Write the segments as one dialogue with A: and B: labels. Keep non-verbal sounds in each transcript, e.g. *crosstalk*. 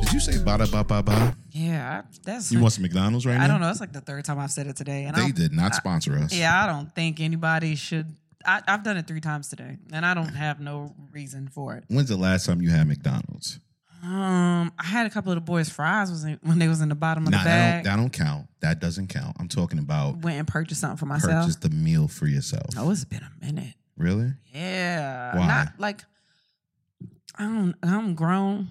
A: Bada ba ba ba.
B: Yeah, I- that's.
A: You want some McDonald's right now?
B: I don't know. It's like the third time I've said it today, and
A: They
B: I,
A: did not sponsor us.
B: yeah, I don't think anybody should. I, I've done it three times today, and I don't have no reason for it.
A: When's the last time you had McDonald's?
B: Um, I had a couple of the boys' fries was in, when they was in the bottom of
A: Nah,
B: the
A: that don't,
B: bag.
A: that don't count. That doesn't count. I'm talking about
B: Went and purchased something for myself.
A: purchase the meal for yourself.
B: Oh, it's been a minute.
A: Really?
B: Yeah,
A: Why?
B: not like I don't. I'm grown.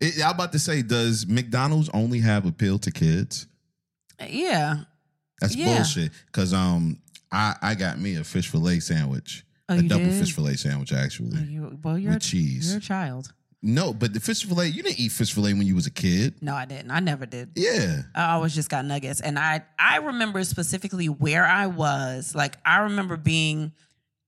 A: It, I'm about to say, does McDonald's only have appeal to kids?
B: Yeah.
A: That's
B: Yeah.
A: bullshit. Cause um, I I got me a fish fillet sandwich,
B: Oh,
A: a
B: you
A: double
B: did?
A: fish fillet sandwich actually
B: Oh, you, well, you're
A: with
B: a,
A: cheese.
B: you're a child.
A: No, but the fish fillet you didn't eat fish fillet when you was a kid.
B: No, I didn't. I never did.
A: Yeah,
B: I always just got nuggets. And I I remember specifically where I was. Like I remember being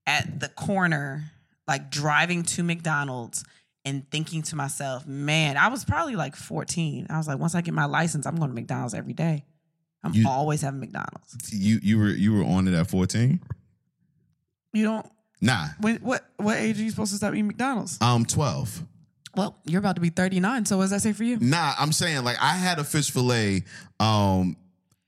B: at the corner, like driving to McDonald's and thinking to myself, man, I was probably like 14. I was like, once I get my license, I'm going to McDonald's every day. I'm
A: You-
B: always having McDonald's.
A: you you were you were on it at 14.
B: You don't
A: Nah, Um,
B: when what what age are you supposed to stop eating McDonald's?
A: I'm 12.
B: Well, you're about to be 39, so what does that say for you?
A: Nah, I'm saying like I had a fish fillet um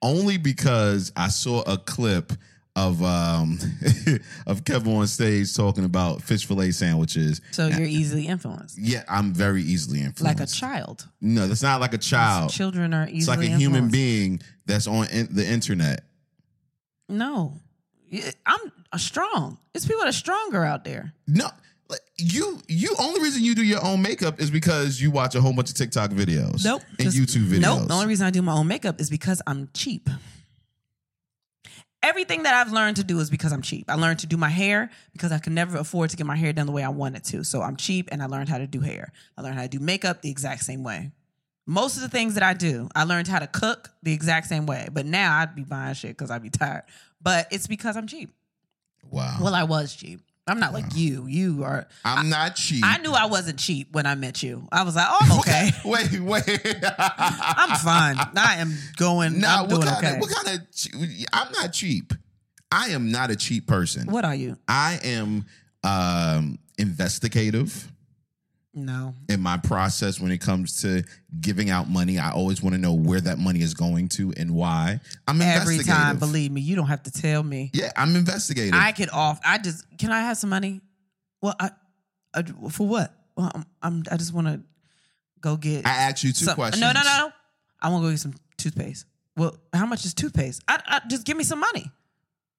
A: only because I saw a clip of um *laughs* of Kevin on stage talking about fish fillet sandwiches.
B: So you're easily influenced.
A: Yeah, I'm very easily influenced.
B: Like a child.
A: No, that's not like a child.
B: Children are easily
A: It's like a human
B: influenced.
A: being that's on in- the internet.
B: No, Yeah, I'm a strong. It's people that are stronger out there.
A: No, like, you you only reason you do your own makeup is because you watch a whole bunch of TikTok videos.
B: Nope.
A: and
B: Just-
A: YouTube videos.
B: Nope. The only reason I do my own makeup is because I'm cheap. Everything that I've learned to do is because I'm cheap. I learned to do my hair because I could never afford to get my hair done the way I wanted to. So I'm cheap and I learned how to do hair. I learned how to do makeup the exact same way. Most of the things that I do, I learned how to cook the exact same way. But now I'd be buying shit because I'd be tired. But it's because I'm cheap.
A: wow,
B: Well, I was cheap. I'm not like you. You are
A: I'm not cheap.
B: I knew I wasn't cheap when I met you. I was like, oh, okay.
A: *laughs* wait, wait.
B: *laughs* I'm fine. I am going.
A: Nah,
B: I'm
A: what
B: doing
A: kind,
B: okay.
A: of, what kind of? che- I'm not cheap. I am not a cheap person.
B: what are you?
A: I am um, investigative.
B: No.
A: in my process when it comes to giving out money. I always want to know where that money is going to and why. I'm
B: Every
A: investigative.
B: time, believe me, you don't have to tell me.
A: Yeah, I'm investigative.
B: I could off. I just can I have some money? Well, I, I for what? Well, I'm, I'm I just want to go get.
A: I asked you two
B: some-
A: questions.
B: No, no, no. I want to go get some toothpaste. Well, how much is toothpaste? I, I just give me some money.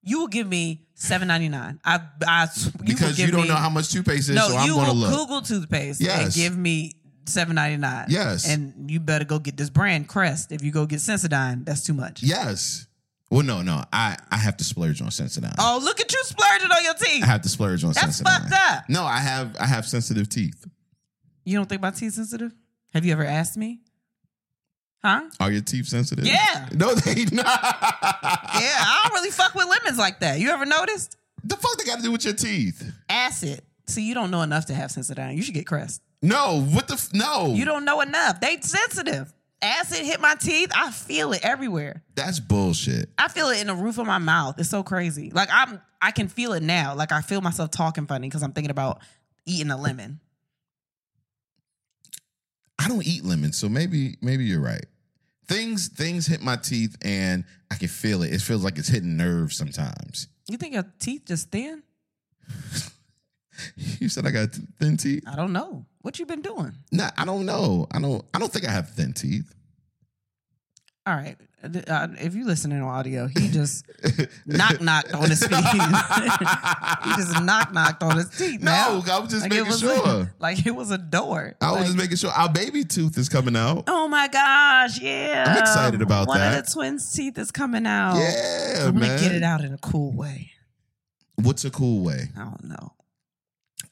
B: You will give me seven ninety nine. I, I you will
A: Because you,
B: give
A: don't
B: me-
A: know how much toothpaste is,
B: No,
A: so I'm
B: you
A: going to
B: will
A: look.
B: Google toothpaste
A: Yes.
B: and give me seven ninety nine.
A: Yes.
B: and you better go get this brand Crest. If you go get Sensodyne, that's too much.
A: Yes. Well, no, no. I, I have to splurge on Sensodyne.
B: Oh, look at you splurging on your
A: I
B: teeth.
A: have to splurge on
B: That's
A: Sensodyne.
B: fucked up.
A: No, I have I have sensitive teeth.
B: You don't think my teeth sensitive? Have you ever asked me? Huh?
A: *laughs* Are your teeth sensitive?
B: Yeah.
A: No, they *laughs*
B: Yeah,
A: not.
B: I don't really fuck with lemons like that. You ever noticed?
A: The fuck they got to do with your teeth?
B: Acid. See, you don't know enough to have Sensodyne. You should get Crest.
A: No, what the f- no?
B: You don't know enough. They sensitive. Acid hit my teeth. I feel it everywhere.
A: That's bullshit.
B: I feel it in the roof of my mouth. It's so crazy. Like I'm, I can feel it now. Like I feel myself talking funny because I'm thinking about eating a lemon.
A: I don't eat lemons, so maybe maybe you're right. Things things hit my teeth and I can feel it. It feels like it's hitting nerves sometimes.
B: You think your teeth just thin?
A: You said I got th- thin teeth?
B: I don't know. What you been doing?
A: Nah, I don't know. I don't I don't think I have thin teeth. *laughs*
B: All right. Uh, if you listening on audio, he
A: *laughs*
B: just knock knocked *laughs* on his feet. he just knock knocked on his teeth.
A: *laughs* No,
B: man.
A: I was just
B: it
A: making
B: was
A: sure.
B: A, *laughs* like it was a door.
A: I was
B: Like,
A: just making sure our baby tooth is coming out.
B: oh my gosh! Yeah,
A: I'm excited about
B: One
A: that.
B: of the twins' teeth is coming out.
A: Yeah,
B: I'm
A: man.
B: gonna Oh. get it out in a cool way.
A: What's a cool way?
B: I don't know.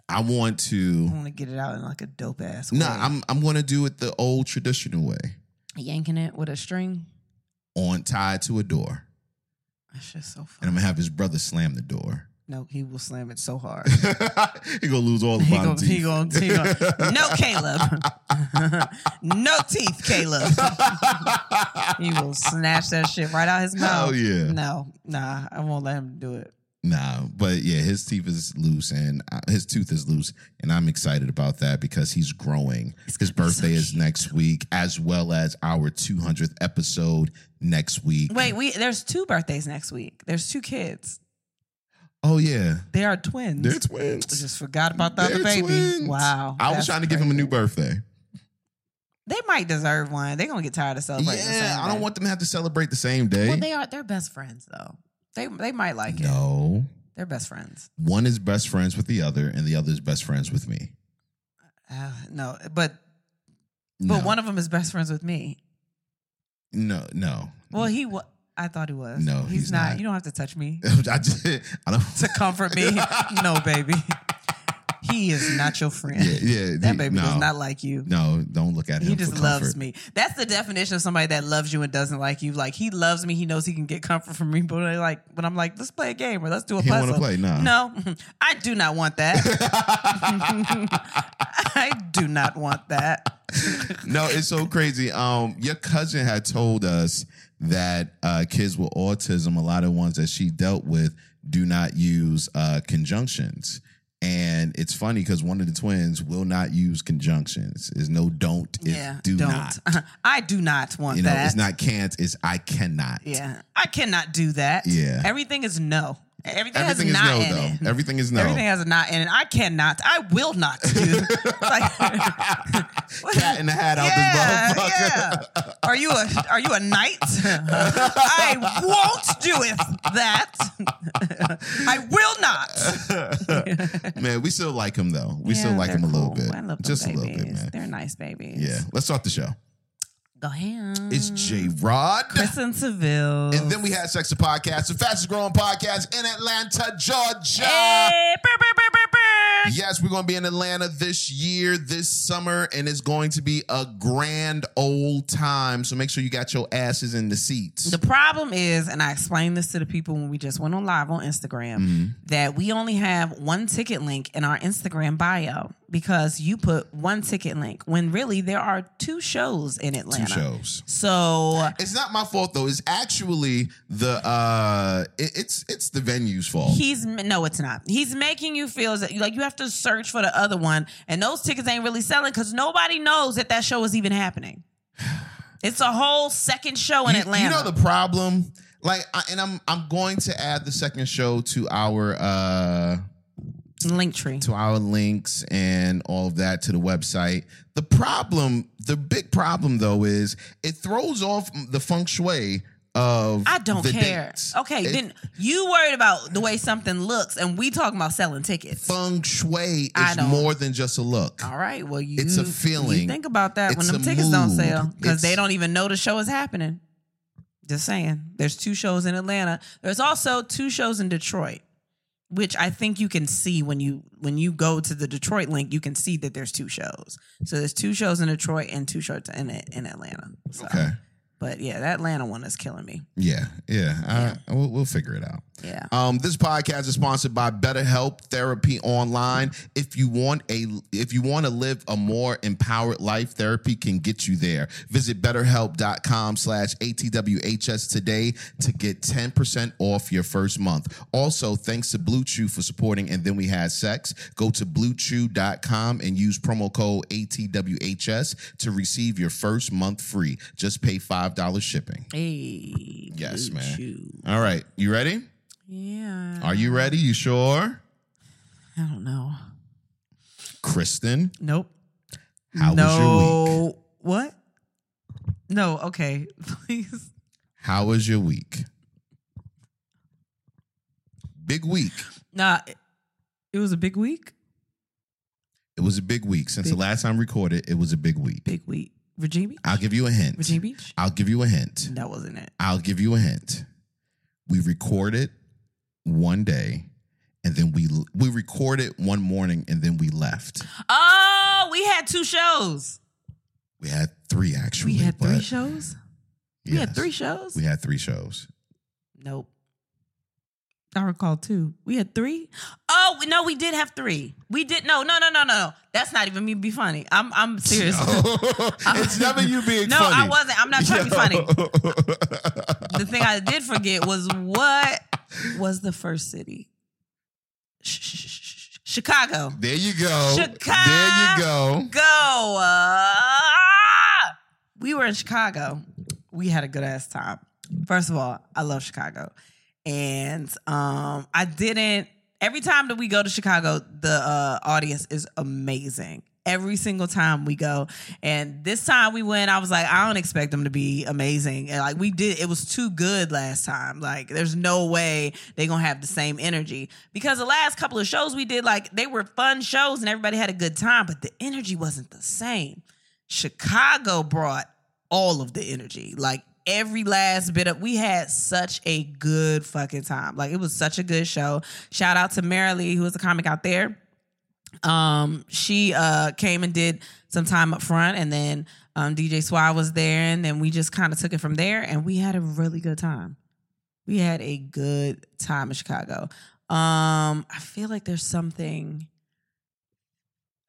A: I want to
B: I want to get it out in like a dope ass.
A: No,
B: way.
A: I'm I'm gonna do it the old traditional way.
B: yanking it with a string.
A: On tied to a door.
B: That's just so
A: And
B: fun.
A: I'm gonna have his brother slam the door. *laughs*
B: No, he will slam it so hard.
A: he gonna lose all the
B: He
A: bottom
B: gonna,
A: teeth.
B: he gonna, he
A: *laughs*
B: gonna, no, Caleb. *laughs* no teeth, Caleb.
A: *laughs*
B: *laughs* he will snatch that shit right out his
A: Hell
B: mouth.
A: yeah.
B: No, nah, I won't let him do it.
A: Nah, but yeah, his teeth is loose and uh, his tooth is loose, and I'm excited about that because he's growing. His birthday is next week, as well as our 200th episode next week.
B: *laughs* Wait, we there's two birthdays next week. There's two kids.
A: Oh yeah,
B: They are twins.
A: they're twins.
B: I just forgot about the other
A: They're
B: baby.
A: twins.
B: Wow.
A: I
B: that's
A: was trying to give him a new
B: crazy.
A: birthday.
B: They might deserve one. They're gonna get tired of celebrating. the
A: Yeah,
B: same
A: I don't
B: day.
A: want them to have to celebrate the same day.
B: Well, they are. They're best friends though. They they might like it.
A: no,
B: They're best friends.
A: one is best friends with the other, and the other is best friends with me.
B: Uh, no, but but
A: no,
B: one of them is best friends with me.
A: no, no,
B: Well, he was. I thought he was.
A: No,
B: he's,
A: he's
B: not.
A: not.
B: You don't have to touch me
A: *laughs* I just, I
B: *laughs*
A: don't.
B: to comfort
A: *laughs*
B: me. no, baby. He is not your friend.
A: Yeah, yeah,
B: that baby
A: no,
B: does not like you.
A: No, don't look at him.
B: He just
A: for
B: loves
A: comfort.
B: me. That's the definition of somebody that loves you and doesn't like you. Like he loves me. He knows he can get comfort from me. But I like when I'm like, let's play a game or let's do a
A: He want
B: puzzle.
A: to play? No,
B: No, *laughs* I do not want that. *laughs* I do not
A: *laughs*
B: want that.
A: no, it's so crazy. Um, your cousin had told us that uh, kids with autism, a lot of ones that she dealt with, do not use uh, conjunctions. And it's funny because one of the twins will not use conjunctions. There's no don't. It's
B: yeah,
A: do
B: not
A: not.
B: *laughs* I do not want
A: You know,
B: that.
A: it's not can't. It's I cannot.
B: yeah, I cannot do that.
A: Yeah.
B: everything is no. Everything,
A: Everything is
B: has not
A: no
B: in it.
A: though. Everything is no.
B: Everything has a not in it. I cannot. I will
A: *laughs*
B: not do. It's like, *laughs*
A: Cat in the hat out this motherfucker.
B: Yeah. Are you a are you
A: *laughs*
B: a knight? I won't do it that. I will not.
A: man, we still like him though. We still like him a little bit.
B: I love
A: Just a little bit, man.
B: They're nice babies.
A: Yeah. Let's start the show.
B: Go ahead.
A: It's J Rod.
B: Mm. Chris and Seville.
A: And then we had Sex the Podcast, the fastest growing podcast in Atlanta, Georgia.
B: Hey, brr, brr, brr, brr, brr.
A: Yes, we're going to be in Atlanta this year, this summer, and it's going to be a grand old time. So make sure you got your asses in the seats.
B: The problem is, and I explained this to the people when we just went on live on Instagram,
A: Mm-hmm.
B: that we only have one ticket link in our Instagram bio because you put one ticket link when really there are two shows in Atlanta.
A: Two shows.
B: So
A: It's not my fault though. It's actually the uh, it, it's it's the venue's fault.
B: he's no, it's not. He's making you feel as- like you have to search for the other one, and those tickets ain't really selling because nobody knows that that show is even happening. It's a whole second show in
A: you,
B: Atlanta.
A: you know the problem, like, I, and I'm I'm going to add the second show to our uh
B: link tree.
A: to our links and all of that to the website. The problem, the big problem though, is it throws off the feng shui of
B: I don't
A: the
B: care.
A: dates.
B: Okay,
A: It-
B: then you worried about the way something looks, and we talking about selling tickets.
A: feng shui
B: I
A: is
B: don't-
A: more than just a look.
B: All right, well you
A: It's a
B: You
A: feeling.
B: think about that when
A: It's
B: them
A: a
B: tickets don't
A: mood.
B: sell because they
A: It's-
B: don't even know the show is happening. Just saying, there's two shows in Atlanta. There's also two shows in Detroit, which I think you can see when you when you go to the Detroit link. You can see that there's two shows. So there's two shows in Detroit and two shows in in Atlanta. So,
A: Okay.
B: but yeah, that Atlanta one is killing me.
A: Yeah, yeah. I, we'll, we'll figure it out.
B: Yeah.
A: Um, this podcast is sponsored by BetterHelp Therapy Online. If you want a if you want to live a more empowered life, therapy can get you there. Visit betterhelp.com slash ATWHS today to get 10% off your first month. Also, thanks to Blue Chew for supporting and then we had sex. Go to bluechew.com and use promo code ATWHS to receive your first month free. Just pay $5 shipping.
B: Hey,
A: Yes,
B: Blue
A: man.
B: Chew.
A: All right, you ready?
B: Yeah.
A: Are you ready? You sure?
B: I don't know.
A: Kristen,
B: Nope.
A: how
B: no.
A: was your week?
B: What? No. Okay. *laughs* Please.
A: How was your week? Big week.
B: Nah. It, it was a big week.
A: It was a big week. Since the
B: Big-
A: last time recorded, it was a big week.
B: Big week. Virginia Beach.
A: I'll give you a hint.
B: Virginia Beach.
A: I'll give you a hint.
B: That wasn't it.
A: I'll give you a hint. We recorded one day and then we we recorded one morning and then we left.
B: Oh, we had two shows.
A: We had three actually.
B: We had three
A: but-
B: shows. We had
A: yes.
B: three shows.
A: We had three shows.
B: nope. I recall two. We had three. Oh we- no, we did have three. We did no, no, no, no, no, no. That's not even me. Be funny. I'm,
A: *laughs*
B: I'm serious.
A: Oh.
B: *laughs*
A: it's never you being
B: no,
A: funny.
B: I wasn't. I'm not trying to be funny.
A: funny. *laughs*
B: the thing I did forget was what was the first city? Sh- sh- sh- sh- Chicago.
A: There you go. There you
B: Chicago.
A: go.
B: Go. uh, we were in Chicago. We had a good ass time. First of all, I love Chicago. And um, I didn't, every time that we go to Chicago, the uh, audience is amazing. Every single time we go. And this time we went, I was like, I don't expect them to be amazing. And like we did, it was too good last time. Like there's no way they're going to have the same energy. Because the last couple of shows we did, like they were fun shows and everybody had a good time, but the energy wasn't the same. Chicago brought all of the energy. Like every last bit of we had such a good fucking time. Like it was such a good show. Shout out to Marilee, who is a comic out there. Um, she uh came and did some time up front and then um DJ Swy was there and then we just kind of took it from there and we had a really good time. We had a good time in Chicago. Um, I feel like there's something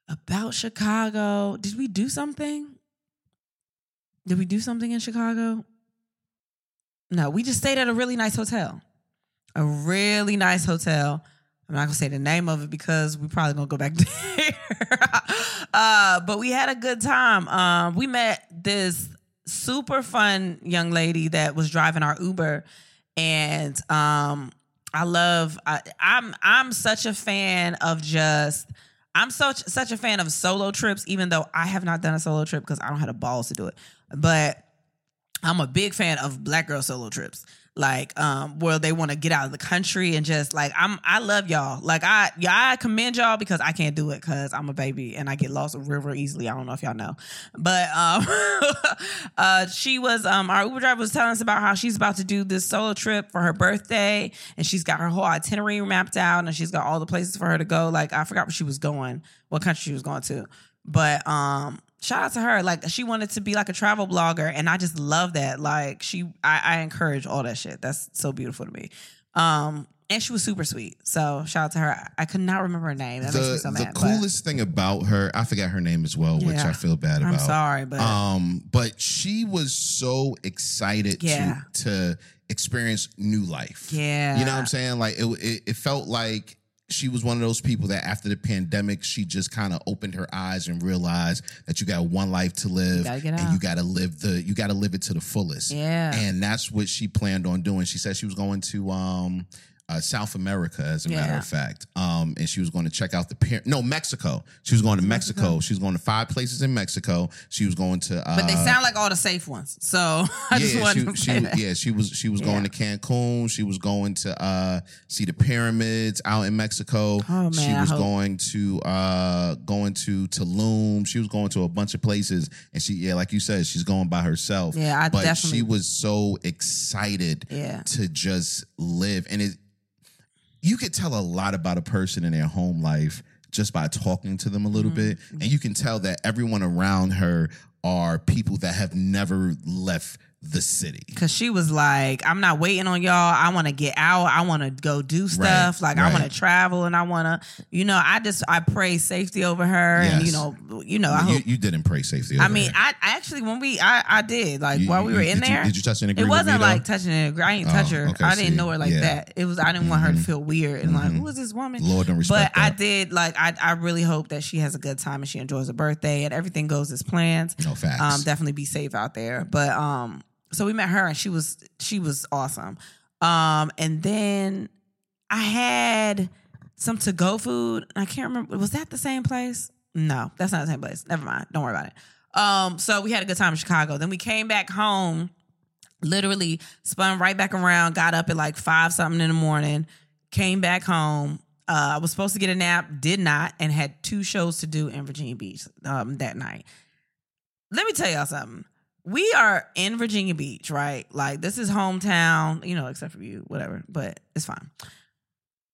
B: about Chicago. Did we do something? Did we do something in Chicago? No, we just stayed at a really nice hotel. A really nice hotel. I'm not gonna say the name of it because we probably gonna go back *laughs* there. uh, but we had a good time. Um, we met this super fun young lady that was driving our Uber, and um, I love. I, I'm I'm such a fan of just. I'm such such a fan of solo trips, even though I have not done a solo trip because I don't have the balls to do it. But I'm a big fan of black girl solo trips. Like um where they want to get out of the country and just like I'm I love y'all. Like I yeah, I commend y'all because I can't do it cuz I'm a baby and I get lost real real easily. I don't know if y'all know. But um *laughs* uh she was um our Uber driver was telling us about how she's about to do this solo trip for her birthday and she's got her whole itinerary mapped out and she's got all the places for her to go. Like I forgot where she was going, what country she was going to. But um shout out to her. Like she wanted to be like a travel blogger and I just love that. Like she I, I encourage all that shit. That's so beautiful to me. Um and she was super sweet. So shout out to her. I could not remember her name. That makes me
A: The,
B: so
A: the
B: mad. but
A: coolest thing about her, I forgot her name as well, which
B: Yeah.
A: I feel bad
B: I'm
A: about.
B: sorry, but
A: Um, but she was so excited
B: Yeah.
A: to, to experience new life.
B: yeah.
A: You know what I'm saying? Like it, it, it felt like she was one of those people that after the pandemic, she just kind of opened her eyes and realized that you got one life to live,
B: gotta get
A: and
B: out.
A: you got to live the, you got to live it to the fullest.
B: Yeah.
A: And that's what she planned on doing. She said she was going to um, uh, South America, as a matter
B: Yeah.
A: of fact, um, and she was going to check out the pier- no Mexico. She was going to Mexico. She was going to five places in Mexico. She was going to. Uh,
B: but they sound like all the safe ones. So *laughs* I just wanted to
A: she,
B: say
A: she,
B: that.
A: yeah, she was she was going
B: Yeah.
A: to Cancun. She was going to uh, see the pyramids out in Mexico.
B: Oh, man,
A: she
B: I
A: was
B: hope-
A: going to uh, going to Tulum. She was going to a bunch of places, and she yeah, like you said, she's going by herself.
B: Yeah, I
A: but
B: definitely-
A: she was so excited
B: Yeah.
A: to just live, and it you could tell a lot about a person in their home life just by talking to them a little
B: Mm-hmm.
A: bit and you can tell that everyone around her are people that have never left the city
B: Cause she was like, I'm not waiting on y'all. I want to get out. I want to go do stuff. like I
A: right.
B: want to travel and I want to, you know, I just I pray safety over her and you
A: Yes.
B: know, you know, Oh, I
A: you,
B: hope.
A: you didn't pray safely
B: I
A: over
B: mean,
A: there.
B: I, I actually when we I I did like
A: You-
B: while we
A: you-
B: were in
A: did you-
B: there,
A: did you touch and agree
B: it
A: with
B: wasn't
A: me,
B: like
A: though?
B: touching and agree. I didn't
A: Oh,
B: touch her.
A: okay,
B: I didn't
A: see,
B: know her like
A: yeah.
B: that. It was I didn't want her to
A: Mhm.
B: feel weird and like
A: Mhm.
B: who is this woman?
A: lord don't
B: But
A: respect
B: I
A: that.
B: did like I I really hope that she has a good time and she enjoys her birthday and everything goes as planned.
A: no facts
B: Um, definitely be safe out there. But um, so we met her and she was she was awesome. Um, and then I had some to go food. I can't remember. Was that the same place? No, that's not the same place. Never mind. Don't worry about it. Um, so we had a good time in Chicago. Then we came back home, literally spun right back around, got up at like five something in the morning, came back home. Uh, I was supposed to get a nap, did not, and had two shows to do in Virginia Beach um, that night. Let me tell y'all something. We are in Virginia Beach, right? Like this is hometown, you know, except for you, whatever, but it's fine.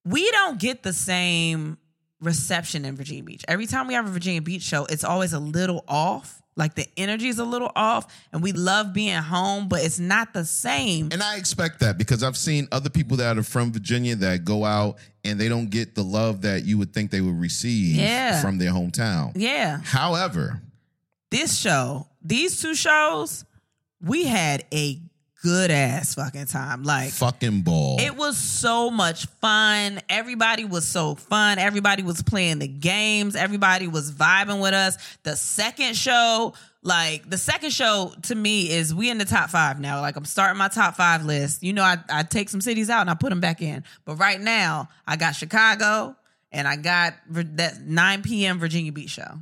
B: We don't get the same reception in Virginia Beach. Every time we have a Virginia Beach show, it's always a little off. Like the energy is a little off, and we love being home, but it's not the same.
A: and I expect that because I've seen other people that are from Virginia that go out and they don't get the love that you would think they would receive
B: Yeah.
A: from their hometown.
B: Yeah.
A: However,
B: this show, these two shows, we had a good ass fucking time. Like
A: fucking ball.
B: it was so much fun. Everybody was so fun. Everybody was playing the games. Everybody was vibing with us. The second show, like the second show to me is we in the top five now. Like I'm starting my top five list. You know, I, I take some cities out and I put them back in. But right now, I got Chicago and I got Vir- that 9 p.m. Virginia Beach show.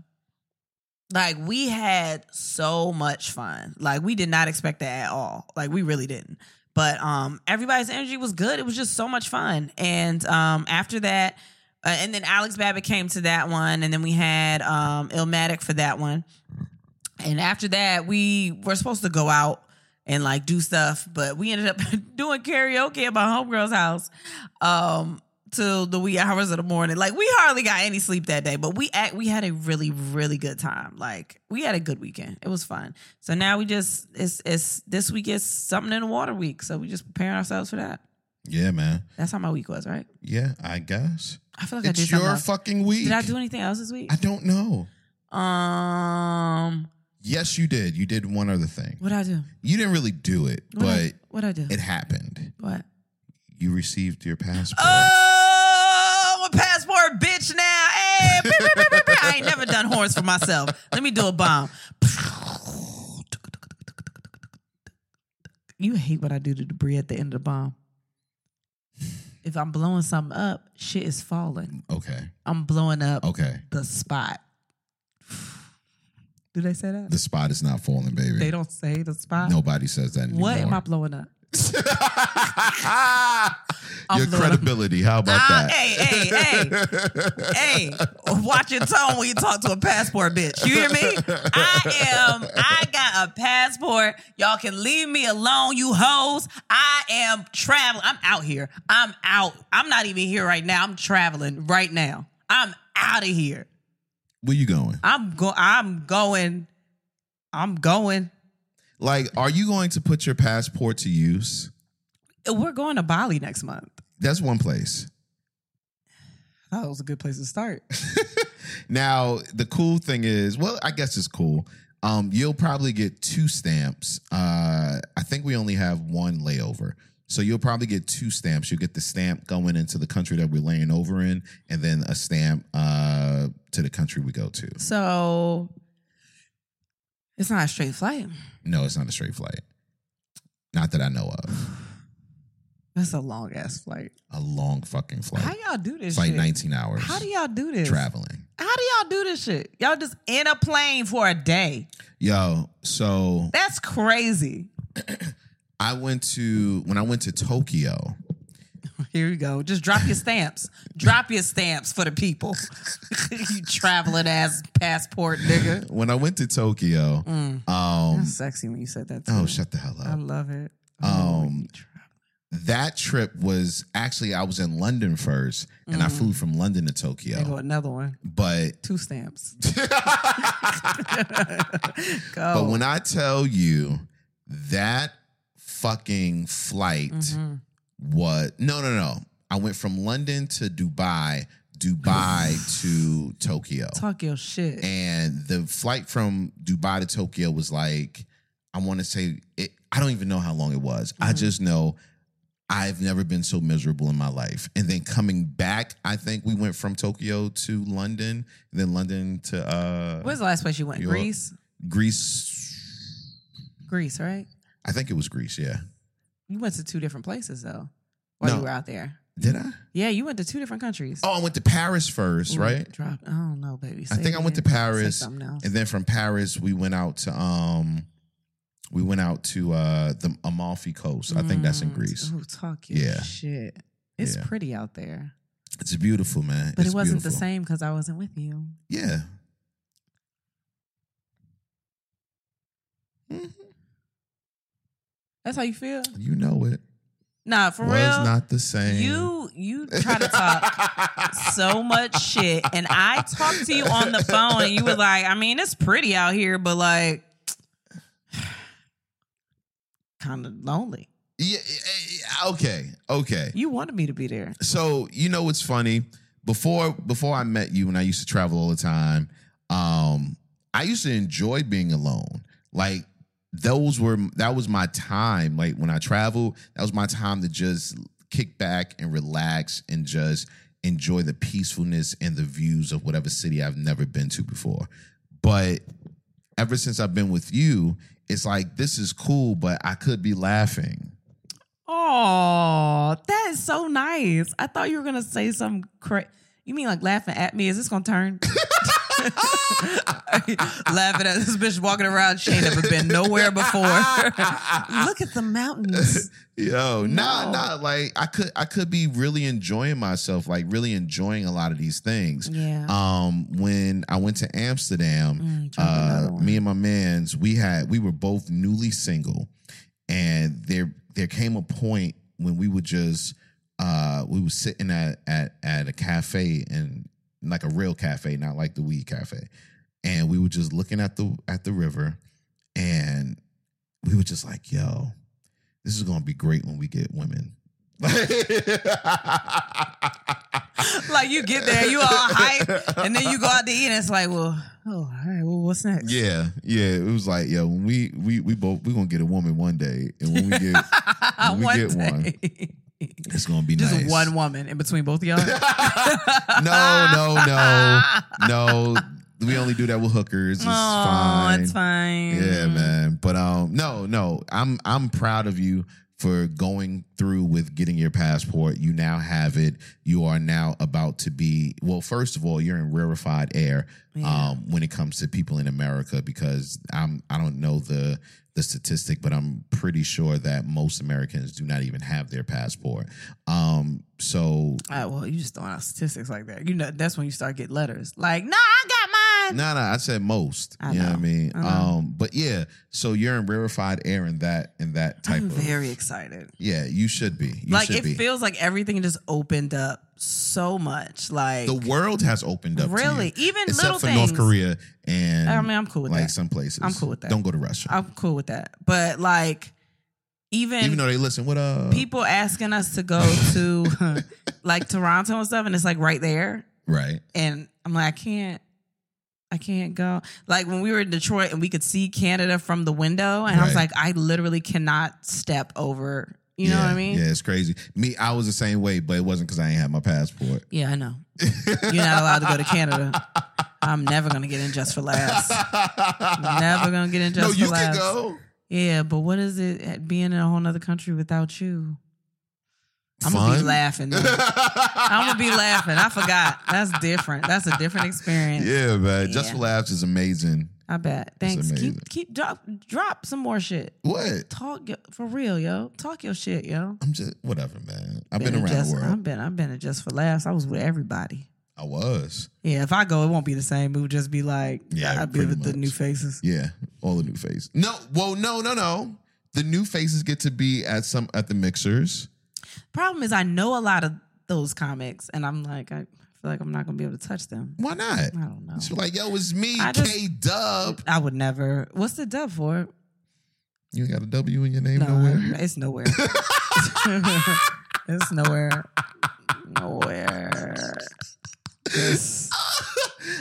B: Like we had so much fun. Like we did not expect that at all. Like we really didn't. But um everybody's energy was good. It was just so much fun. And um after that uh, and then Alex Babbitt came to that one and then we had um Illmatic for that one. And after that we were supposed to go out and like do stuff, but we ended up *laughs* doing karaoke at my homegirl's house. Um till the wee hours of the morning. Like we hardly got any sleep that day, but we act, we had a really really good time. Like we had a good weekend. It was fun. So now we just it's it's this week is something in the water week. So we just preparing ourselves for that.
A: yeah, man.
B: That's how my week was, right?
A: Yeah, I guess.
B: I feel like I did
A: It's
B: something
A: your
B: else.
A: fucking week.
B: Did I do anything else this week?
A: I don't know.
B: um,
A: Yes, you did. You did one other thing.
B: what did I do?
A: You didn't really do it,
B: What
A: but
B: what I do?
A: it happened.
B: what?
A: You received your passport.
B: Oh, I'm a passport bitch now. Hey, beep, beep, beep, beep, beep. I ain't never done horns for myself. Let me do a bomb. You hate what I do to debris at the end of the bomb. If I'm blowing something up, shit is falling.
A: Okay.
B: I'm blowing up
A: Okay.
B: the spot. Do they say that?
A: The spot is not falling, baby.
B: They don't say the spot.
A: Nobody says that anymore.
B: What am I blowing up?
A: *laughs* Your
B: blowing up.
A: credibility. How about
B: Ah,
A: that?
B: hey, hey, hey, hey! Watch your tone when you talk to a passport bitch. You hear me? I am. I got a passport. Y'all can leave me alone, you hoes. I am traveling. I'm out here. I'm out. I'm not even here right now. I'm traveling right now. I'm out of here.
A: *laughs* Where you going?
B: I'm go. I'm going. I'm going.
A: Like, are you going to put your passport to use?
B: We're going to Bali next month.
A: That's one place.
B: I thought it was a good place to start.
A: Now, the cool thing is, well, I guess it's cool. Um, you'll probably get two stamps. Uh, I think we only have one layover. So you'll probably get two stamps. You'll get the stamp going into the country that we're laying over in, and then a stamp uh, to the country we go to.
B: So it's not a straight flight.
A: No, it's not a straight flight. Not that I know of.
B: That's a long ass flight.
A: A long fucking flight.
B: How y'all do this
A: it's like
B: shit?
A: 19 hours.
B: How do y'all do this?
A: traveling?
B: How do y'all do this shit? Y'all just in a plane for a day.
A: Yo, so
B: That's crazy.
A: I went to when I went to Tokyo.
B: Here you go. Just drop your stamps. drop your stamps for the people. *laughs* you traveling ass passport nigga.
A: When I went to Tokyo,
B: Mm.
A: um,
B: That's sexy when you said that. Too.
A: oh shut the hell
B: I
A: up.
B: love it. Oh,
A: Um, that trip was actually I was in London first, and I flew from London to
B: there Mm. go
A: Tokyo.
B: another one.
A: But
B: Two *laughs* stamps. go.
A: but when I tell you that fucking flight
B: Mhm.
A: was no no no, I went from London to Dubai, Dubai to Tokyo.
B: talk your shit.
A: and the flight from Dubai to Tokyo was like I want to say it I don't even know how long it was. I just know I've never been so miserable in my life. And then coming back, I think we went from Tokyo to London, and then London to uh
B: Where's the last place you went?
A: Yo-
B: Greece.
A: Greece.
B: Greece, right?
A: I think it was Greece, yeah.
B: You went to two different places though while
A: No.
B: you were out there.
A: Did I?
B: Yeah, you went to two different countries.
A: Oh, I went to Paris first,
B: Ooh,
A: right?
B: Drop. I don't know, baby.
A: I
B: Say
A: think I went
B: it.
A: to Paris.
B: Say something else.
A: And then from Paris, we went out to um we went out to uh the Amalfi Coast. I think that's in
B: Mm,
A: Greece.
B: Ooh, talk your
A: Yeah.
B: shit. It's
A: Yeah.
B: pretty out there,
A: It's beautiful, man.
B: but
A: It's
B: it wasn't the
A: beautiful.
B: same because I wasn't with you.
A: Yeah.
B: That's how you feel?
A: You know it.
B: Nah, for
A: was
B: real.
A: not the same.
B: you you try to talk
A: *laughs*
B: so much shit, and I talked to you on the phone, and you were like, "I mean, it's pretty out here, but like, *sighs* kind of lonely."
A: Yeah, eh, eh, okay. Okay.
B: You wanted me to be there.
A: So you know what's funny? Before before I met you and I used to travel all the time, um, I used to enjoy being alone. Like those were that was my time. Like when I traveled, that was my time to just kick back and relax and just enjoy the peacefulness and the views of whatever city I've never been to before. But ever since I've been with you, it's like this is cool, but I could be laughing.
B: Oh, that is so nice. I thought you were gonna say some cra- You mean like laughing at me? Is this gonna turn?
A: *laughs*
B: laughing at this bitch walking around. She ain't never been nowhere
A: *laughs*
B: before. *laughs* Look at the mountains.
A: Yo, nah,
B: No.
A: nah. Like I could I could be really enjoying myself, like really enjoying a lot of these things.
B: Yeah.
A: Um, when I went to Amsterdam,
B: Mm, drink
A: uh,
B: another one.
A: me and my man's we had we were both newly single and there there came a point when we would just uh we was sitting at at at a cafe and like a real cafe not like the weed cafe and we were just looking at the at the river and we were just like yo this is gonna be great when we get
B: *laughs*
A: women *laughs*
B: like you get there, you all hype, and then you go out to eat, and it's like, well, oh, all right, well, what's next? *laughs*
A: Yeah, yeah. It was like, yo, when we we we both we gonna get a woman one day, and when we get,
B: Yeah,
A: we get one. it's gonna be
B: Just
A: nice.
B: one *laughs* woman in between both of y'all.
A: *laughs* No, no, no, *laughs*
B: *laughs*
A: no. We only do that with hookers. It's
B: oh,
A: fine.
B: it's fine.
A: Yeah, man. But um, no, no. I'm I'm proud of you for going through with getting your passport. You now have it. You are now about to be well. First of all, you're in rarefied air
B: Yeah.
A: um, when it comes to people in America because I'm I don't know the the statistic, but I'm pretty sure that most Americans do not even have their passport. Um, so
B: All right, well, you just throwing out statistics like that. You know, that's when you start getting letters. Like, nah, I got mine.
A: No, no, I said most.
B: I
A: you know, what I
B: know, Uh-huh.
A: mean?
B: I know.
A: Um, but yeah, so you're in rarefied air in that in that type
B: I'm
A: of
B: very excited.
A: Yeah, you should be. You
B: like,
A: should
B: it
A: be.
B: feels like everything just opened up so much. Like,
A: the world has opened up. to you,
B: really, even little
A: except for
B: things.
A: North Korea and
B: I mean, I'm cool with
A: like
B: that.
A: some places.
B: I'm cool with that.
A: Don't go to Russia.
B: I'm cool with that. But like, even,
A: Even though uh, they listen, what up?
B: people asking us to go to *laughs* like Toronto and stuff, and it's like right there.
A: right.
B: and I'm like, I can't, I can't go. Like when we were in Detroit and we could see Canada from the window, and I was
A: Right.
B: like, I literally cannot step over. You know
A: yeah,
B: what I mean?
A: Yeah,
B: Yeah,
A: it's crazy. Me, I was the same way, but it wasn't because I ain't had my passport.
B: I know. You're not allowed to go
A: *laughs*
B: to Canada. I'm never gonna get in just for laughs.
A: *laughs*
B: Never gonna get in just
A: No,
B: for
A: you can
B: laughs.
A: go.
B: Yeah, but what is it at being in a whole nother country without you? I'm gonna be
A: Fun?
B: laughing. though. I'm gonna be laughing. I forgot. That's different. That's a different
A: *laughs*
B: experience.
A: Yeah, man. Just
B: Yeah.
A: for laughs is amazing.
B: I bet. Thanks.
A: amazing.
B: Keep keep drop drop some more shit.
A: What?
B: talk yo- for real, yo. Talk your shit, yo.
A: I'm just whatever, man. I've been,
B: to
A: around
B: just,
A: the world.
B: I've been I've been at just for laughs. I was with everybody.
A: I was.
B: Yeah, if I go, it won't be the same. It would just be like
A: Yeah,
B: I'd be with
A: pretty
B: the
A: much.
B: new faces.
A: Yeah, all the new faces. No, well, no, no, no. The new faces get to be at some at the mixers.
B: Problem is, I know a lot of those comics, and I'm like, I feel like I'm not gonna be able to touch them.
A: Why not?
B: I don't know.
A: It's like, yo, it's me,
B: I just-
A: K Dub.
B: I would never. What's the dub for?
A: You ain't got a W in your name
B: No,
A: nowhere.
B: it's
A: *laughs*
B: nowhere. it's nowhere. Nowhere. It's-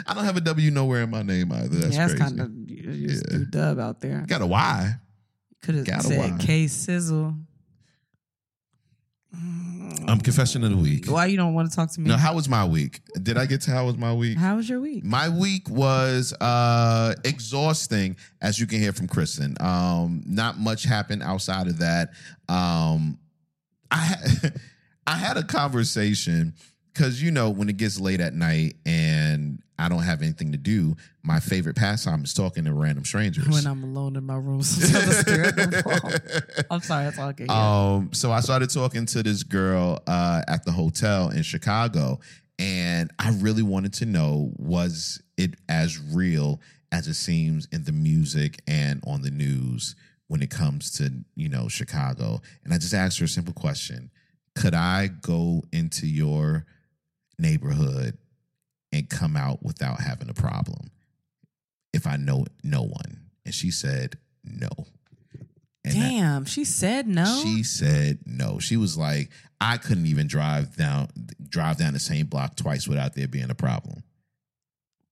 A: I don't have a W nowhere in my name either. That's
B: yeah, that's
A: crazy.
B: kind of you, you just
A: Yeah.
B: do dub out there.
A: Got a Y.
B: Could have
A: Gotta
B: said
A: wine.
B: K Sizzle.
A: I'm confession of the week.
B: Why you don't want to talk to me?
A: Oh. No, how was my week? Did I get to how was my week?
B: How was your week?
A: My week was uh, exhausting, as you can hear from Kristen. Um, not much happened outside of that. Um, I had, *laughs* I had a conversation because you know when it gets late at night and I don't have anything to do, my favorite pastime is talking to random strangers.
B: When I'm alone in my room, *laughs* sometimes I stare
A: *laughs*
B: at the wall. I'm sorry, that's all I can hear.
A: Um, so I started talking to this girl uh, at the hotel in Chicago, and I really wanted to know was it as real as it seems in the music and on the news when it comes to you know Chicago? And I just asked her a simple question: Could I go into your neighborhood and come out without having a problem if I know no one? And she said no. And that-
B: Damn, she said no.
A: she said no. She was like, I couldn't even drive down drive down the same block twice without there being a problem.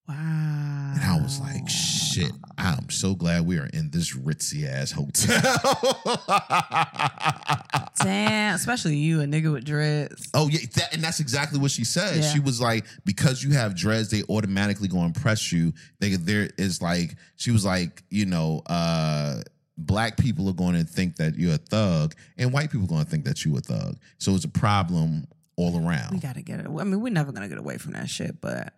B: Wow.
A: And I was like, shit, I'm so glad we are in this ritzy ass hotel. *laughs*
B: Damn, especially you, a nigga with dreads.
A: oh, yeah. That, and that's exactly what she said.
B: Yeah.
A: She was like, because you have dreads, they automatically gonna impress you. They, there is like, she was like, you know, uh, black people are gonna think that you're a thug, and white people gonna think that you a thug. So it's a problem all around.
B: We gotta get it. I mean, we're never gonna get away from that shit, but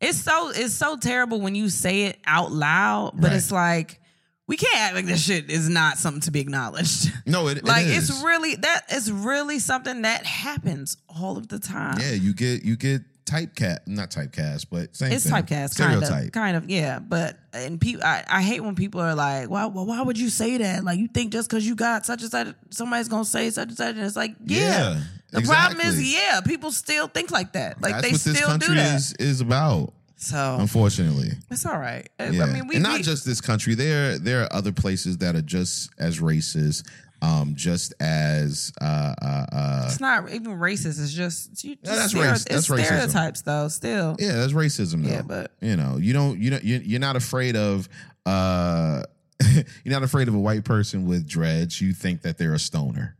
B: it's so it's so terrible when you say it out loud, but
A: Right.
B: it's like we can't act like this shit is not something to be acknowledged. *laughs*
A: no, it, it
B: like
A: is.
B: it's really that is really something that happens all of the time.
A: Yeah, you get you get typecast, not typecast, but same
B: It's
A: thing.
B: typecast, kind
A: stereotype.
B: of, kind of, yeah. But and people, I, I hate when people are like, "Why, why, why would you say that? Like, you think just because you got such and such, somebody's gonna say such and such?" And it's like, yeah. the problem
A: exactly.
B: is, yeah, people still think like that. Like
A: That's
B: they
A: what
B: still
A: this country
B: do that.
A: is is about.
B: So
A: Unfortunately,
B: it's all right. I-
A: yeah.
B: I mean, we
A: and not
B: we-
A: just this country. There there are other places that are just as racist, um, just as uh, uh, uh,
B: it's not even racist. It's just, it's you-
A: Yeah, that's
B: stereo-
A: race- that's
B: it's
A: racism.
B: stereotypes, though. Still,
A: yeah, that's racism. Though.
B: Yeah, but-
A: you know, you don't you don't you- you're not afraid of. Uh, *laughs* you're not afraid of a white person with dreads. You think that they're a stoner.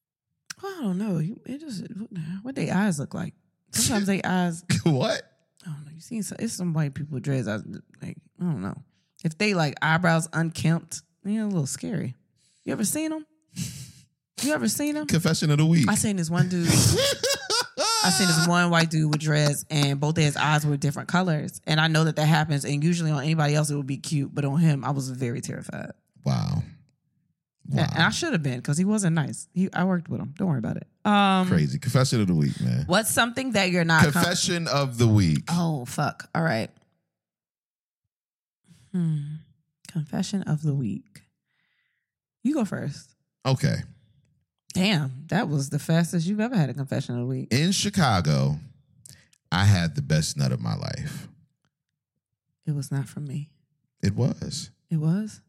A: *laughs*
B: I don't know. You- It just what they eyes look like. Sometimes they eyes
A: what?
B: I don't know. You seen some, it's some white people with dreads. I was like I don't know if they like eyebrows unkempt. You know, a little scary. You ever seen them? You ever seen them?
A: Confession of the week.
B: I seen this one dude. I seen this one white dude with dreads, and both of his eyes were different colors. And I know that that happens. And usually on anybody else, it would be cute, but on him, I was very terrified.
A: *laughs* Wow. Wow.
B: And I should have been because he wasn't nice. He, I worked with him. Don't worry about it. Um,
A: Crazy. Confession of the week, man.
B: What's something that you're not? com-
A: Confession of the week.
B: Oh fuck! All right. Hmm. Confession of the week. You go first.
A: Okay.
B: Damn, that was the fastest you've ever had a confession of the week.
A: In Chicago, I had the best nut of my life.
B: It was not from me.
A: It was.
B: It was.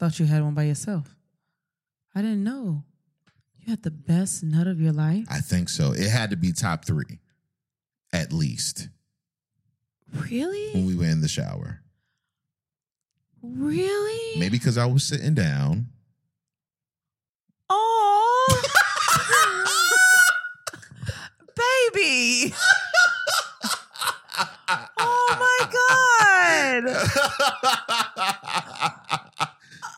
B: I thought you had one by yourself. I didn't know. You had the best nut of your life.
A: I think so. It had to be top three, at least, when
B: Really?
A: we were in the shower.
B: Really?
A: Maybe because I was sitting
B: *laughs*
A: down. *laughs*
B: Oh, *laughs* baby! Oh my god!
A: God.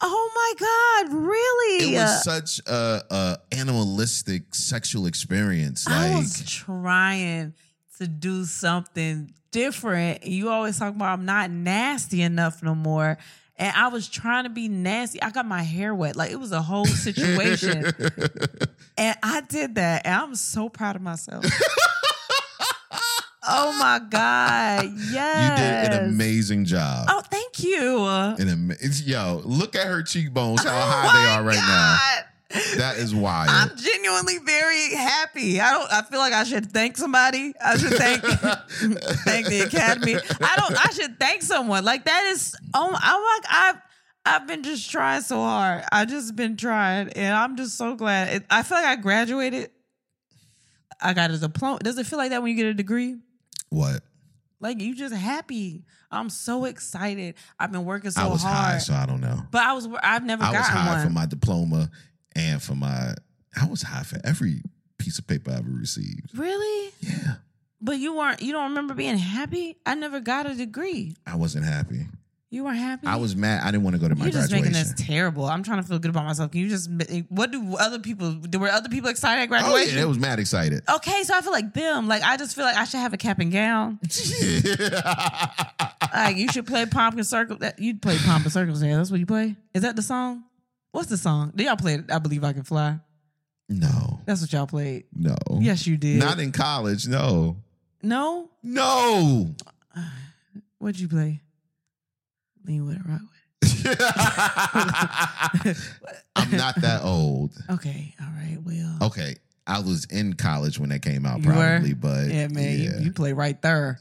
B: Oh my god! Really?
A: *laughs* It was such a, a animalistic sexual experience. Like
B: I was trying to do something different. You always talk about I'm not nasty enough no more. And I was trying to be nasty. I got my hair wet. Like it was a
A: *laughs*
B: whole situation. and I did that. And I'm so proud
A: *laughs*
B: of myself. oh my God.
A: You
B: Yes.
A: did an amazing job.
B: Oh, thank you.
A: An ama- it's- yo, look at her cheekbones, how
B: oh
A: high they
B: my
A: are right
B: God.
A: now. That is wild.
B: I'm genuinely very happy. I don't. I feel like I should thank somebody. I should
A: *laughs*
B: thank thank the academy. I don't. I should thank someone. Like that is. Oh, I'm like I've I've been just trying so hard. I've just been trying, and I'm just so glad. It, I feel like I graduated. I got a diploma. Does it feel like that when you get a degree?
A: what?
B: Like you just happy. I'm so excited. I've been working so
A: I was
B: hard.
A: high, so I don't know.
B: but I was. I've never
A: I was
B: gotten
A: high
B: one.
A: for my diploma and for my. I was high for every piece of paper I ever received.
B: really.
A: Yeah,
B: But you weren't. You don't remember being happy. I never got a degree.
A: I wasn't happy.
B: You weren't happy.
A: I was mad. I didn't want to go to my
B: You're just
A: graduation.
B: making this terrible. I'm trying to feel good about myself. Can you just? eh, What do other people? Were other people excited at
A: oh yeah,
B: *laughs* graduation?
A: it was mad
B: *laughs*
A: excited.
B: okay, so I feel like them. Like I just feel like I should have a cap and gown. Like you should play pomp and circle. That you'd play pomp and circumstance. That's what you play. Is that the song? What's the song? Did y'all play? I believe I can fly.
A: no,
B: That's what y'all played.
A: no.
B: Yes, you did.
A: Not in college. No,
B: no.
A: no. *laughs*
B: What'd you play? Lean with it, rock with
A: I'm not that
B: *laughs*
A: old.
B: it. Okay. All right. Well.
A: Okay, I was in college when that came out,
B: You were?
A: probably. But
B: Yeah, man,
A: yeah.
B: You, you play right there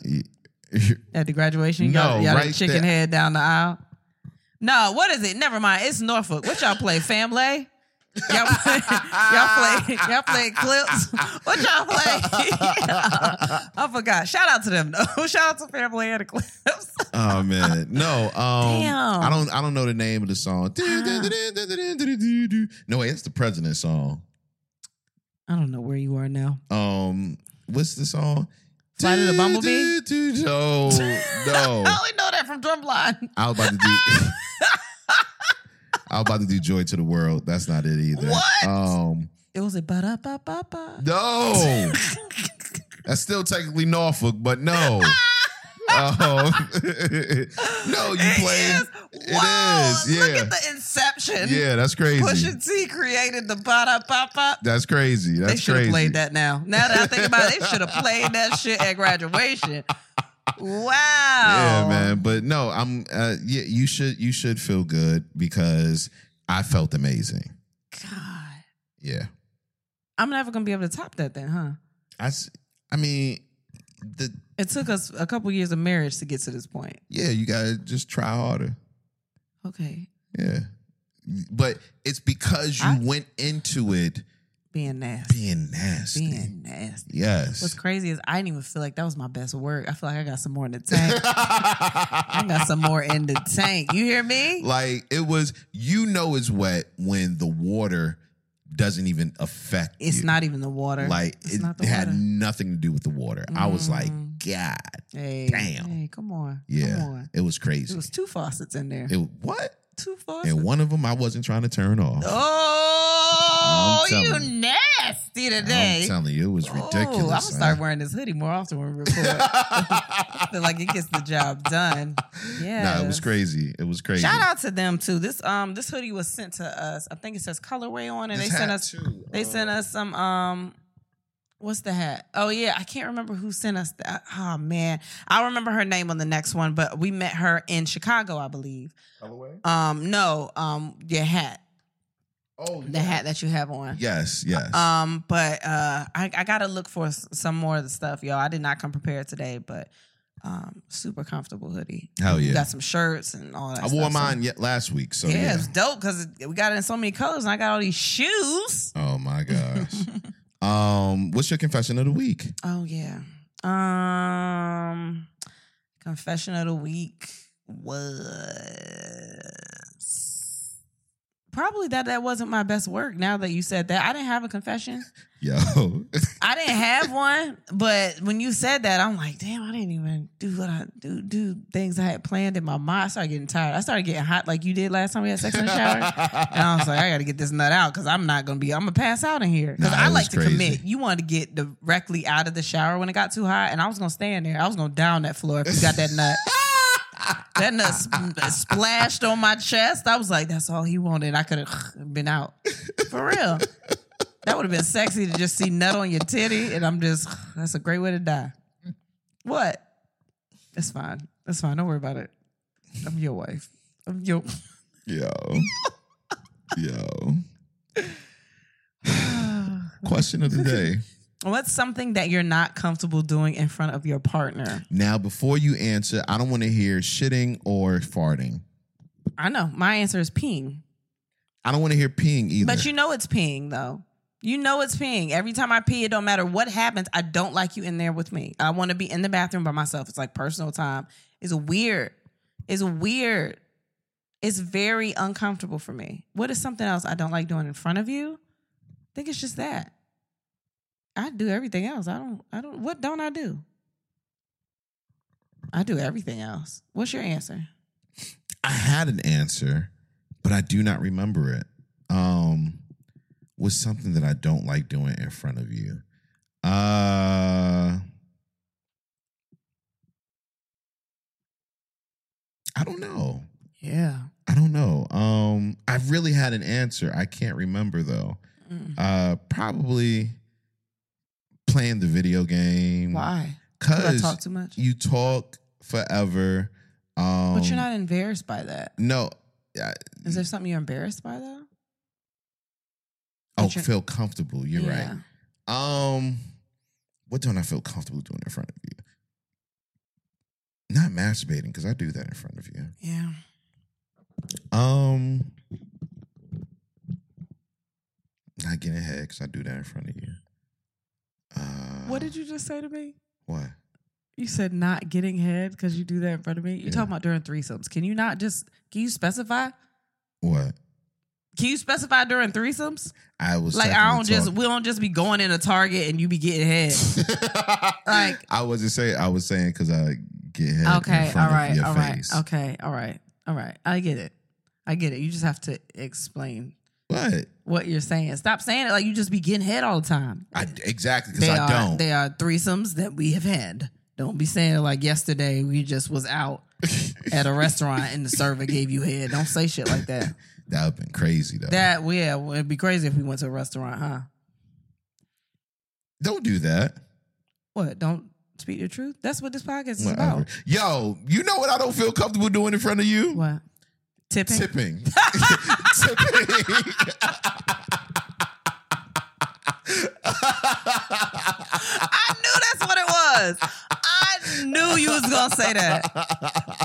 B: at the graduation. You
A: No,
B: got y'all
A: right
B: the chicken
A: there.
B: head down the aisle. No, what is it? Never mind. It's Norfolk. What y'all play? Family? Y'all play, *laughs* y'all play, y'all play clips. What y'all *laughs* *laughs* play? I forgot. Shout out to them though. Shout out to Family and the clips.
A: *laughs* Oh man, no. Um,
B: Damn.
A: I don't. I don't know the name of the song.
B: *gasps*
A: No, wait, that's the president's song.
B: *laughs* I don't know where you are now.
A: Um, what's the song?
B: Flight of the Bumblebee? *laughs*
A: No, no.
B: I only know that from Drumline.
A: I was about to do. *laughs* I was about to do "Joy to the World." That's not it either.
B: What?
A: Um,
B: It was a ba da ba ba ba.
A: no. That's still technically Norfolk, but
B: *laughs*
A: no. um, *laughs* no, *laughs* you play.
B: It is.
A: it
B: Wow,
A: is,
B: Look
A: yeah.
B: at the inception.
A: Yeah, that's crazy.
B: Pusha T created the ba da ba ba.
A: That's crazy. That's
B: They should
A: crazy.
B: have played that now. Now that I think about it, they should have played that shit at graduation. Wow.
A: Yeah, man. But no, I'm. Uh, yeah, you should. You should feel good because I felt amazing.
B: God.
A: Yeah.
B: I'm never gonna be able to top that then, huh?
A: I. s- I mean, the
B: It took us a couple years of marriage to get to this point.
A: yeah. You gotta just try harder.
B: Okay.
A: Yeah. But it's because you
B: I-
A: went into it
B: Being nasty.
A: being nasty.
B: Being nasty.
A: *laughs*
B: What's
A: Yes.
B: crazy is I didn't even feel like that was my best work. I feel like I got some more in the tank. I
A: I
B: got some more in the tank. You hear me?
A: Like it was, you know, it's wet when the water doesn't even affect.
B: It's
A: you.
B: not even the water.
A: like
B: it's
A: it
B: not the
A: had
B: water.
A: nothing to do with the water. I was like,
B: Mm.
A: God,
B: Hey,
A: Damn.
B: Hey, come on.
A: yeah,
B: Come on.
A: it was crazy.
B: It was two faucets in there.
A: It- what?
B: two faucets.
A: And one of them I wasn't trying to turn off.
B: Oh,
A: I'm
B: you
A: telling
B: nasty
A: I'm
B: today.
A: telling you, it was ridiculous.
B: Oh, I'm gonna
A: son.
B: start wearing this hoodie more often when
A: *laughs*
B: we record. feel like it gets the job done. Yeah.
A: Nah, it was crazy. It was crazy.
B: Shout out to them too. This um this hoodie was sent to us. I think it says colorway on it.
A: This
B: they sent
A: hat,
B: us
A: too. Uh,
B: they sent us some um what's the hat? Oh yeah, I can't remember who sent us that. Oh man. I'll remember her name on the next one, but we met her in Chicago, I believe.
A: Colorway?
B: Um no, um your hat.
A: Oh,
B: The hat that you have on.
A: Yes, yes.
B: Um, but uh, I, I gotta look for s- some more of the stuff, y'all. I did not come prepared today, but um, super comfortable hoodie.
A: Hell
B: We
A: Oh, yeah.
B: got some shirts and all that.
A: I wore
B: stuff, so-
A: mine yet last week. So
B: yeah,
A: yeah.
B: it's dope because we got it in so many colors, and I got all these shoes.
A: Oh
B: *laughs*
A: my gosh. um, what's your confession of the week?
B: Oh yeah. Um, confession of the week was probably that that wasn't my best work. Now that you said that, I didn't have a confession.
A: Yo.
B: I didn't have one, but when you said that, I'm like, damn, I didn't even do what I do do things I had planned in my mind. I started getting tired. I started getting hot like you did last time we had sex in
A: *laughs*
B: the shower. And I was like, I got to get this nut out because I'm not gonna be. I'm gonna pass out in here because
A: Nah,
B: I
A: it
B: like
A: was
B: to
A: crazy.
B: commit. You wanted to get directly out of the shower when it got too hot, and I was gonna stay in there. I was gonna down that floor if you got that
A: *laughs*
B: nut. That nut sp- splashed on my chest. I was like, that's all he wanted. I could have *sighs* been out. For real. That would have been sexy to just see nut on your titty. And I'm just, *sighs* that's a great way to die. What? That's fine. That's fine. Don't worry about it. I'm your wife. I'm your. *sighs*
A: *sighs* Yo. Yo. Question of
B: *laughs*
A: the day.
B: What's something that you're not comfortable doing in front of your partner?
A: Now, before you answer, I don't want to hear shitting or farting.
B: I know. My answer is peeing.
A: I don't want to hear peeing either.
B: But you know it's peeing though. You know it's peeing. Every time I pee, it don't matter what happens. I don't like you in there with me. I want to be in the bathroom by myself. It's like personal time. It's weird. It's weird. It's very uncomfortable for me. What is something else I don't like doing in front of you? I think it's just that. I do everything else. I don't I don't what don't I do? I do everything else. What's your answer?
A: I had an answer, but I do not remember it. Um, was something that I don't like doing in front of you. Uh, I don't know.
B: Yeah.
A: I don't know. Um, I really had an answer. I can't remember though.
B: Mm.
A: Uh, probably playing the video game.
B: Why? Do I
A: Cause
B: talk too much?
A: you talk forever. Um,
B: but you're not embarrassed by that.
A: No. I-
B: Is there something you're embarrassed by though?
A: Oh,
B: But you're-
A: feel comfortable. You're
B: Yeah.
A: right. Um, what don't I feel comfortable doing in front of you? Not masturbating because I do that in front of you.
B: Yeah.
A: Um, not getting head because I do that in front of you. Uh,
B: What did you just say to me?
A: What?
B: You said not getting head because you do that in front of me. You're talking about during threesomes. Can you not just can you specify?
A: What?
B: Can you specify during threesomes?
A: I was
B: Like I don't
A: technically
B: just we don't just be going in a target and you be getting head.
A: talking-
B: *laughs* like-
A: I wasn't saying. I was saying because I get head in
B: okay, all
A: front of
B: right,
A: your
B: all right,
A: face.
B: okay, all right, all right. I get it. I get it. You just have to explain
A: But
B: what you're saying. Stop saying it like you just be getting head all the time.
A: I exactly because
B: They
A: I
B: are
A: don't.
B: they are threesomes that we have had. Don't be saying like yesterday we just was out at a restaurant and the server gave you head. Don't say shit like that.
A: *laughs* that would have been crazy though.
B: That yeah, well, it'd be crazy if we went to a restaurant, huh?
A: don't do that.
B: What? Don't speak the truth. That's what this podcast is
A: Whatever.
B: about.
A: Yo, you know what I don't feel comfortable doing in front of you?
B: What? Tipping.
A: Tipping. *laughs* Tipping. *laughs*
B: I knew that's what it was. I knew you was gonna say that.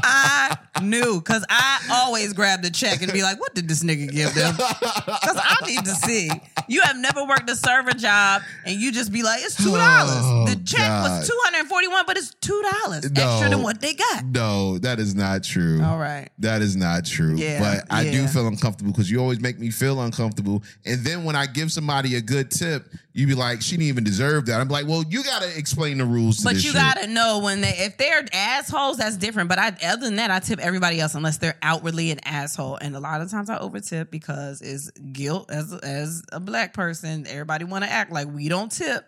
B: I knew, cause I always grab the check and be like, "What did this nigga give them?" Cause I need to see. You have never worked a server job, and you just be like, "It's two dollars."
A: Oh,
B: the check
A: God.
B: was two hundred and forty-one, but it's two dollars
A: No.
B: extra than what they got.
A: no, that is not true.
B: All right.
A: That is not true.
B: Yeah,
A: but I do
B: yeah.
A: feel uncomfortable because you always make me feel uncomfortable. And then when I give somebody a good tip, you be like, she didn't even deserve that. I'm like, well, you got to explain the rules to
B: But
A: this
B: you
A: shit.
B: gotta know when they if they're assholes, that's different. But I other than that, I tip everybody else unless they're outwardly an asshole. And a lot of times I overtip because it's guilt as as a black person. Everybody wanna act like we don't tip.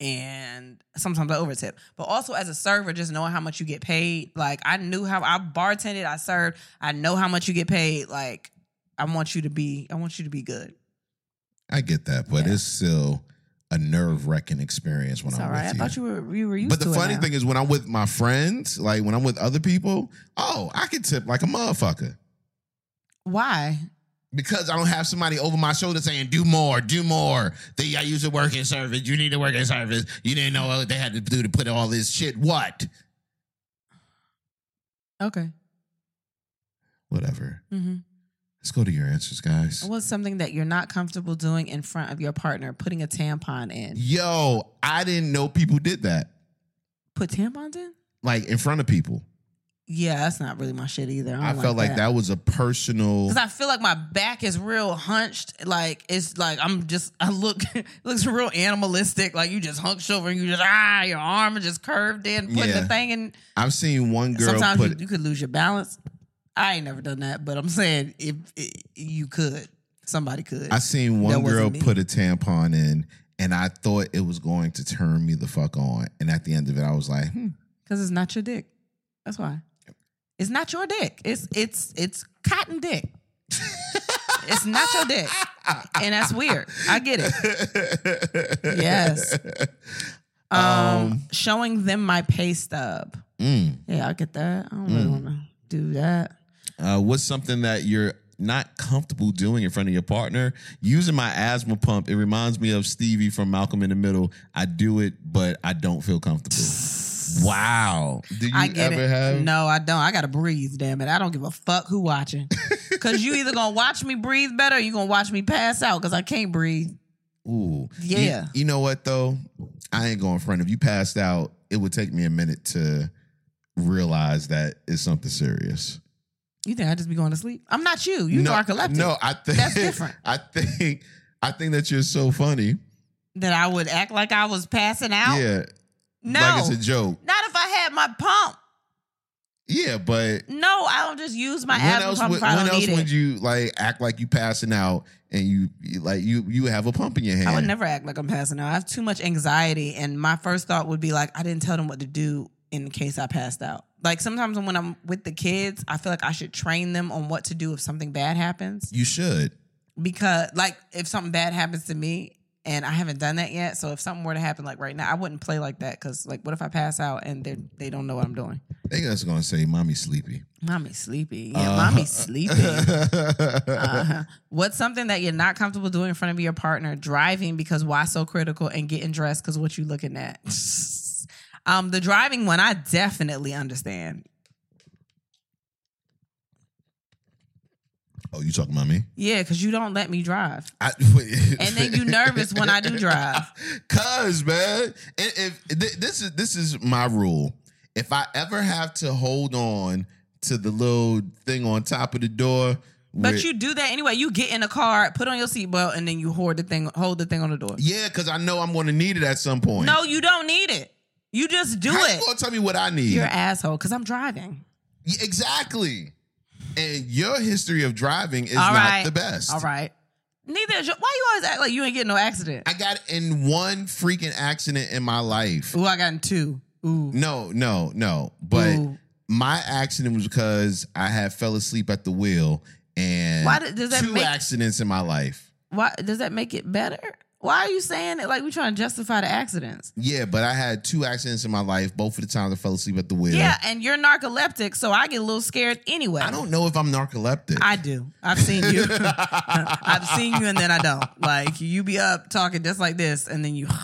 B: And sometimes I overtip. But also as a server, just knowing how much you get paid. Like I knew how I bartended, I served, I know how much you get paid. Like I want you to be I want you to be good.
A: I get that, but
B: Yeah.
A: it's still a nerve wracking experience when
B: It's
A: I'm
B: all
A: with
B: right. I
A: you.
B: thought you were you were used
A: but
B: to
A: the
B: it
A: funny
B: now.
A: thing is, when I'm with my friends, like when I'm with other people, oh, I can tip like a motherfucker
B: Why?
A: because I don't have somebody over my shoulder saying, "Do more, do more." They, I used to work in service. You need to work in service. You didn't know what they had to do to put all this shit. What?
B: Okay.
A: Whatever.
B: Mm-hmm.
A: Let's go to your answers, guys.
B: What's something that you're not comfortable doing in front of your partner? Putting a tampon in.
A: Yo, I didn't know people did that,
B: Put tampons in?
A: like in front of people.
B: Yeah, that's not really Oh my shit either.
A: I, felt like that. was a personal.
B: Because I feel like my back is real hunched. Like it's like I'm just I look *laughs* it looks real animalistic. Like you just hunched over and you just ah your arm is just curved in, putting
A: Yeah.
B: the thing in.
A: I've seen one girl
B: Sometimes
A: put
B: you, you could lose your balance. I ain't never done that, but I'm saying if it, you could, somebody could.
A: I seen one
B: That wasn't
A: girl
B: me.
A: put a tampon in, and I thought it was going to turn me the fuck on. And at the end of it, I was like, hmm, *laughs*
B: Because it's not your dick. That's why. It's not your dick. It's it's it's cotton dick. *laughs* it's not your dick. And that's weird. I get it. Yes.
A: *laughs*
B: Um,
A: Um,
B: showing them my pay stub.
A: Mm.
B: Yeah, I get that. I don't really wanna do that.
A: Uh, what's something that you're not comfortable doing in front of your partner? Using my asthma pump, it reminds me of Stevie from Malcolm in the Middle. I do it, but I don't feel comfortable. wow. Do you
B: I get
A: ever
B: it.
A: have?
B: No, I don't. I gotta breathe, damn it. I don't give a fuck
A: *laughs*
B: who watching. Cause you either gonna watch me breathe better or you gonna watch me pass out because I can't breathe.
A: Ooh. You-
B: Yeah.
A: You, know what though? I ain't going front. If you passed out, it would take me a minute to realize that it's something serious.
B: You think I just be going to sleep? I'm not you. You
A: no,
B: narcoleptic.
A: No, I think
B: That's different.
A: *laughs* I think I think that you're so funny.
B: That I would act like I was passing out.
A: Yeah.
B: No.
A: Like it's a joke.
B: Not if I had my pump.
A: Yeah, but
B: No, I don't just use my
A: when
B: asthma
A: else
B: pump
A: would
B: if I
A: when
B: don't
A: else
B: need
A: would
B: it.
A: you like act like you passing out and you you- like you you have a pump in your hand?
B: I would never act like I'm passing out. I have too much anxiety, and my first thought would be like, I didn't tell them what to do in case I passed out. Like sometimes when I'm with the kids, I feel like I should train them on what to do if something bad happens.
A: You should.
B: Because like if something bad happens to me, and I haven't done that yet, so if something were to happen like right now, I wouldn't play like that. Because like, what if I pass out and they they don't know what I'm doing?
A: They just gonna say, "Mommy
B: *laughs*
A: sleepy."
B: Mommy's sleepy. Yeah,
A: Uh-huh. *laughs*
B: mommy's sleepy. Uh-huh. What's something that you're not comfortable doing in front of your partner? Driving because why so critical and getting dressed because what you looking at. *laughs* um, the driving one I definitely understand.
A: Oh, you talking about me?
B: Yeah, because you don't let me drive.
A: I, *laughs*
B: And then you nervous when I do drive.
A: Cause man, if, if th- this is this is my rule. If I ever have to hold on to the little thing on top of the door,
B: But
A: with-
B: you do that anyway. You get in the car, put on your seatbelt, and then you hoard the thing, hold the thing on the door.
A: yeah, because I know I'm going to need it at some point.
B: No, you don't need it. You just do
A: How
B: it.
A: you gonna tell me what I need?
B: You're an asshole because I'm driving.
A: Yeah, exactly. And your history of driving is
B: All
A: not
B: right.
A: the best.
B: All right. Neither is your. Why you always act like you ain't getting no accident?
A: I got in one freaking accident in my life.
B: Ooh, I got in two. Ooh.
A: No, no, no. But
B: Ooh.
A: my accident was because I had fell asleep at the wheel and
B: Why did- does that
A: two
B: make-
A: accidents in my life.
B: Why does that make it better? Why are you saying it like we trying to justify the accidents?
A: Yeah, but I had two accidents in my life, both of the times I fell asleep at the wheel.
B: Yeah, and you're narcoleptic, so I get a little scared anyway.
A: I don't know if I'm narcoleptic. *laughs*
B: I do. *laughs* I've seen you. I've seen you, and then I don't. Like you be up talking just like this, and then you. *sighs*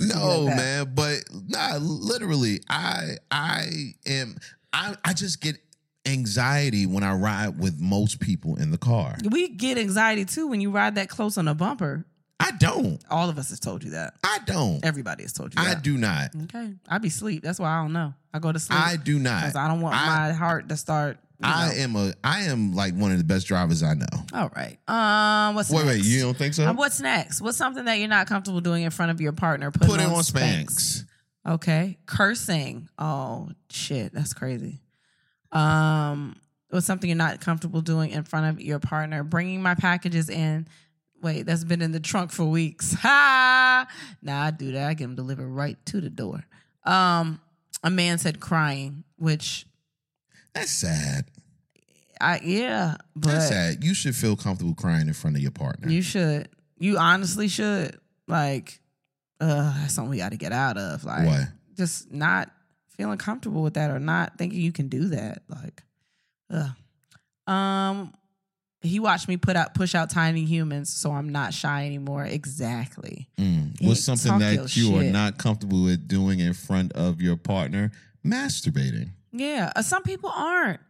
A: No,
B: like that.
A: man, but nah, literally, I I am I I just get anxiety when I ride with most people in the car.
B: We get anxiety too when you ride that close on a bumper.
A: I don't.
B: All of us has told you that.
A: I don't.
B: Everybody has told you
A: I
B: that.
A: do not.
B: Okay, I be sleep. That's why I don't know. I go to sleep
A: I do not.
B: because I don't want
A: I-
B: my heart to start. you
A: I
B: know.
A: am a I am like one of the best drivers I know.
B: All right. Um. What's
A: Wait,
B: next?
A: wait, you don't think so?
B: Uh, what's next? What's something that you're not comfortable doing in front of your partner? Putting
A: Put it on
B: Spanx.
A: Spanx.
B: Okay. Cursing. Oh shit, that's crazy. Um, what's something you're not comfortable doing in front of your partner? Bringing my packages in. Wait, that's been in the trunk for weeks. *laughs* Ha! Nah, I do that. I get them delivered right to the door. Um, a man said crying, which
A: That's sad.
B: I yeah,
A: That's
B: but
A: sad. You should feel comfortable crying in front of your partner.
B: you should. You honestly should. Like, uh, that's something we got to get out of. Like,
A: what?
B: just not feeling comfortable with that or not thinking you can do that. Like, ugh. um, he watched me put out push out tiny humans, so I'm not shy anymore. Exactly.
A: Mm.
B: Yeah,
A: What's something
B: talk your
A: that you are
B: shit.
A: not comfortable with doing in front of your partner? Masturbating.
B: Yeah, uh, some people aren't.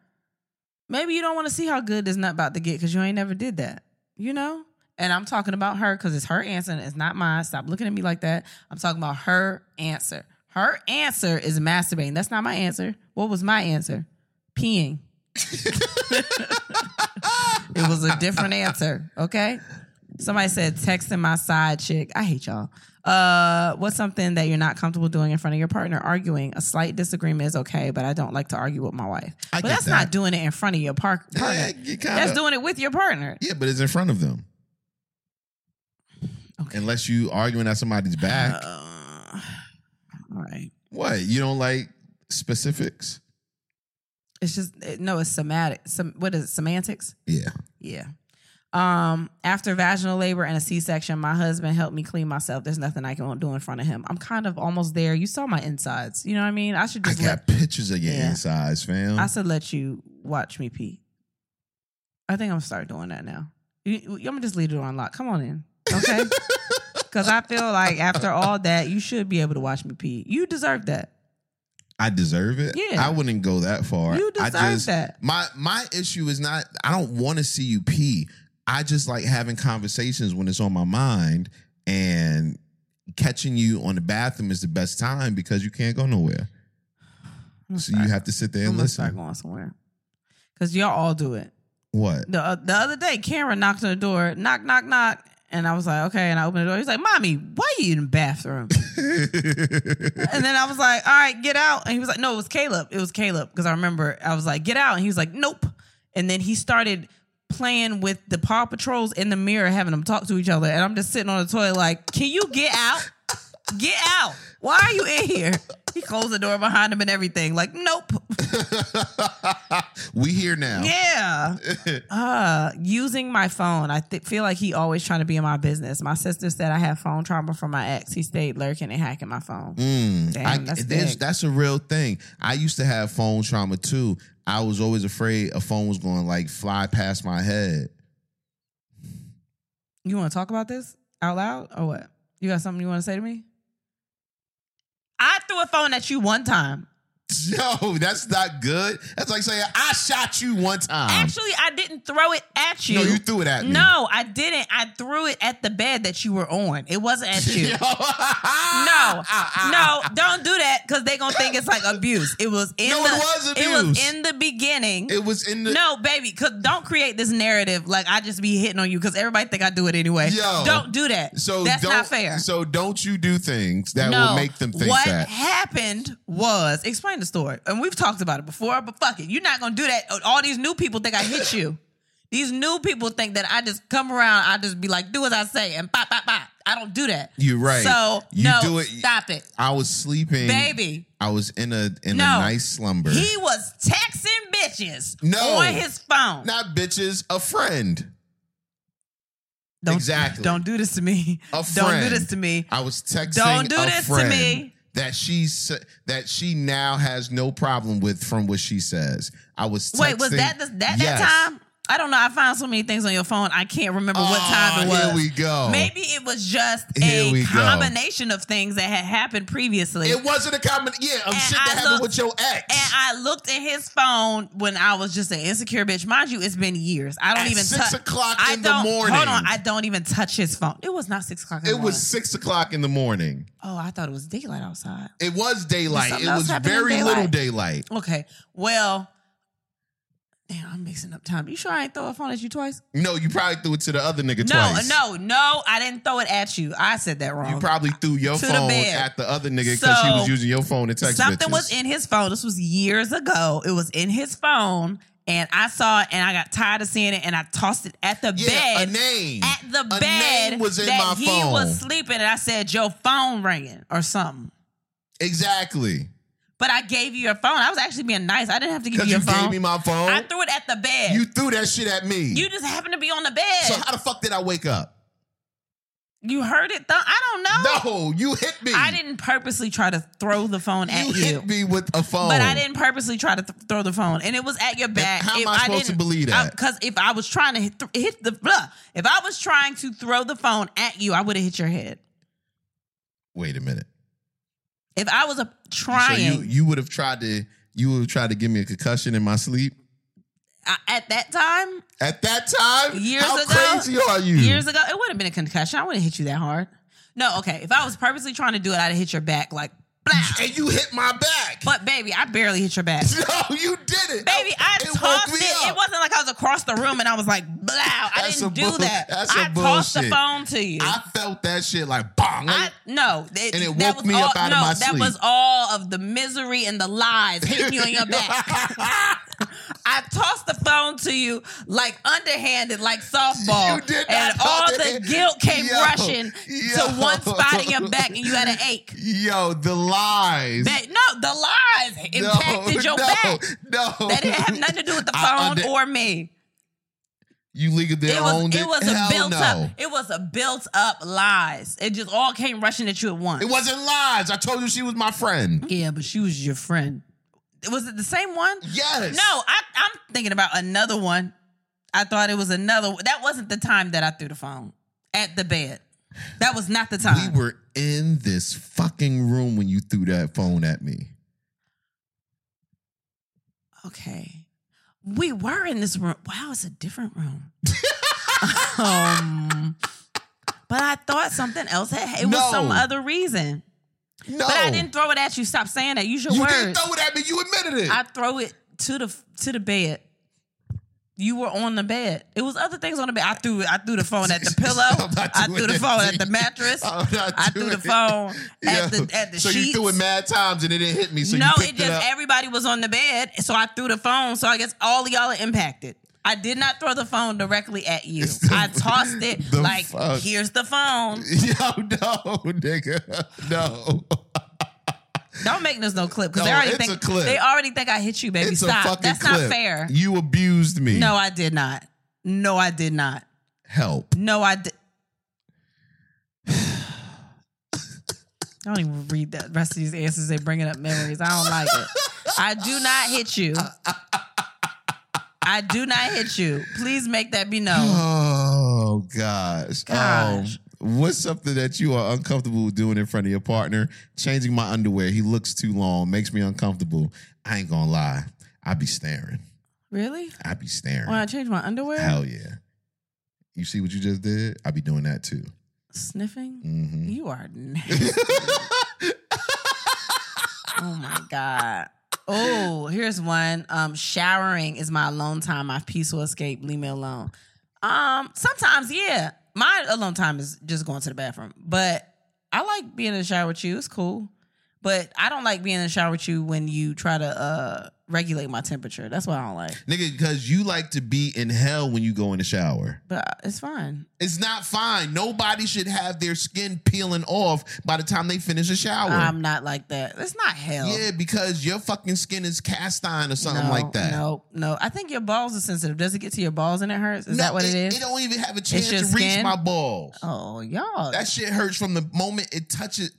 B: Maybe you don't want to see how good this nut about to get because you ain't never did that. You know. And I'm talking about her because it's her answer and it's not mine. Stop looking at me like that. I'm talking about her answer. Her answer is masturbating. That's not my answer. What was my answer? Peeing. *laughs* It was a different answer. Okay. Somebody said texting my side chick. I hate y'all. Uh, what's something that you're not comfortable doing in front of your partner? Arguing. A slight disagreement is okay, but I don't like to argue with my wife.
A: I get
B: but that's
A: that.
B: not doing it in front of your par- partner.
A: Yeah, you
B: that's
A: kinda-
B: doing it with your partner.
A: yeah, but it's in front of them.
B: Okay.
A: Unless you arguing at somebody's back.
B: Uh, all right.
A: what? You don't like specifics?
B: It's just it- no. It's somatic. Some what is it? Semantics.
A: Yeah.
B: Yeah. Um, after vaginal labor and a C-section, my husband helped me clean myself. There's nothing I can do in front of him. I'm kind of almost there. You saw my insides. You know what I mean? I should
A: I
B: just let
A: got pictures of your
B: Yeah.
A: insides, fam.
B: I should let you watch me pee. I think I'm gonna start doing that now. You, you, I'm gonna just leave it on lock. Come on in, okay?
A: *laughs*
B: Because I feel like after all that, you should be able to watch me pee. You deserve that.
A: I deserve it.
B: Yeah.
A: I wouldn't go that far.
B: You
A: I
B: deserve
A: just,
B: that.
A: My my issue is not I don't want to see you pee. I just like having conversations when it's on my mind and catching you on the bathroom is the best time because you can't go nowhere.
B: I'm gonna
A: So you
B: start-
A: have to sit there
B: I'm
A: and
B: gonna start
A: listen.
B: going somewhere. Because y'all all do it.
A: What?
B: the uh, the other day, Cameron knocked on the door, knock, knock, knock. And I was like, okay. And I opened the door. He's like, Mommy, why you in the bathroom?
A: *laughs*
B: and then I was like, all right, get out. And he was like, no, it was Caleb. It was Caleb. Because I remember I was like, get out. And he was like, nope. And then he started playing with the Paw Patrols in the mirror, having them talk to each other. And I'm just sitting on the toilet, like, can you get out? Get out. Why are you in here? He closed the door behind him and everything. Like, nope.
A: *laughs* we here now.
B: Yeah. uh, using my phone. I th- feel like he always trying to be in my business. My sister said I had phone trauma from my ex. He stayed lurking and hacking my phone.
A: *laughs* Mm,
B: Damn,
A: I,
B: that's
A: that's,
B: big.
A: that's a real thing. I used to have phone trauma too. I was always afraid a phone was going to like fly past my head. *laughs*
B: You want to talk about this out loud or what? You got something you want to say to me? I threw a phone at you one time.
A: Yo, that's not good. That's like saying I shot you one time.
B: Actually, I didn't throw it at you.
A: Um, no, you threw it at me. *laughs*
B: No, I didn't. I threw it at the bed that you were on. It wasn't
A: *laughs*
B: at you.
A: Yo.
B: No, no, don't do that because they gonna think it's like abuse. It was in
A: No,
B: the
A: it was abuse.
B: was in the beginning.
A: It was in the
B: no, baby, cause don't create this narrative like I just be hitting on you because everybody think I do it anyway.
A: Yo.
B: don't do that.
A: So
B: that's
A: don't,
B: not fair.
A: So don't you do things that will make them think
B: what
A: that.
B: happened was explain the story, and we've talked about it before. But fuck it, you're not gonna do that. All these new people think I
A: *laughs*
B: hit you. These new people think that I just come around, I just be like, do as I say, and pop, pop, pop. I don't do that.
A: You're right.
B: So
A: You
B: no,
A: do it-
B: stop it,
A: I was sleeping,
B: baby.
A: I was in a in a
B: No.
A: nice slumber.
B: He was texting bitches
A: No.
B: on his phone.
A: Not bitches, a friend.
B: don't,
A: exactly.
B: Don't do this to me.
A: A
B: *laughs* Don't do
A: friend.
B: this to me.
A: I was texting.
B: Don't do
A: a
B: this to
A: friend
B: me.
A: That she's that she now has no problem with from what she says. I was texting,
B: Wait, was that the, that
A: Yes.
B: that time? I don't know. I found so many things on your phone. I can't remember what
A: Oh,
B: time it was.
A: Here we go.
B: Maybe it was just
A: Here we
B: a
A: go.
B: combination of things that had happened previously.
A: it wasn't a comment. Yeah, of
B: And
A: shit
B: I
A: that happened
B: looked-
A: with your ex.
B: and I looked at his phone when I was just an insecure bitch. Mind you, it's been years. I don't
A: At
B: even
A: six
B: tou-
A: o'clock
B: I
A: in the
B: don't-
A: morning.
B: Hold on, I don't even touch his phone. It was not six o'clock. In the
A: it was six o'clock in the morning.
B: morning. Oh, I thought it was daylight outside.
A: It was daylight.
B: Something
A: It
B: else
A: was
B: happened in
A: very little
B: daylight.
A: daylight.
B: Okay. Well, damn, I'm mixing up time. You sure I ain't throw a phone at you twice?
A: No, you probably threw it to the other nigga
B: no,
A: twice.
B: no, no. I didn't throw it at you. I said that wrong.
A: You probably threw your
B: To the
A: phone
B: bed.
A: at the other nigga because she
B: So,
A: was using your phone to text
B: Something
A: bitches.
B: was in his phone. This was years ago. It was in his phone, and I saw it, and I got tired of seeing it, and I tossed it at the
A: yeah,
B: bed.
A: a name.
B: at the
A: A
B: bed
A: name was in
B: that
A: my
B: he
A: phone.
B: was sleeping, and I said, "Your phone ringing" or something.
A: exactly.
B: But I gave you your phone. I was actually being nice. I didn't have to give
A: Because
B: you your
A: you
B: phone.
A: gave me my phone.
B: I threw it at the bed.
A: you
B: You,
A: threw that shit at me.
B: just happened to be on the bed.
A: so how the fuck did I wake up?
B: you heard it. Th- I don't know.
A: No, you hit me.
B: Oh. I didn't purposely try to throw the phone
A: You
B: at you.
A: hit me with a phone.
B: But I didn't purposely try to th- throw the phone, and it was at your back.
A: how am
B: If
A: I supposed to
B: didn't-
A: believe
B: I-
A: that?
B: Because if I was trying to hit, th- hit the blah, if I was trying to throw the phone at you, I would have hit your head.
A: Wait a minute.
B: If I was a,
A: So
B: trying
A: you you would have tried to you would have tried to give me a concussion in my sleep
B: I, at that time,
A: at that time.
B: Years
A: how
B: ago-
A: crazy are you?
B: years ago, it would have been a concussion. I wouldn't hit you that hard. No, okay. If I was purposely trying to do it, I'd have hit your back like,
A: *laughs*
B: blah.
A: and you hit my back.
B: But baby, I barely hit your back.
A: *laughs* no, you did it,
B: Baby, I
A: it
B: tossed
A: woke
B: it.
A: me up.
B: It wasn't like I was across the room and I was like, blah. I
A: That's
B: didn't
A: some
B: do
A: bull-
B: that.
A: that's some
B: I tossed the
A: bullshit.
B: phone to you.
A: I felt that shit like bong.
B: I
A: Like,
B: no, it,
A: And it
B: that
A: woke
B: was
A: me
B: all,
A: up out of
B: no,
A: my
B: that
A: sleep.
B: was all of the misery and the lies hitting you on
A: *laughs*
B: your back. I tossed the phone to you like underhanded, like softball,
A: You did
B: and
A: not
B: all
A: know
B: the
A: that.
B: guilt came
A: Yo,
B: rushing
A: yo.
B: to one spot in your back, and
A: *laughs*
B: you had an ache.
A: Yo, the lies.
B: That no, the lies
A: No,
B: impacted
A: no,
B: your back.
A: No,
B: That didn't have nothing to do with the
A: I
B: phone
A: under-
B: or me.
A: You legal
B: It
A: their
B: was
A: own.
B: it was a
A: Hell
B: built
A: no.
B: up. It was a built up lies. It just all came rushing at you at once.
A: It wasn't lies. I told you she was my friend.
B: Yeah, but she was your friend. Was it the same one?
A: Yes.
B: No, I, I'm thinking about another one. I thought it was another. That wasn't the time that I threw the phone at the bed. That was not the time.
A: We were in this fucking room when you threw that phone at me.
B: okay, we were in this room. Wow, it's a
A: *laughs*
B: different room. um, but I thought something else. Had, it
A: No.
B: was some other reason.
A: No.
B: But I didn't throw it at you. Stop saying that. Use your
A: You
B: words.
A: didn't throw it at me. You admitted it.
B: I throw it to the to the bed. You were on the bed. It was other things on the bed. I threw I threw the phone at the pillow.
A: *laughs* I'm not
B: I threw
A: doing
B: the
A: that
B: phone
A: to
B: at the
A: you.
B: mattress.
A: I'm not
B: I threw
A: doing
B: the
A: it.
B: phone
A: *laughs*
B: at
A: Yo,
B: the at the
A: so
B: sheets.
A: you threw it mad times and it didn't hit me. So
B: no,
A: you picked
B: it just
A: up.
B: everybody was on the bed, so I threw the phone. So I guess all of y'all are impacted. I did not throw the phone directly at you.
A: It's the-
B: I tossed
A: *laughs*
B: it
A: the
B: like
A: fuck.
B: here's the
A: *laughs*
B: phone.
A: Yo, no, nigga, no.
B: Don't make this no clip because
A: No,
B: they already
A: it's
B: think
A: a clip.
B: they already think I hit you, baby.
A: It's a
B: Stop.
A: fucking
B: That's
A: clip.
B: not fair.
A: You abused me.
B: No, I did not. No, I did not.
A: help.
B: No, I did. I don't even read the rest of these answers. They're bringing up memories. I don't like it. I do not hit you. I do not hit you. Please make that be known.
A: Oh gosh.
B: Gosh.
A: Um, What's something that you are uncomfortable with doing in front of your partner? Changing my underwear. He looks too long. Makes me uncomfortable. I ain't gonna lie. I be staring.
B: Really?
A: I be staring.
B: When I change my underwear?
A: Hell yeah. You see what you just did? I be doing that too.
B: Sniffing?
A: hmm
B: You are nasty. oh my God. Oh, here's one. Um, showering is my alone time, my peaceful escape. Leave me alone. Um, sometimes, yeah. My alone time is just going to the bathroom. But I like being in the shower with you. It's cool. But I don't like being in the shower with you when you try to uh regulate my temperature. That's what I don't like.
A: Nigga, because you like to be in hell when you go in the shower.
B: But uh, it's fine.
A: It's not fine. Nobody should have their skin peeling off by the time they finish a shower.
B: I'm not like that. It's not hell.
A: yeah, because your fucking skin is cast iron or something like that.
B: No, no. I think your balls are sensitive. Does it get to your balls and it hurts? Is
A: No,
B: that what it is?
A: It don't even have a chance to
B: your
A: reach
B: skin?
A: my balls.
B: oh, y'all.
A: That shit hurts from the moment it touches.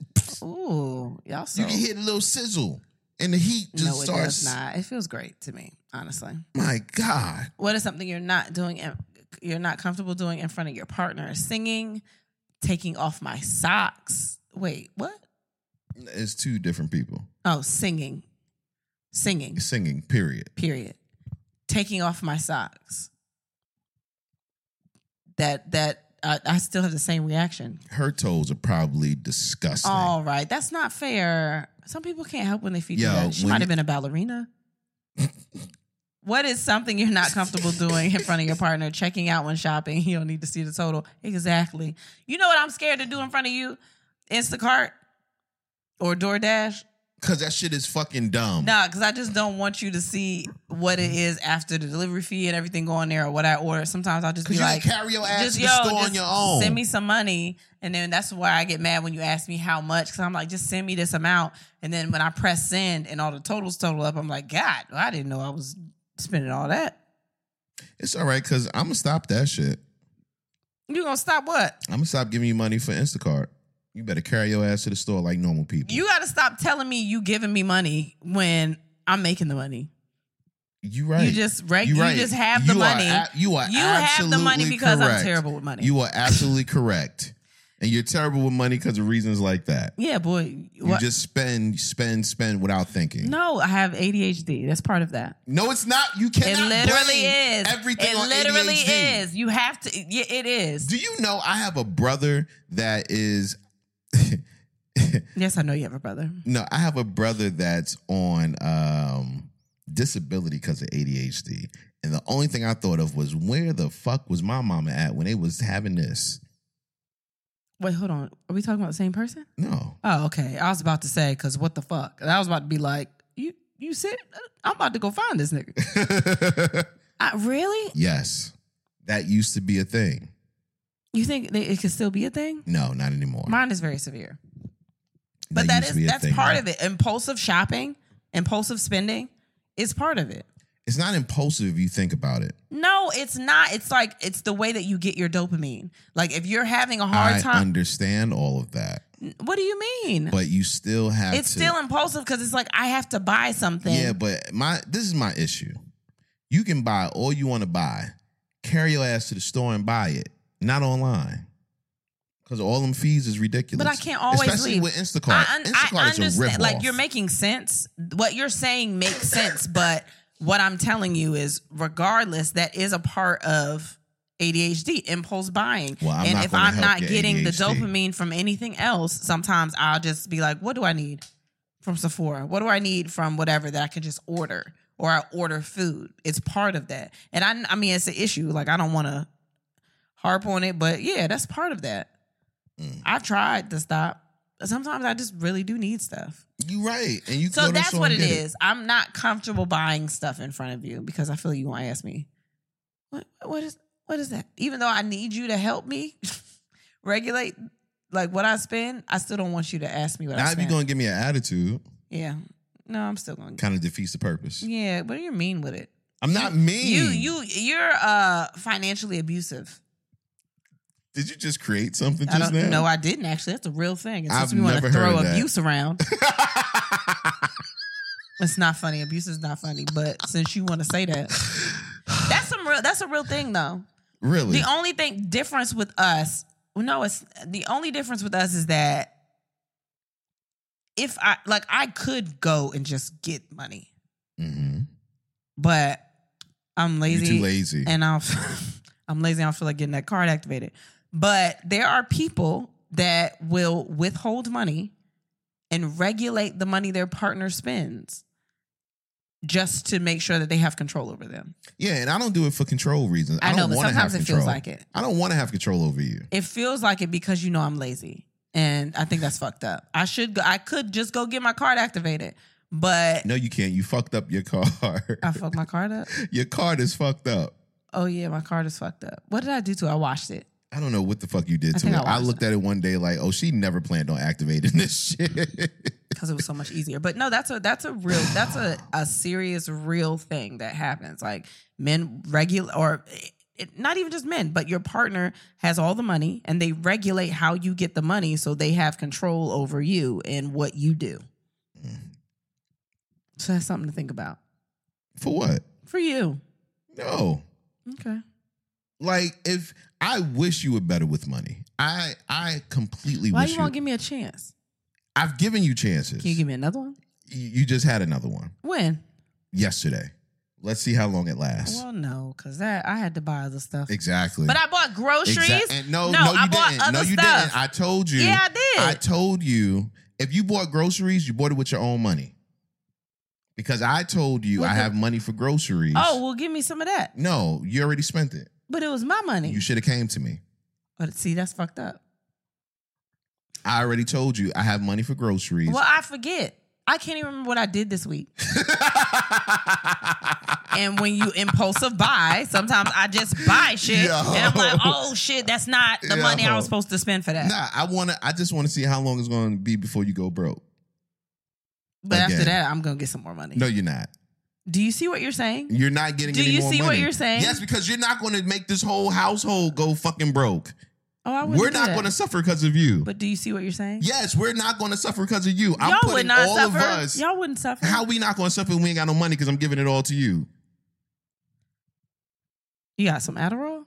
B: Ooh, y'all so.
A: You can hear the little sizzle, and the heat just
B: no, it
A: starts.
B: does not. It feels great to me, honestly.
A: My God,
B: What is something you're not doing? In, you're not comfortable doing in front of your partner? Singing, taking off my socks. Wait, what?
A: it's two different people
B: Oh, singing, singing.
A: singing. Period.
B: Period. Taking off my socks. That that I I still have the same reaction.
A: Her toes are probably disgusting.
B: All right, that's not fair. Some people can't help when they feed
A: Yo,
B: you. That. She
A: when
B: might
A: you-
B: have been
A: *laughs*
B: a ballerina. what is something you're not comfortable doing in front of your partner? Checking out when shopping. *laughs* You don't need to see the total. Exactly. You know what I'm scared to do in front of you? Instacart or DoorDash?
A: Cause that shit is fucking dumb.
B: Nah, because I just don't want you to see what it is after the delivery fee and everything going there or what I order. Sometimes I'll just
A: Cause
B: be
A: you
B: like,
A: can carry your ass
B: just
A: to the
B: yo,
A: store
B: just
A: on your own.
B: send me some money, and then that's why I get mad when you ask me how much because I'm like, just send me this amount, and then when I press send and all the totals total up, I'm like, God, I didn't know I was spending all that.
A: it's all right. Cause I'm gonna stop that shit.
B: You gonna stop what?
A: I'm gonna stop giving you money for Instacart. You better carry your ass to the store like normal people.
B: You got to stop telling me you giving me money when I'm making the money.
A: you right.
B: You just reg-
A: You
B: you,
A: right.
B: just have the
A: You are
B: money.
A: a- you are
B: you have the money
A: absolutely
B: because
A: correct.
B: I'm terrible with money.
A: You are absolutely correct, and you're terrible with money because of reasons like that.
B: yeah, boy.
A: You
B: What-
A: just spend, spend, spend without thinking.
B: no, I have ADHD. That's part of that.
A: No, it's not. You
B: It
A: cannot.
B: literally
A: blame
B: is.
A: everything.
B: It
A: on
B: literally
A: ADHD.
B: is. You have to. Yeah, it is.
A: Do you know I have a brother that is?
B: Yes, I know you have a brother.
A: No, I have a brother that's on um, disability because of ADHD, and the only thing I thought of was where the fuck was my mama at when they was having this?
B: Wait, hold on. Are we talking about the same person?
A: No, *laughs*
B: Oh, okay. I was about to say because what the fuck? And I was about to be like, you you said I'm about to go find this nigga. I, really?
A: yes, that used to be a thing.
B: You think they, it could still be a thing?
A: No, not anymore.
B: Mine is very severe, but that
A: used to
B: is
A: be a
B: that's
A: thing,
B: part
A: right?
B: of it. Impulsive shopping, impulsive spending is part of it.
A: It's not impulsive if you think about it.
B: No, it's not. It's like it's the way that you get your dopamine. Like if you're having a hard
A: I
B: time,
A: understand all of that,
B: what do you mean?
A: but you still have
B: It's
A: to.
B: still impulsive because it's like I have to buy something.
A: Yeah, but my this is my issue. You can buy all you want to buy. Carry your ass to the store and buy it, not online. Because all them fees is ridiculous.
B: But I can't always
A: Especially
B: leave.
A: with Instacart.
B: I, un-
A: Instacart
B: I
A: is a
B: understand.
A: ripoff.
B: Like you're making sense. What you're saying makes sense, but what I'm telling you is, regardless, that is a part of ADHD, impulse buying.
A: Well, I'm
B: and
A: not
B: if
A: gonna
B: I'm
A: help
B: not
A: your
B: getting the
A: ADHD.
B: dopamine from anything else, sometimes I'll just be like, "What do I need from Sephora? What do I need from whatever that I can just order?" Or I order food. It's part of that, and I, I mean, it's an issue. Like I don't want to harp on it, but yeah, that's part of that.
A: Mm.
B: I've tried to stop. Sometimes I just really do need stuff.
A: you right, and you. can go to
B: So
A: the
B: that's
A: store
B: what
A: and
B: it
A: get
B: is. I'm not comfortable buying stuff in front of you because I feel you gonna ask me, what what is what is that? Even though I need you to help me *laughs* regulate like what I spend, I still don't want you to ask me what I
A: Now if you're
B: spend.
A: gonna give me an attitude,
B: yeah. No, I'm still gonna
A: kind of defeats the purpose.
B: Yeah, but you're mean with it.
A: I'm not mean.
B: You you you're uh financially abusive.
A: did you just create something
B: I
A: just
B: don't
A: now? *laughs*
B: know I didn't actually. That's a real thing. And
A: I've
B: since we want
A: never
B: to
A: heard
B: throw
A: of that. *laughs*
B: abuse around. It's not funny. Abuse is not funny. But since you want to say that, that's some real. That's a real thing, though.
A: really?
B: The only thing difference with us Well, no, it's the only difference with us is that if I like I could go and just get money,
A: Mm-hmm.
B: but I'm
A: You're
B: lazy.
A: too lazy.
B: and I'll, *laughs* I'm lazy. I don't feel like getting that card activated. But there are people that will withhold money and regulate the money their partner spends just to make sure that they have control over them.
A: yeah, and I don't do it for control reasons.
B: I,
A: I,
B: know,
A: don't
B: but
A: want to have
B: sometimes it
A: control.
B: feels like it.
A: I don't want to have control over you.
B: It feels like it because you know I'm lazy, and I think that's fucked up. I should, go, I could just go get my card activated, but
A: No, you can't. You fucked up your card.
B: I fucked my card up.
A: *laughs* your card is fucked up.
B: Oh yeah, my card is fucked up. What did I do to it? I washed it.
A: I don't know what the fuck you did
B: I
A: to it.
B: think I
A: I
B: lost
A: looked at it one day like, oh, she never planned on activating *laughs* this shit.
B: because it was so much easier. But no, that's a that's a real that's a a serious real thing that happens. Like men regular or eh, it, not even just men, but your partner has all the money and they regulate how you get the money, so they have control over you and what you do. So that's something to think about
A: for what?
B: for you.
A: No.
B: Okay.
A: Like if I wish you were better with money. I I completely
B: Why
A: wish
B: you
A: you.
B: won't give me a chance?
A: I've given you chances.
B: Can you give me another one?
A: You- you just had another one
B: When?
A: yesterday. Let's see how long it lasts.
B: Well, no, because that I had to buy other stuff.
A: exactly.
B: But I bought groceries.
A: Exact- and no, no,
B: No,
A: you
B: I bought
A: didn't. No,
B: other
A: you
B: stuff.
A: didn't. I told you.
B: yeah, I did.
A: I told you if you bought groceries, you bought it with your own money. Because I told you
B: What
A: I
B: the-
A: have money for groceries.
B: oh, well, give me some of that.
A: no, you already spent it.
B: But it was my money.
A: You should have came to me.
B: But see, that's fucked up.
A: I already told you I have money for groceries.
B: Well, I forget. I can't even remember what I did
A: *laughs*
B: this week. And when you impulsive buy, sometimes I just buy shit.
A: Yo.
B: And I'm like, oh shit, that's not the money I
A: Yo.
B: was supposed to spend for that.
A: *laughs* nah, I wanna I just wanna see how long it's gonna be before you go broke.
B: but after
A: again.
B: that, I'm gonna get some more money.
A: No, you're not.
B: Do you see what you're saying?
A: You're not getting
B: Do
A: any
B: you
A: more
B: see what
A: money.
B: you're saying?
A: Yes, because you're not gonna make this whole household go fucking broke.
B: Oh, I wouldn't
A: We're
B: do
A: not
B: that.
A: gonna suffer because of you.
B: But do you see what you're saying?
A: Yes, we're not going to suffer because of you. I'm
B: Y'all would
A: putting
B: not
A: all
B: suffer.
A: of us.
B: Y'all wouldn't suffer.
A: How we not going to suffer? when We ain't got no money because I'm giving it all to you. *laughs*
B: you got some Adderall?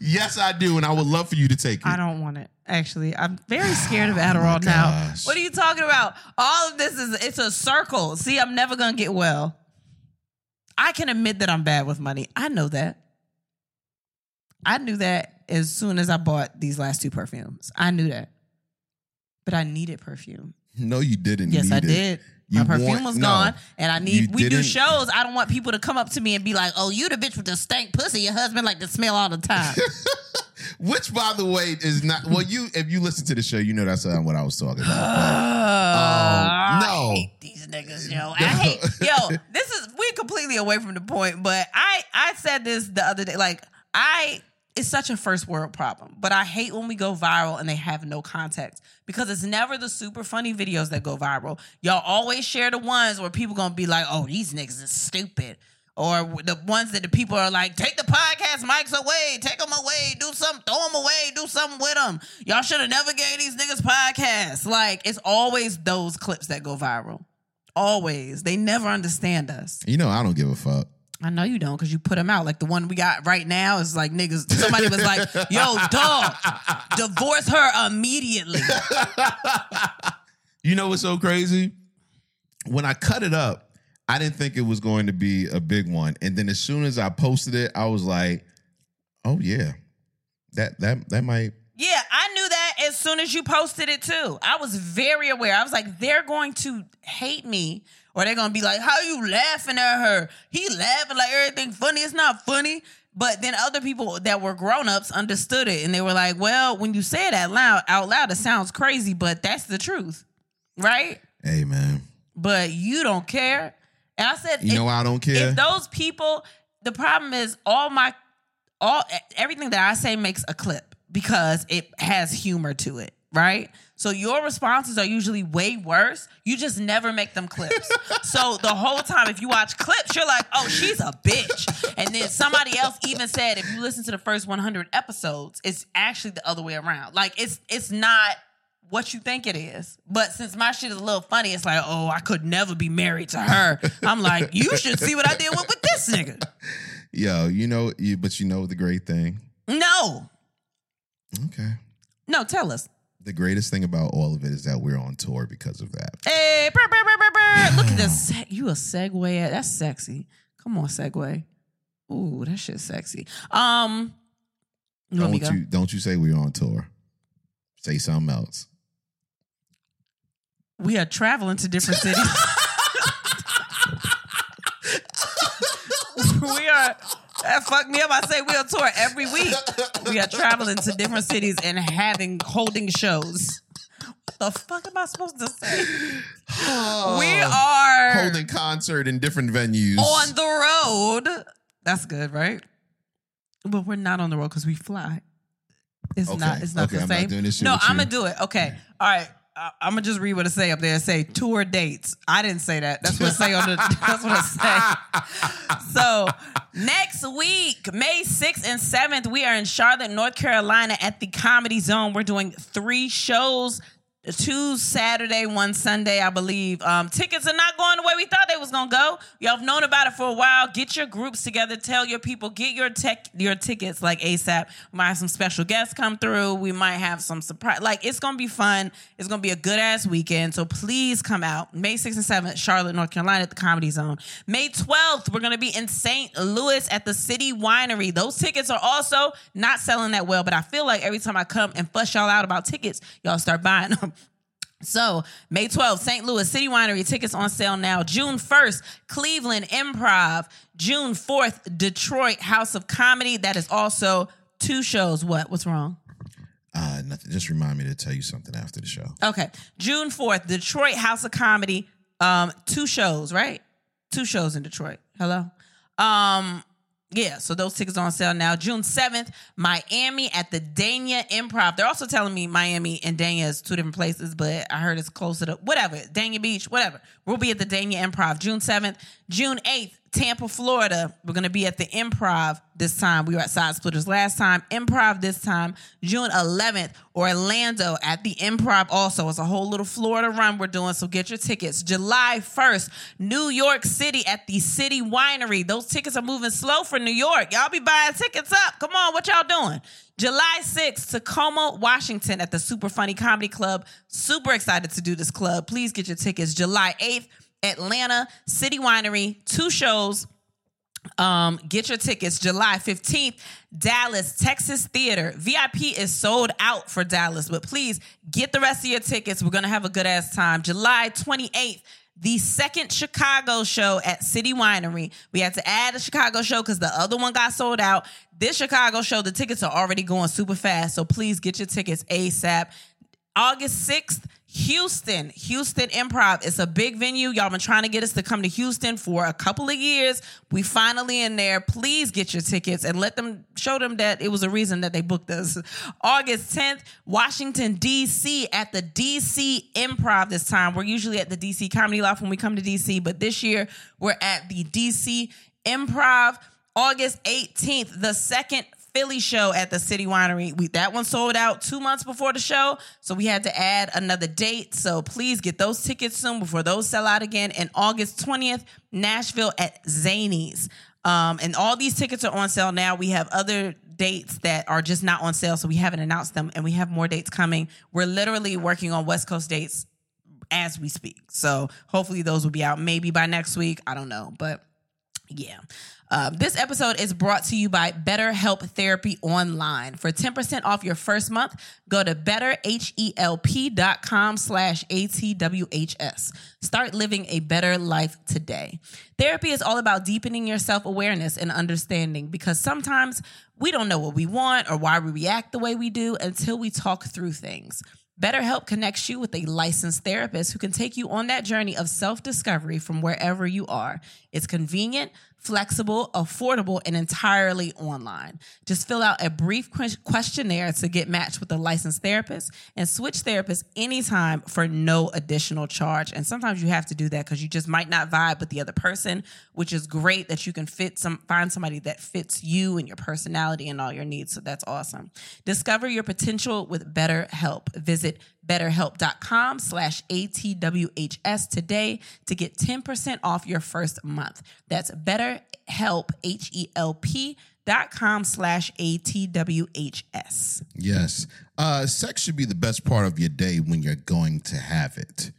A: yes, I do, and I would love for you to take it.
B: I don't want it. Actually, I'm
A: *sighs*
B: very scared of
A: Oh my
B: Adderall now.
A: gosh.
B: What are you talking about? All of this is it's a circle. See, I'm never gonna get well. I can admit that I'm bad with money. I know that. I knew that as soon as I bought these last two perfumes. I knew that. But I needed perfume.
A: No, you didn't.
B: Yes,
A: need
B: I
A: it.
B: did.
A: You
B: My perfume
A: want-
B: was
A: no.
B: gone, and I need.
A: You
B: We do
A: didn't-
B: shows. I don't want people to come up to me and be like, "Oh, you the bitch with the stank pussy. Your husband like to smell all the
A: *laughs*
B: time."
A: Which, by the way, is not. Well, you if you listen to the show, you know that's not what I was talking about.
B: Uh,
A: Um, no.
B: I hate these niggas, yo. I hate
A: *laughs*
B: yo. This is we're completely away from the point, but I I said this the other day. Like I, it's such a first world problem, but I hate when we go viral and they have no context because it's never the super funny videos that go viral. Y'all always share the ones where people gonna be like, "Oh, these niggas is stupid." Or the ones that the people are like, take the podcast mics away, take them away, do something, throw them away, do something with them. Y'all should have never gave these niggas podcasts. Like, it's always those clips that go viral. Always. They never understand us.
A: You know, I don't give a fuck.
B: I know you don't because you put them out. Like the one we got right now is like niggas. Somebody was *laughs* like, yo, dog, divorce her immediately.
A: You know what's so crazy? When I cut it up, I didn't think it was going to be a big one. And then as soon as I posted it, I was like, "Oh yeah, that that that might."
B: Yeah, I knew that as soon as you posted it too. I was very aware. I was like, they're going to hate me, or they're gonna be like, "How you laughing at her? He laughing like everything funny. It's not funny." But then other people that were grown ups understood it, and they were like, "Well, when you say it out loud, out loud, it sounds crazy, but that's the truth, right?"
A: Hey man,
B: But you don't care. And I said,
A: you
B: "If-
A: know why I don't care?
B: if those people the problem is all my all e, everything that i say makes a clip because it has humor to it right so your responses are usually way worse you just never make them clips so the whole time if you watch clips you're like oh she's a bitch and then somebody else even said if you listen to the first 100 episodes it's actually the other way around like it's it's not what you think it is. But since my shit is a little funny, it's like, oh, I could never be married to her. I'm like, you should see what I did with, with this nigga.
A: Yo, you know, you, but you know the great thing.
B: No.
A: Okay.
B: No, tell us.
A: The greatest thing about all of it is that we're on tour because of that.
B: Hey, brr, brr, brr, brr, brr. look at this. Se- You a segue? at- That's sexy. Come on, segue. Ooh, that shit's sexy. Um, you want me
A: Don't
B: to go?
A: you don't you say we're on tour. Say something else.
B: We are traveling to different
A: *laughs*
B: cities. we are. That fucked me up. I say we on tour every week. We are traveling to different cities and having holding shows. What the fuck am I supposed to say? Oh. we are
A: Uh, holding concert in different venues.
B: on the road. That's good, right? But we're not on the road because we fly. It's
A: Okay,
B: not. It's not
A: okay,
B: the
A: I'm
B: same.
A: not doing this shit
B: no,
A: with
B: I'm
A: you.
B: gonna do it. Okay. All right. I'm gonna just read what it say up there. It say tour dates. I didn't say that. That's what it say on the. *laughs* that's what it
A: *laughs*
B: say. So next week, May 6th and 7th, we are in Charlotte, North Carolina, at the Comedy Zone. We're doing three shows. Two Saturday, one Sunday, I believe. Um, tickets are not going the way we thought they was gonna go. Y'all have known about it for a while. Get your groups together. Tell your people. Get your tech, your tickets like ASAP. We might have some special guests come through. We might have some surprise. Like it's gonna be fun. It's gonna be a good ass weekend. So please come out May 6th and 7th, Charlotte, North Carolina, at the Comedy Zone. May 12th, we're gonna be in St. Louis at the City Winery. Those tickets are also not selling that well, but I feel like every time I come and fuss y'all out about tickets, y'all start buying them. So, May 12th, St. Louis City Winery, tickets on sale now. June 1st, Cleveland Improv. June 4th, Detroit House of Comedy. That is also two shows. What? What's wrong?
A: Uh, nothing. Just remind me to tell you something after the show.
B: Okay. June 4th, Detroit House of Comedy. Um, two shows, right? Two shows in Detroit. Hello? Um, yeah, so those tickets are on sale now. June 7th, Miami at the Dania Improv. They're also telling me Miami and Dania is two different places, but I heard it's closer to whatever, Dania Beach, whatever. We'll be at the Dania Improv June 7th. June 8th, Tampa, Florida. We're going to be at the Improv this time. We were at Side Splitters last time, Improv this time. June 11th, Orlando at the Improv also. It's a whole little Florida run we're doing, so get your tickets. July 1st, New York City at the City Winery. Those tickets are moving slow for New York. Y'all be buying tickets up. Come on, what y'all doing? July 6th, Tacoma, Washington at the Super Funny Comedy Club. Super excited to do this club. Please get your tickets. July 8th, Atlanta City Winery, two shows. Um, get your tickets July 15th, Dallas, Texas Theater. VIP is sold out for Dallas, but please get the rest of your tickets. We're gonna have a good ass time. July 28th, the second Chicago show at City Winery. We had to add a Chicago show because the other one got sold out. This Chicago show, the tickets are already going super fast. So please get your tickets ASAP. August 6th, Houston, Houston Improv. It's a big venue. Y'all been trying to get us to come to Houston for a couple of years. We finally in there. Please get your tickets and let them show them that it was a reason that they booked us. August 10th, Washington, D.C. at the D.C. Improv this time. We're usually at the D.C. Comedy Loft when we come to D.C., but this year we're at the D.C. Improv. August 18th, the second Philly show at the City Winery. We that one sold out two months before the show, so we had to add another date. So please get those tickets soon before those sell out again. And August twentieth, Nashville at Zanies. Um, and all these tickets are on sale now. We have other dates that are just not on sale, so we haven't announced them, and we have more dates coming. We're literally working on West Coast dates as we speak. So hopefully those will be out maybe by next week. I don't know, but yeah. Um, this episode is brought to you by BetterHelp Therapy Online. For 10% off your first month, go to betterhelp.com slash ATWHS. Start living a better life today. Therapy is all about deepening your self-awareness and understanding because sometimes we don't know what we want or why we react the way we do until we talk through things. BetterHelp connects you with a licensed therapist who can take you on that journey of self discovery from wherever you are. It's convenient, flexible, affordable, and entirely online. Just fill out a brief que- questionnaire to get matched with a licensed therapist and switch therapists anytime for no additional charge. And sometimes you have to do that because you just might not vibe with the other person, which is great that you can fit some find somebody that fits you and your personality and all your needs. So that's awesome. Discover your potential with BetterHelp. Visit Visit betterhelp.com slash ATWHS today to get 10% off your first month. That's betterhelp, H-E-L-P dot com slash ATWHS.
A: Yes. Uh, sex should be the best part of your day when you're going to have it.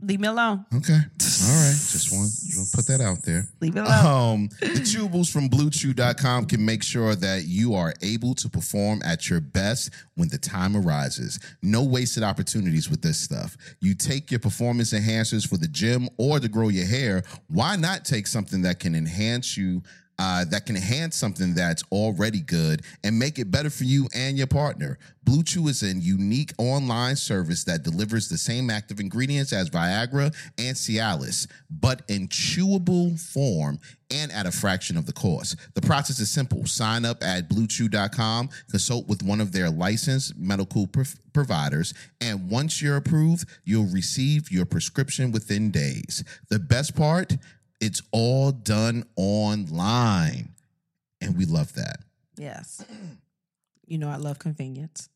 B: Leave me alone.
A: Okay. All right. Just want to put that out there.
B: Leave it alone.
A: Um, the chewables from BlueChew.com can make sure that you are able to perform at your best when the time arises. No wasted opportunities with this stuff. You take your performance enhancers for the gym or to grow your hair. Why not take something that can enhance you? Uh, that can enhance something that's already good and make it better for you and your partner. Blue Chew is a unique online service that delivers the same active ingredients as Viagra and Cialis, but in chewable form and at a fraction of the cost. The process is simple. Sign up at bluechew.com, consult with one of their licensed medical prof- providers, and once you're approved, you'll receive your prescription within days. The best part, it's all done online, and we love that.
B: Yes. You know I love convenience.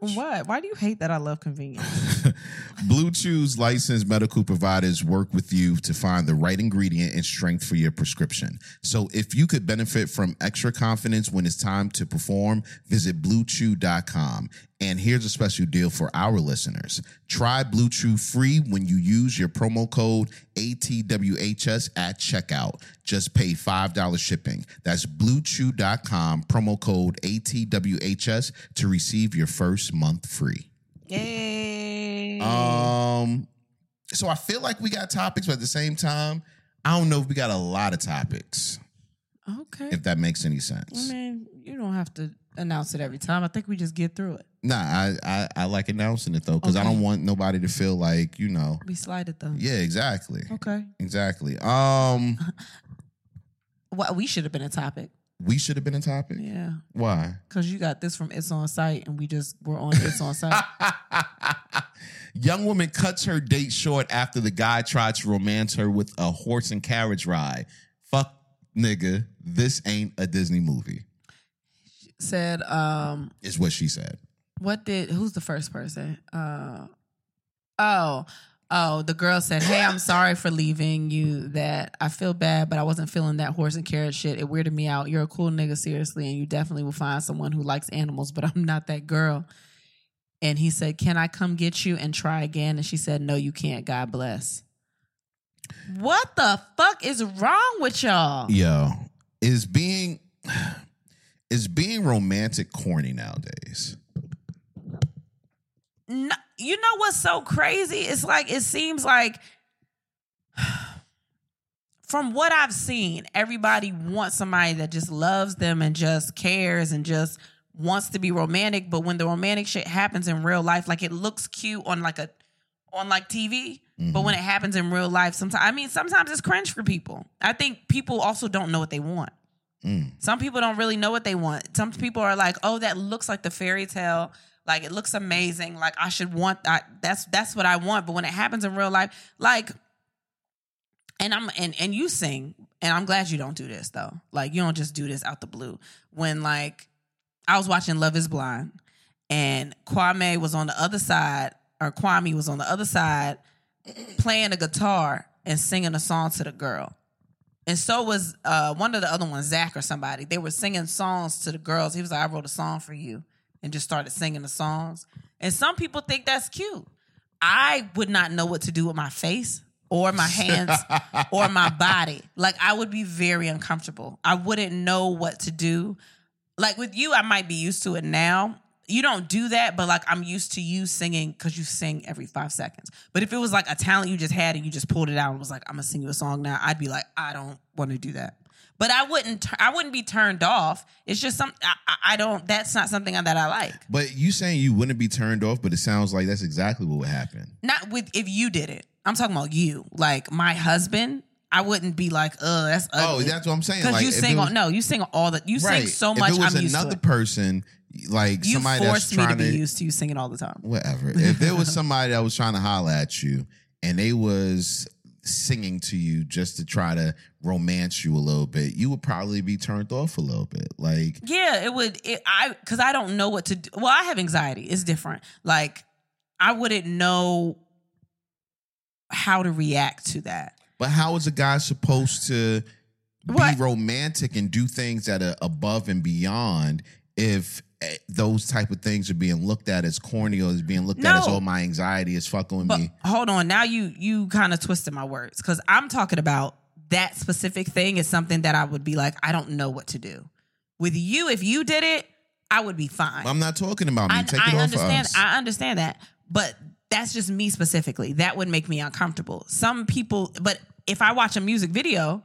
B: What? Why do you hate that I love convenience?
A: Blue Chew's licensed medical providers work with you to find the right ingredient and strength for your prescription. So if you could benefit from extra confidence when it's time to perform, visit bluechew.com. And here's a special deal for our listeners. Try Blue Chew free when you use your promo code ATWHS at checkout. Just pay $5 shipping. That's bluechew.com promo code ATWHS to receive your first month free.
B: Yay.
A: Um, so I feel like we got topics, but at the same time, I don't know if we got a lot of topics.
B: okay.
A: If that makes any
B: I
A: sense.
B: mean, you don't have to announce it every time. I think we just get through it.
A: Nah, I I, I like announcing it though because I
B: Mm-hmm. Okay.
A: don't want nobody to feel like you know.
B: We slide it though.
A: Yeah, exactly,
B: Okay.
A: exactly. Um,
B: Well, we should have been a topic.
A: we should have been a topic.
B: Yeah.
A: Why? *laughs*
B: Cause you got this from It's On Site and we just were on It's On Site.
A: Young woman cuts her date short after the guy tried to romance her with a horse and carriage ride. Fuck, nigga, this ain't a Disney movie.
B: Said, um,
A: Is what she said.
B: what did who's the first person? Uh oh. Oh, the girl said, Hey, I'm sorry for leaving you that I feel bad, but I wasn't feeling that horse and carrot shit. It weirded me out. You're a cool nigga, seriously, and you definitely will find someone who likes animals, but I'm not that girl. And he said, Can I come get you and try again? And she said, No, you can't. God bless. What the fuck is wrong with y'all?
A: Yo, is being is being romantic corny nowadays?
B: no, you know what's so crazy? It's like it seems like from what I've seen, everybody wants somebody that just loves them and just cares and just wants to be romantic, but when the romantic shit happens in real life, like it looks cute on like a on like TV, but when it happens in real life, sometimes I mean sometimes it's cringe for people. I think people also don't know what they want.
A: Mm.
B: Some people don't really know what they want. Some people are like, "Oh, that looks like the fairy tale. Like it looks amazing. Like I should want that. That's that's what I want." But when it happens in real life, like, and I'm and and you sing, and I'm glad you don't do this though. Like you don't just do this out the blue. When like I was watching Love Is Blind, and Kwame was on the other side, or Kwame was on the other side, playing a guitar and singing a song to the girl and so was uh, one of the other ones, Zach or somebody. They were singing songs to the girls. He was like, "I wrote a song for you," and just started singing the songs. And some people think that's cute. I would not know what to do with my face or my hands or my body. Like I would be very uncomfortable. I wouldn't know what to do. Like with you, I might be used to it now. You don't do that, but like I'm used to you singing because you sing every five seconds. But if it was like a talent you just had and you just pulled it out and was like, "I'm gonna sing you a song now," I'd be like, "I don't want to do that." But I wouldn't. tu- I wouldn't be turned off. It's just some. I, I- I don't. That's not something that I like.
A: But you saying you wouldn't be turned off, but it sounds like that's exactly what would happen.
B: Not with if you did it. I'm talking about you. Like my husband, I wouldn't be like, "Ugh, that's
A: Oh,
B: ugly."
A: that's what I'm saying.
B: Because
A: Like,
B: Uh, you
A: if
B: sing
A: it was-
B: on no, you sing on all the you sing
A: Right.
B: so much.
A: If it was
B: I'm used
A: another
B: to it.
A: person, like
B: You
A: somebody that's
B: forced me to
A: trying
B: be used to you *laughs* singing all the time.
A: whatever. If there was somebody that was trying to holler at you and they was singing to you just to try to romance you a little bit, you would probably be turned off a little bit. Like,
B: Yeah, it would. It, I because I don't know what to do. Well, I have anxiety. It's different. Like I wouldn't know how to react to that.
A: but how is a guy supposed to
B: What?
A: be romantic and do things that are above and beyond if eh, those type of things are being looked at as corny or is being looked at as
B: No.
A: oh my anxiety is fucking with
B: But
A: me.
B: hold on, now you you kind of twisted my words because I'm talking about that specific thing is something that I would be like, I don't know what to do. With you, if you did it, I would be fine.
A: I'm not talking about me.
B: I,
A: Take
B: I
A: it off
B: understand.
A: of us.
B: I understand that, but that's just me specifically. That would make me uncomfortable. Some people, but if I watch a music video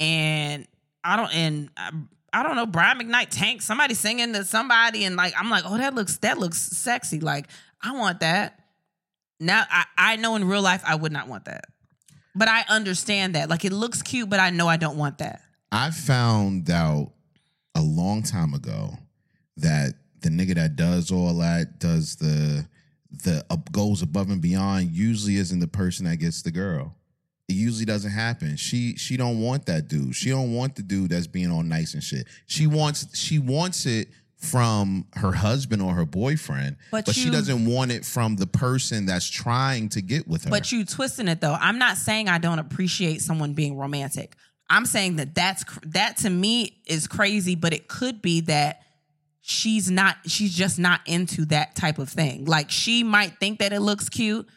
B: and I don't and I, I don't know Brian McKnight Tank, somebody singing to somebody, and like I'm like, oh, that looks that looks sexy. Like I want that. Now I I know in real life I would not want that, but I understand that. Like it looks cute, but I know I don't want that.
A: I found out a long time ago that the nigga that does all that does the the up goes above and beyond usually isn't the person that gets the girl. It usually doesn't happen. She she don't want that dude. She don't want the dude that's being all nice and shit. She wants she wants it from her husband or her boyfriend, but,
B: But
A: she
B: you-
A: doesn't want it from the person that's trying to get with her.
B: But you twisting it though. I'm not saying I don't appreciate someone being romantic. I'm saying that that's cr- that to me is crazy, but it could be that she's not she's just not into that type of thing. Like she might think that it looks cute,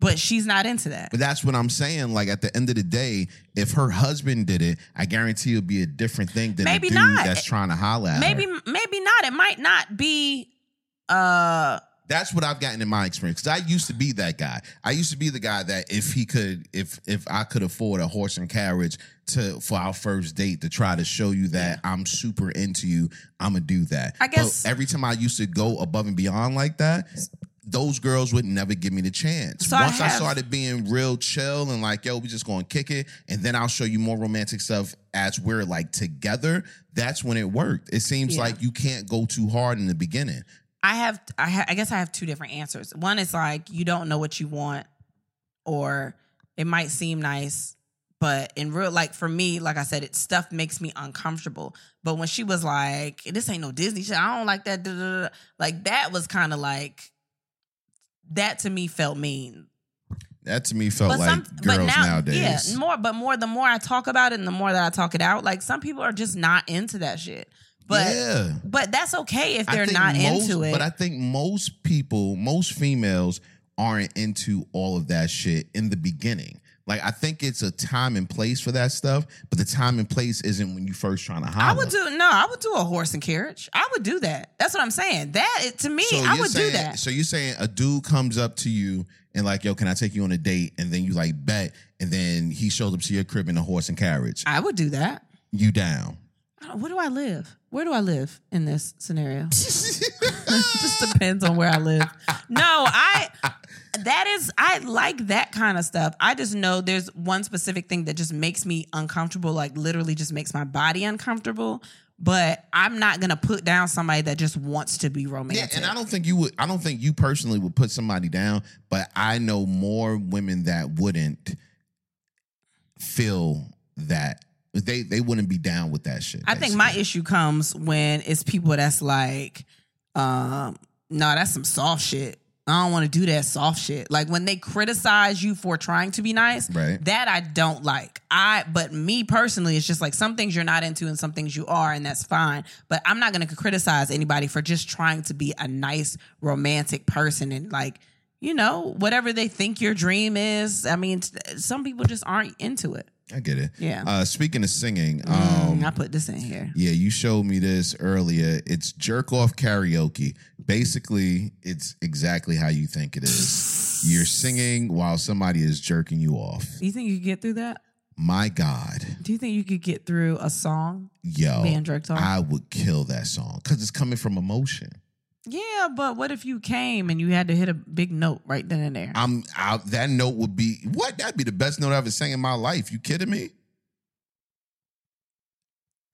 B: but she's not into that.
A: But that's what I'm saying. Like at the end of the day, if her husband did it, I guarantee it'll be a different thing than
B: Maybe
A: the dude
B: not.
A: that's trying to holler at
B: Maybe
A: her.
B: maybe not. It might not be uh
A: That's what I've gotten in my experience. 'Cause I used to be that guy. I used to be the guy that if he could, if if I could afford a horse and carriage to for our first date to try to show you that I'm super into you, I'm gonna do that.
B: I guess-
A: but every time I used to go above and beyond like that. Those girls would never give me the chance.
B: So I
A: Once I,
B: have-
A: started being real chill and like, yo, we just gonna kick it, and then I'll show you more romantic stuff as we're like together. That's when it worked. It seems
B: Yeah.
A: like you can't go too hard in the beginning.
B: I have, I, ha- I guess I have two different answers. One is like you don't know what you want, or it might seem nice, but in real, like for me, like I said, it stuff makes me uncomfortable. But when she was like, "This ain't no Disney shit. I don't like that," da, da, da, da," like that was kind of like that to me felt mean.
A: That to me felt like girls nowadays.
B: yeah, more. But more, the more I talk about it, and the more that I talk it out, like some people are just not into that shit. But
A: yeah,
B: but that's okay if
A: I
B: they're
A: think
B: not
A: most-
B: into it.
A: But I think most people, most females, aren't into all of that shit in the beginning. Like I think it's a time and place for that stuff, but the time and place isn't when you first trying to holler.
B: I would do no. I would do a horse and carriage. I would do that. That's what I'm saying. That to me, I
A: you're
B: would
A: saying,
B: do that.
A: So you're saying a dude comes up to you and like, yo, can I take you on a date? And then you like bet, and then he shows up to your crib in a horse and carriage.
B: I would do that.
A: you
B: *laughs*
A: down?
B: I don't- Where do I live? Where do I live in this scenario? *laughs* Just depends on where I live. No, I. That is, I like that kind of stuff. I just know there's one specific thing that just makes me uncomfortable. Like literally, just makes my body uncomfortable. But I'm not gonna put down somebody that just wants to be
A: Yeah,
B: romantic.
A: and I don't think you would. I don't think you personally would put somebody down, but I know more women that wouldn't feel that they they wouldn't be down with that shit.
B: I think my issue comes when it's people that's like, um, no, that's some soft shit. I don't want to do that soft shit. Like when they criticize you for trying to be nice,
A: Right.
B: that I don't like. I but me personally, it's just like some things you're not into and some things you are, and that's fine. But I'm not gonna criticize anybody for just trying to be a nice, romantic person and like, you know, whatever they think your dream is. I mean, t- some people just aren't into it.
A: basically. I get it.
B: Yeah.
A: Uh, speaking of singing, um,
B: Mm, I put this in here.
A: Yeah, you showed me this earlier. It's jerk off karaoke. Basically, it's exactly how you think it is. You're singing while somebody is jerking you off.
B: Do you think you could get through that?
A: My God,
B: Do you think you could get through a song
A: yo,
B: being jerked off?
A: Oh, I would kill that song because it's coming from emotion.
B: yeah, but what if you came and you had to hit a big note right then and there?
A: I'm I, that note would be what? That'd be the best note I ever sang in my life. You kidding me?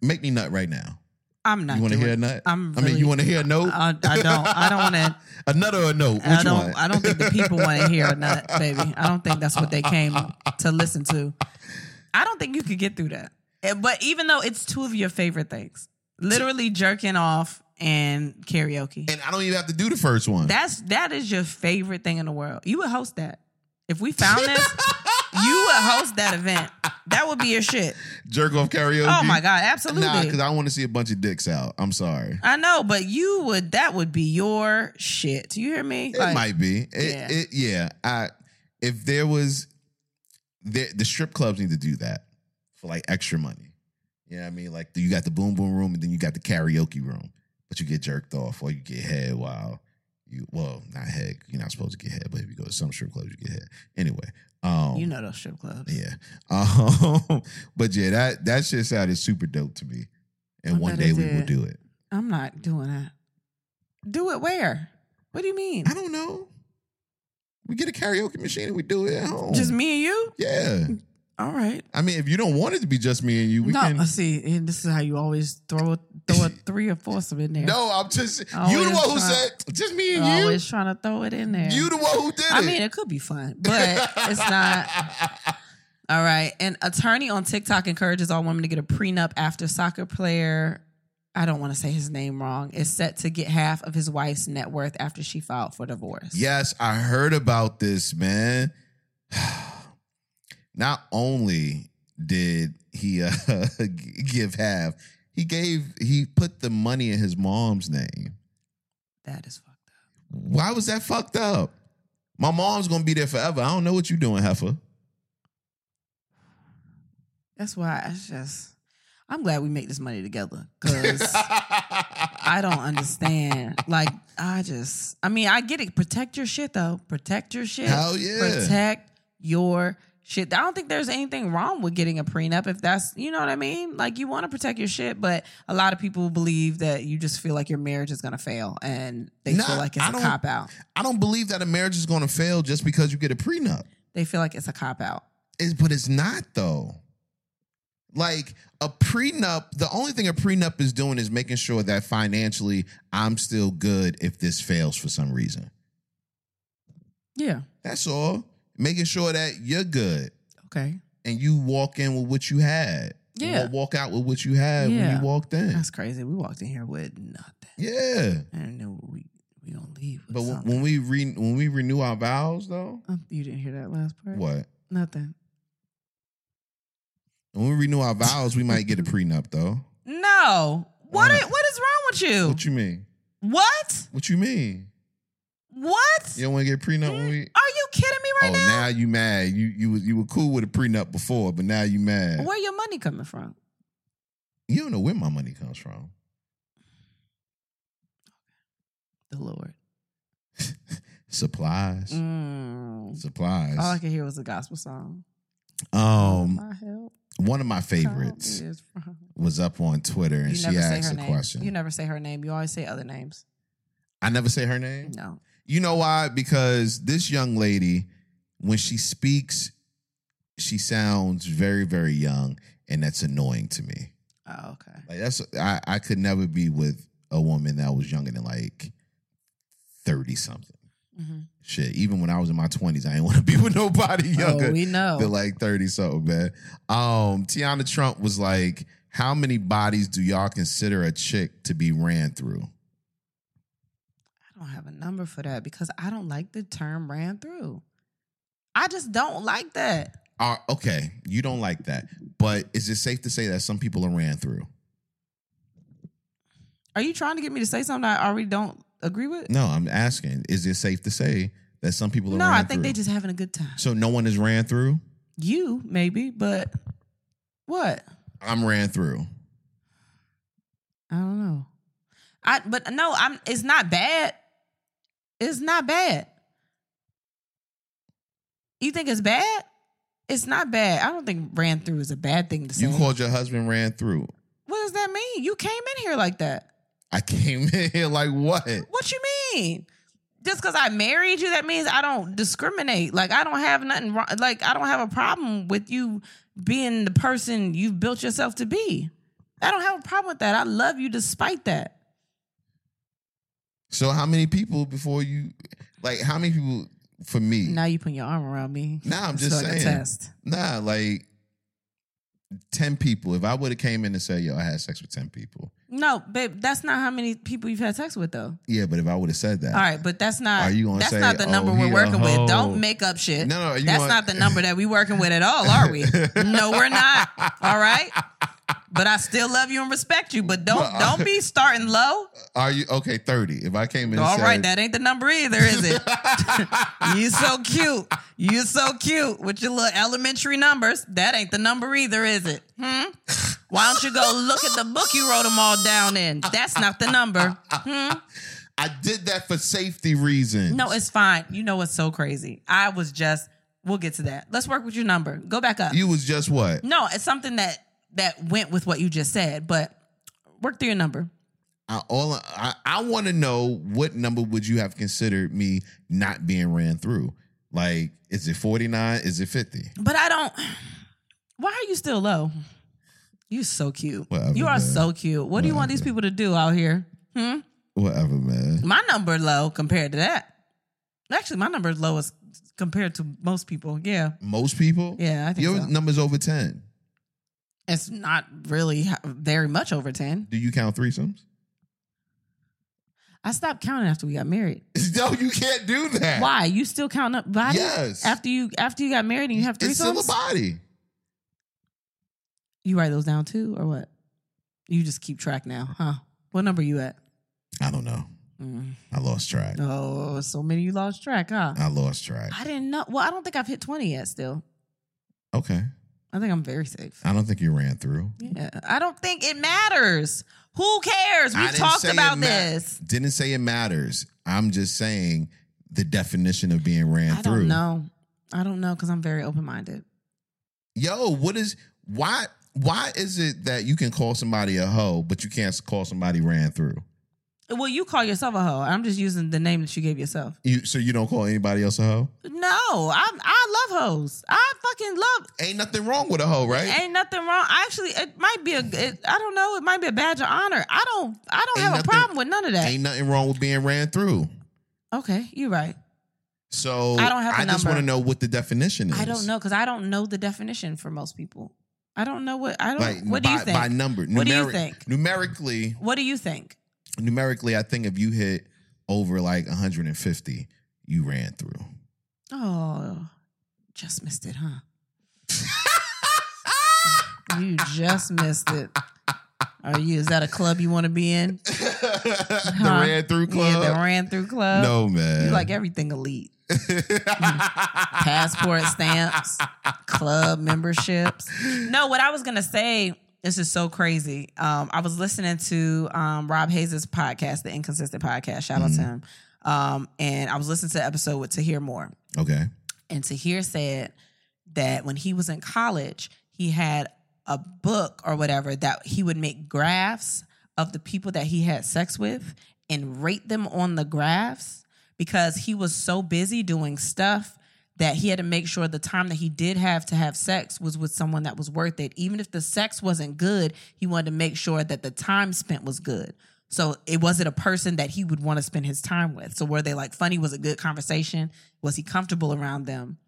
A: Make me nut right now.
B: I'm not.
A: You want to
B: doing
A: hear a
B: it.
A: nut?
B: I'm
A: I mean,
B: really-
A: you want to hear a note?
B: I, I don't.
A: *laughs*
B: I don't want to.
A: Another or a note? Which
B: I don't.
A: one?
B: I don't think the people want to hear a nut, baby. I don't think that's what they came to listen to. I don't think you could get through that. Eh, But even though it's two of your favorite things, literally jerking off and karaoke.
A: and I don't even have to do the first one.
B: That's that is your favorite thing in the world. You would host that. If we found this, you would host that event. That would be your shit.
A: *laughs* Jerk off karaoke.
B: Oh my god,
A: Mm-hmm. Nah, because
B: absolutely.
A: I want to see a bunch of dicks out. I'm sorry.
B: I know, but you would. That would be your shit. You hear me?
A: It might be. It, yeah.
B: yeah.
A: It, yeah. I if there was the, the strip clubs need to do that for like extra money. You know what I mean? Like you got the boom boom room and then you got the karaoke room, but you get jerked off or you get head while you well, not head. You're not supposed to get head, but if you go to some strip clubs, you get head. Anyway. Um
B: you know those strip clubs.
A: Yeah. *laughs* Um, but yeah, that that shit sounded super dope to me. And
B: I
A: one
B: bet
A: day
B: it
A: we will
B: did.
A: do it.
B: I'm not doing that. Do it where? What do you mean?
A: I don't know. We get a karaoke machine and we do it at home.
B: Just me and you?
A: Yeah.
B: All right.
A: I mean, if you don't want it to be just me and you, we
B: no,
A: can.
B: see, and this is how you always throw a,
A: *laughs*
B: throw a three or foursome in there.
A: No, I'm just
B: I
A: you the
B: always
A: one who
B: try-
A: said just me
B: You're
A: and you.
B: always trying to throw it in there.
A: You the one who did it.
B: I mean, it could be fun, but it's not. All right. An attorney on TikTok encourages all women to get a prenup after soccer player. I don't want to say his name wrong. Is set to get half of his wife's net worth after she filed for divorce.
A: *laughs* Yes, I heard about this, man. *sighs* Not only did he uh, *laughs* g- give half, he gave he put the money in his mom's name.
B: That is fucked up.
A: Why was that fucked up? My mom's gonna be there forever. I don't know what you doing, heifer. *laughs*
B: That's why it's just. I'm glad we make this money together because I don't understand. Like, I just. I mean, I get it. Protect your shit, though. Protect your shit.
A: Hell yeah.
B: protect your shit. I don't think there's anything wrong with getting a prenup if that's, you know what I mean? Like you want to protect your shit, but a lot of people believe that you just feel like your marriage is going to fail and they
A: Nah,
B: feel like it's
A: I
B: a
A: don't-
B: cop out.
A: I don't believe that a marriage is gonna fail just because you get a prenup.
B: They feel like it's a cop out.
A: It's, but it's not though. Like a prenup, the only thing a prenup is doing is making sure that financially I'm still good if this fails for some reason.
B: Yeah.
A: That's all. Making sure that you're good
B: Okay.
A: and you walk in with what you had.
B: Yeah.
A: Or walk out with what you had when
B: Yeah.
A: you walked in.
B: That's crazy. We walked in here with nothing.
A: yeah.
B: And then we we going to leave with
A: But when-
B: something.
A: when we re- when we renew our vows though,
B: Um, you didn't hear that last part?
A: what?
B: Nothing.
A: When we renew our vows, we might
B: *laughs*
A: get a prenup though.
B: No. What,
A: Why
B: i-
A: not?
B: what is wrong with you?
A: What you mean?
B: What?
A: What you mean?
B: What?
A: You don't want to get a prenup when we
B: Are you kidding me right
A: oh,
B: now?
A: now you mad. You you was- you were cool with a prenup before, but now you mad.
B: Where your money coming from?
A: You don't know where my money comes from.
B: The Lord.
A: Supplies,
B: Mm.
A: supplies.
B: All I could hear was a gospel song.
A: um,
B: My help
A: one of my
B: come
A: favorites
B: is from-
A: was up on Twitter, and
B: You
A: she
B: never say
A: asked
B: her
A: a
B: name.
A: question.
B: You never say her name. You always say other names.
A: I never say her name.
B: No.
A: You know why? Because this young lady, when she speaks, she sounds very very young, and that's annoying to me.
B: Oh, okay.
A: Like that's I I could never be with a woman that was younger than like thirty something. *laughs*
B: hmm
A: shit, even when I was in my twenties, I *laughs* didn't want to be with nobody
B: oh,
A: younger
B: we know.
A: than like thirty something, man. Um, Tiana Trump was like, "How many bodies do y'all consider a chick to be ran through?"
B: I don't have a number for that because I don't like the term ran through. I just don't like that.
A: Uh, okay, you don't like that, but is it safe to say that some people are ran through?
B: Are you trying to get me to say something I already don't agree with?
A: No, I'm asking, is it safe to say that some people are
B: No,
A: ran
B: I think
A: through?
B: they just having a good time.
A: so no one is ran through.
B: You maybe, but what?
A: I'm ran through.
B: I don't know. I but no, I'm it's not bad. It's not bad. You think it's bad? It's not bad. I don't think ran through is a bad thing to say.
A: You called your husband ran through.
B: what does that mean? You came in here like that.
A: I came *laughs* in here like what?
B: What you mean? Just because I married you, that means I don't discriminate. Like I don't have nothing wrong. Like I don't have a problem with you being the person you've built yourself to be. I don't have a problem with that. I love you despite that.
A: So how many people before you like how many people for me?
B: Now you put your arm around me.
A: Nah, I'm just
B: So I can
A: saying.
B: Test.
A: Nah, like ten people. If I would have came in and said, "Yo, I had sex with ten people,"
B: No, babe, that's not how many people you've had sex with though.
A: yeah, but if I would have said that,
B: All right, but that's not
A: Are you gonna
B: that's
A: say,
B: not the
A: "Oh,
B: number
A: he
B: we're
A: a
B: working
A: hoe"?
B: with. Don't make up shit.
A: No, no, you
B: that's
A: gonna-
B: not the number that we working with at all, are we? no, we're not. All right. But I still love you and respect you. But don't don't be starting low.
A: *laughs* are you okay? Thirty. If I came in, and
B: All
A: said,
B: right, that ain't the number either, is it? you so cute. You so cute with your little elementary numbers. That ain't the number either, is it? Hmm? Why don't you go look at the book you wrote them all down in? That's not the number. Hmm?
A: I did that for safety reasons.
B: No, it's fine. You know what's so crazy? I was just, we'll get to that. Let's work with your number. Go back up.
A: you was just what?
B: no, it's something that that went with what you just said, but work through your number.
A: I, all I, I want to know what number would you have considered me not being ran through? Like, is it forty nine? Is it fifty?
B: But I don't. Why are you still low? You so cute.
A: Whatever,
B: you are
A: man.
B: so cute. What do you want these people to do out here? Hmm?
A: Whatever, man.
B: My number low compared to that. Actually, my number is low as compared to most people. Yeah,
A: Most people,
B: yeah, I think
A: your
B: so.
A: number's over ten.
B: It's not really h- very much over ten.
A: Do you count threesomes? *laughs*
B: I stopped counting after we got married.
A: No, you can't do that.
B: Why? You still counting up bodies?
A: Yes.
B: After you after you got married and you have
A: It's still a
B: threesomes,
A: body.
B: you write those down too, or what? You just keep track now, huh? What number you at?
A: I don't know.
B: Mm.
A: I lost track.
B: Oh, so many you lost track, huh?
A: I lost track.
B: I didn't know. Well, I don't think I've hit 20 yet still.
A: Okay.
B: I think I'm very safe.
A: I don't think you ran through.
B: Yeah. I don't think it matters. Who cares?
A: I
B: We
A: didn't
B: talked
A: say it
B: about
A: ma-
B: this.
A: Didn't say it matters. I'm just saying the definition of being ran
B: I
A: through.
B: don't know. I don't know because I'm very open minded.
A: Yo, what is why why is it that you can call somebody a hoe, but you can't call somebody ran through?
B: Well, you call yourself a hoe. I'm just using the name that you gave yourself.
A: You so you don't call anybody else a hoe?
B: No, I I love hoes. I fucking love.
A: Ain't nothing wrong with a hoe, right?
B: Ain't nothing wrong. Actually, it might be a. It, I don't know. It might be a badge of honor. I don't. I don't
A: Ain't
B: have
A: nothing-
B: a problem with none of that.
A: Ain't nothing wrong with being ran through.
B: Okay, you're right.
A: So
B: I don't have the
A: just
B: number.
A: want to know what the definition is.
B: I don't know because I don't know the definition for most people. I don't know what I don't.
A: Like
B: what
A: by,
B: do you think?
A: by number.
B: What do you
A: Numeric-
B: think?
A: Numerically,
B: what do you think?
A: numerically, I think if you hit over like 150, you ran
B: *laughs*
A: through.
B: Oh, just missed it, huh? you just missed it. Are you? Is that a club you want to be in?
A: the
B: Huh?
A: ran through club.
B: Yeah, the ran through club.
A: no man.
B: you like everything elite. *laughs* passport stamps, club memberships. No, what I was gonna say, this is so crazy. Um, I was listening to um, Rob Hayes' podcast, the Inconsistent Podcast. Shout out to him. Um, and I was listening to the episode with Tahir Moore,
A: *laughs* okay.
B: and Tahir said that when he was in college, he had a book or whatever that he would make graphs of the people that he had sex with and rate them on the graphs because he was so busy doing stuff that he had to make sure the time that he did have to have sex was with someone that was worth it. Even if the sex wasn't good, he wanted to make sure that the time spent was good. So it wasn't a person that he would want to spend his time with. So were they like funny? Was it good conversation? Was he comfortable around them?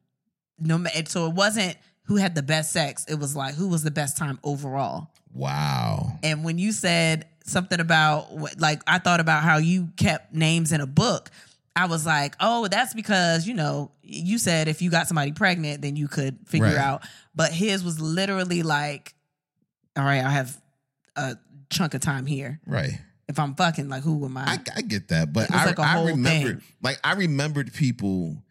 B: No, ma- and so it wasn't who had the best sex. It was like who was the best time overall.
A: Wow.
B: And when you said something about what- like I thought about how you kept names in a book, I was like, "Oh, that's because, you know, you said if you got somebody pregnant, then you could figure
A: Right.
B: out." But his was literally like, "All right, I have a chunk of time here.
A: Right.
B: If I'm fucking, like who am I?"
A: I, I get that, but
B: It was
A: I,
B: like a
A: I
B: whole
A: remembered
B: thing.
A: like I remembered people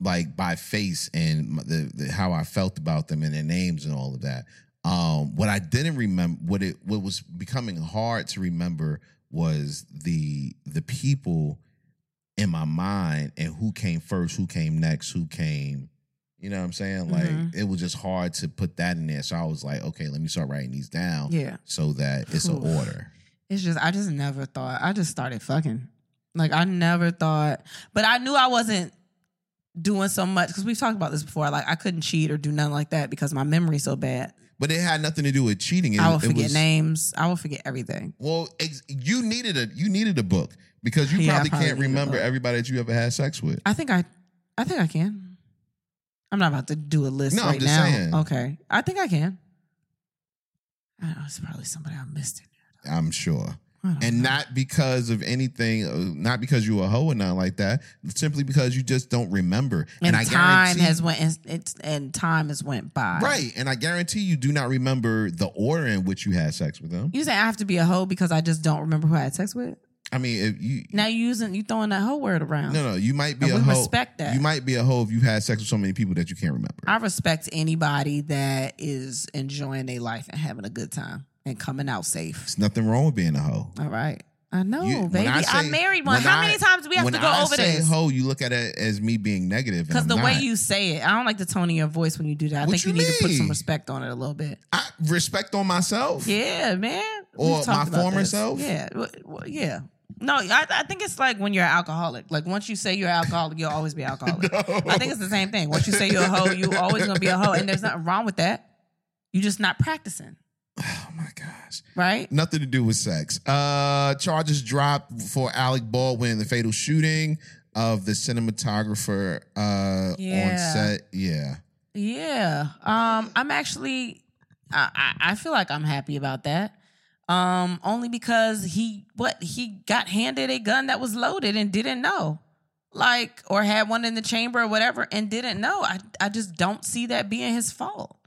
A: like by face and m- the, the how I felt about them and their names and all of that. Um, what I didn't remember, what it what was becoming hard to remember was the the people in my mind and who came first, who came next, who came. You know what I'm saying? Like
B: Mhm.
A: it was just hard to put that in there. So I was like, okay, let me start writing these down
B: yeah.
A: so that it's an
B: Oof.
A: order.
B: It's just I just never thought. I just started fucking. Like I never thought, but I knew I wasn't doing so much because we've talked about this before. Like I couldn't cheat or do nothing like that because my memory's so bad.
A: but it had nothing to do with cheating. It,
B: I will
A: it
B: forget
A: was-
B: names. I will forget everything.
A: Well, ex- you needed a you needed a book because you
B: Yeah, I
A: probably,
B: probably
A: can't
B: needed a
A: remember
B: book.
A: everybody that you ever had sex with.
B: I think I, I think I can. I'm not about to do a list
A: No, I'm
B: right
A: just
B: now.
A: saying.
B: Okay, I think I can. I don't know. It's probably somebody I missed it.
A: I'm sure,
B: I don't
A: and
B: know.
A: not because of anything, uh, not because you a hoe or not like that. Simply because you just don't remember.
B: and,
A: I
B: time
A: guarantee-
B: has went and, it's, and time has went by.
A: right, and I guarantee you do not remember the order in which you had sex with them.
B: You say I have to be a hoe because I just don't remember who I had sex with.
A: I mean, if you
B: Now you using you throwing that hoe word around.
A: no no, you might be
B: And
A: a
B: we
A: hoe.
B: respect that.
A: You might be a hoe if you had sex with so many people that you can't remember.
B: I respect anybody that is enjoying their life and having a good time and coming out safe.
A: There's nothing wrong with being a hoe.
B: All right. I know,
A: You- when
B: baby. I,
A: say-
B: married one.
A: when
B: How
A: I-
B: many times do we have
A: when
B: to go
A: I
B: over
A: say
B: this?
A: Hoe, you look at it as me being negative.
B: Because
A: and
B: the
A: I'm
B: way
A: not.
B: you say it, I don't like the tone of your voice when you do that. I
A: What
B: think you,
A: you
B: need to put some
A: mean?
B: respect on it a little bit.
A: I respect on myself. *laughs*
B: Yeah, man. We've
A: Or
B: talked
A: my
B: about
A: former
B: this.
A: self?
B: Yeah. W- w- yeah. No, I, I think it's like when you're an alcoholic. Like once you say you're an alcoholic, you'll always be an alcoholic. I think it's the same thing. Once you say you're a hoe, you always gonna be a hoe, and there's nothing wrong with that. You're just not practicing,
A: Oh my gosh.
B: right?
A: Nothing to do with sex. Uh charges dropped for Alec Baldwin in the fatal shooting of the cinematographer uh on
B: Yeah.
A: set. Yeah.
B: Yeah. Um, I'm actually I, I I feel like I'm happy about that. Um, only because he what he got handed a gun that was loaded and didn't know. Like or had one in the chamber or whatever and didn't know. I I just don't see that being his fault.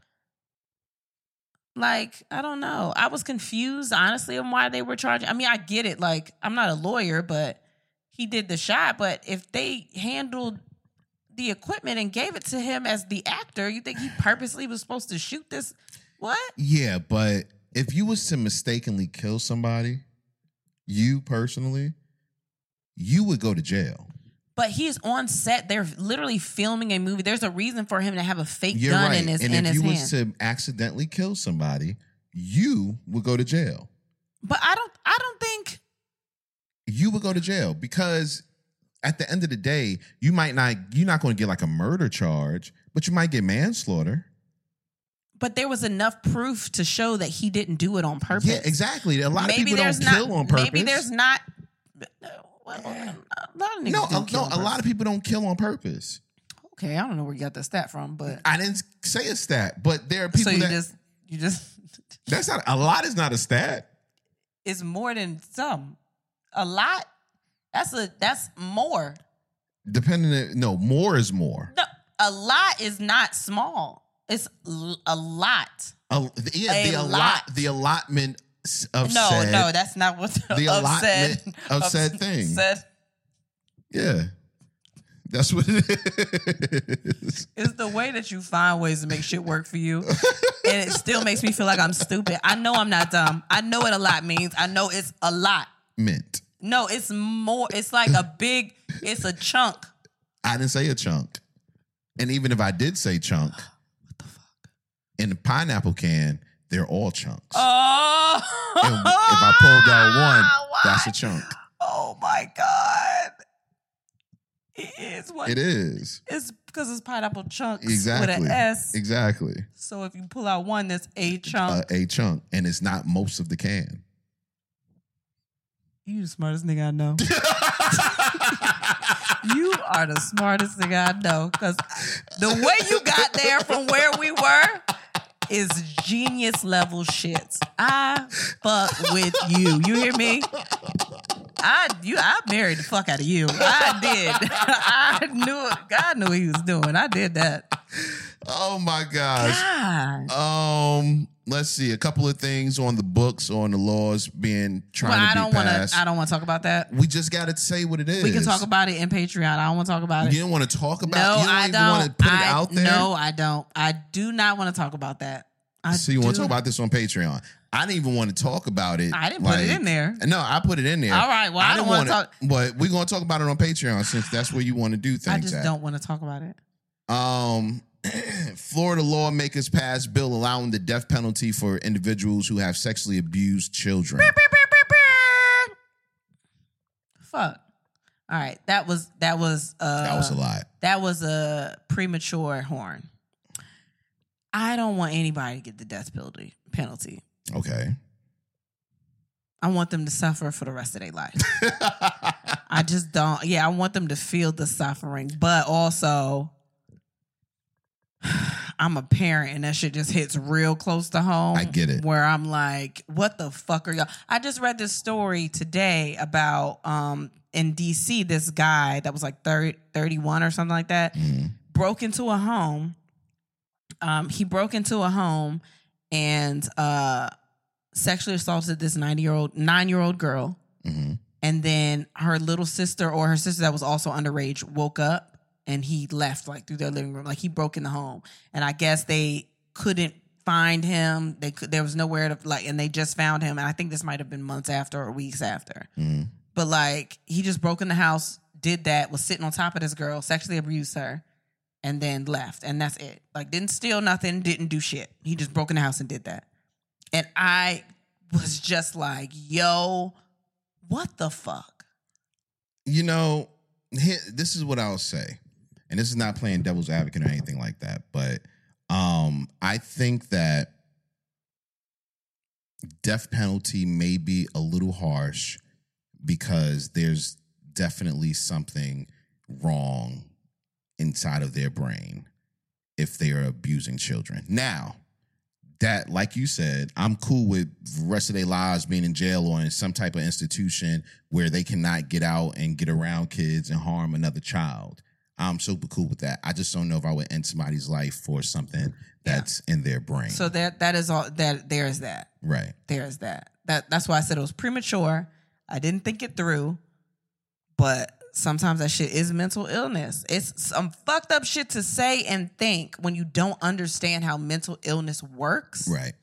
B: Like, I don't know. I was confused honestly on why they were charging. I mean, I get it. Like, I'm not a lawyer, but he did the shot, but if they handled the equipment and gave it to him as the actor, you think he purposely was supposed to shoot this? What?
A: Yeah, but if you was to mistakenly kill somebody, you personally, you would go to jail.
B: But he is on set. They're literally filming a movie. There's a reason for him to have a fake
A: You're
B: gun
A: right.
B: in his
A: and
B: in
A: if
B: his
A: you
B: hand.
A: was to accidentally kill somebody, you would go to jail.
B: but I don't. I don't think.
A: you would go to jail because at the end of the day, you might not you're not going to get like a murder charge, but you might get manslaughter.
B: But there was enough proof to show that he didn't do it on purpose.
A: Yeah, exactly. A lot of people don't kill on purpose.
B: Maybe there's not. Well, um, a lot of niggas
A: no,
B: do
A: a,
B: kill
A: no.
B: on
A: A lot
B: purpose.
A: of people don't kill on purpose.
B: Okay, I don't know where you got that stat from, but
A: I didn't say a stat, but there are
B: so
A: people
B: you
A: that
B: just you just *laughs*
A: that's not a lot is not a stat.
B: is more than some. A lot. That's a that's more.
A: Depending, on, no, more is more.
B: No, a lot is not small. It's l- a lot.
A: A, yeah,
B: A
A: the allot,
B: lot.
A: the allotment s- of
B: no,
A: said,
B: no, that's not what the,
A: the allotment
B: said,
A: of said
B: s-
A: thing.
B: Said
A: yeah, that's what it is.
B: is the way that you find ways to make shit work for you, and it still makes me feel like I'm stupid. I know I'm not dumb. I know what a lot means. I know it's a lot.
A: Mint.
B: No, it's more. It's like a big. It's a chunk.
A: I didn't say a chunk. And even if I did say
B: *gasps*
A: chunk, in the pineapple can, they're all chunks.
B: Oh.
A: And if I pulled out one, that's a
B: What?
A: chunk.
B: Oh my god! It is what
A: It is.
B: It's because it's pineapple chunks *laughs* with
A: Exactly.
B: an S.
A: Exactly.
B: So if you pull out one, that's a
A: Uh,
B: chunk.
A: a chunk. And it's not most of the can.
B: you the smartest nigga I know.
A: *laughs*
B: *laughs* you are the smartest nigga I know because the way you got there from where we were is genius level shit. I fuck with you. You hear me? I you I married the fuck out of you. I did. *laughs* I knew it. God knew what he was doing. I did that.
A: Oh my gosh.
B: God.
A: Um, let's see. A couple of things on the books, on the laws being trying
B: Well,
A: to
B: I
A: be
B: don't want to.
A: passed.
B: I don't want to talk about that.
A: we just got to say what it is.
B: We can talk about it in Patreon. I don't want to talk about it.
A: You didn't want to talk about.
B: no,
A: you don't
B: I
A: even
B: don't.
A: want to put
B: I,
A: it out there.
B: No, I don't. I do not want to talk about that. I
A: so you want
B: do-
A: to talk about this on Patreon? I didn't even want to talk about it.
B: I didn't put it in there.
A: No, I put it in there.
B: All right. Well, I, don't want to talk.
A: But we're gonna talk about it on Patreon since that's where you want to do things.
B: I just
A: at.
B: don't want to talk about it.
A: Um, *clears throat* Florida lawmakers passed bill allowing the death penalty for individuals who have sexually abused children.
B: Fuck. All right. That was that was uh
A: that was a lot.
B: That was a premature horn. I don't want anybody to get the death penalty. Penalty.
A: Okay. *laughs*
B: I want them to suffer for the rest of their life. I just don't. Yeah, I want them to feel the suffering, but also, *sighs* I'm a parent, and that shit just hits real close to home.
A: I get it.
B: Where I'm like, what the fuck are y'all? I just read this story today about um in DC this guy that was like 30, 31 or something like that
A: Mm.
B: broke into a home. Um, he broke into a home and uh, sexually assaulted this ninety year old nine year old girl.
A: hmm
B: And then her little sister or her sister that was also underage woke up and he left like through their living room. Like he broke in the home. And I guess they couldn't find him. They could there was nowhere to like and they just found him. And I think this might have been months after or weeks after.
A: Mm.
B: But like he just broke in the house, did that, was sitting on top of this girl, sexually abused her, and then left. And that's it. Like didn't steal nothing, didn't do shit. He just broke in the house and did that. And I was just like, yo, what the fuck?
A: You know, here, this is what I'll say, and this is not playing devil's advocate or anything like that, but um, I think that death penalty may be a little harsh because there's definitely something wrong inside of their brain if they are abusing children. Now, that like you said, I'm cool with the rest of their lives being in jail or in some type of institution where they cannot get out and get around kids and harm another child. I'm super cool with that. I just don't know if I would end somebody's life for something that's in their brain.
B: So that that is all that there is that.
A: right.
B: There is that. That that's why I said it was premature. I didn't think it through. But sometimes that shit is mental illness. It's some fucked up shit to say and think when you don't understand how mental illness works.
A: Right.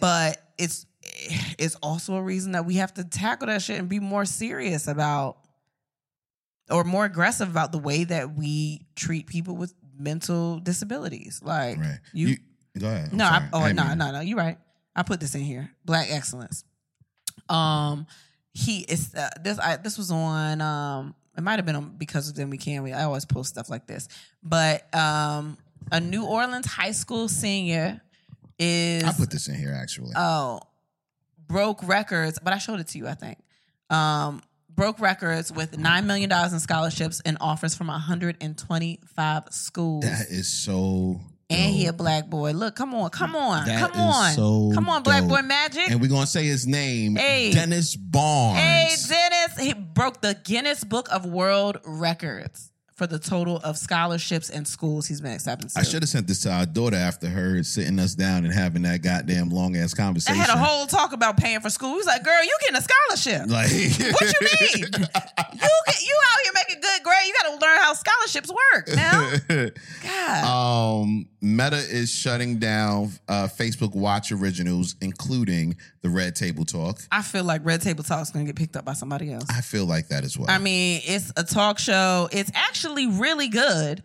B: But it's it's also a reason that we have to tackle that shit and be more serious about or more aggressive about the way that we treat people with mental disabilities. Like
A: Right.
B: you,
A: go ahead. I'm
B: no, I,
A: sorry.
B: oh
A: I didn't
B: no,
A: mean-
B: no, no. You're right. I put this in here. Black excellence. Um, he is uh, this. I this was on. Um, it might have been on because of them we can. We I always post stuff like this. But um, a New Orleans high school senior is
A: I put this in here actually.
B: oh broke records. But I showed it to you. I think um broke records with nine million dollars in scholarships and offers from 125 schools
A: that is so.
B: and he a
A: dope.
B: black boy. Look, come on, come on,
A: That
B: come
A: is
B: on,
A: so
B: come on, black
A: dope.
B: boy magic.
A: and we're gonna say his name,
B: Hey.
A: Dennis Barnes.
B: hey, Dennis, he broke the Guinness Book of World Records for the total of scholarships and schools he's been accepted to.
A: I should have sent this to our daughter after her sitting us down and having that goddamn long ass
B: I
A: conversation.
B: had a whole talk about paying for school. He was like, "Girl, you getting a
A: *laughs*
B: scholarship?
A: like
B: What you mean? you get, you out here making good grade. You got to learn how scholarships
A: *laughs*
B: work now. God,
A: um, Meta is shutting down uh, Facebook Watch originals, including the Red Table Talk.
B: I feel like Red Table Talk's gonna get picked up by somebody else.
A: I feel like that as well.
B: I mean, it's a talk show. It's actually really good.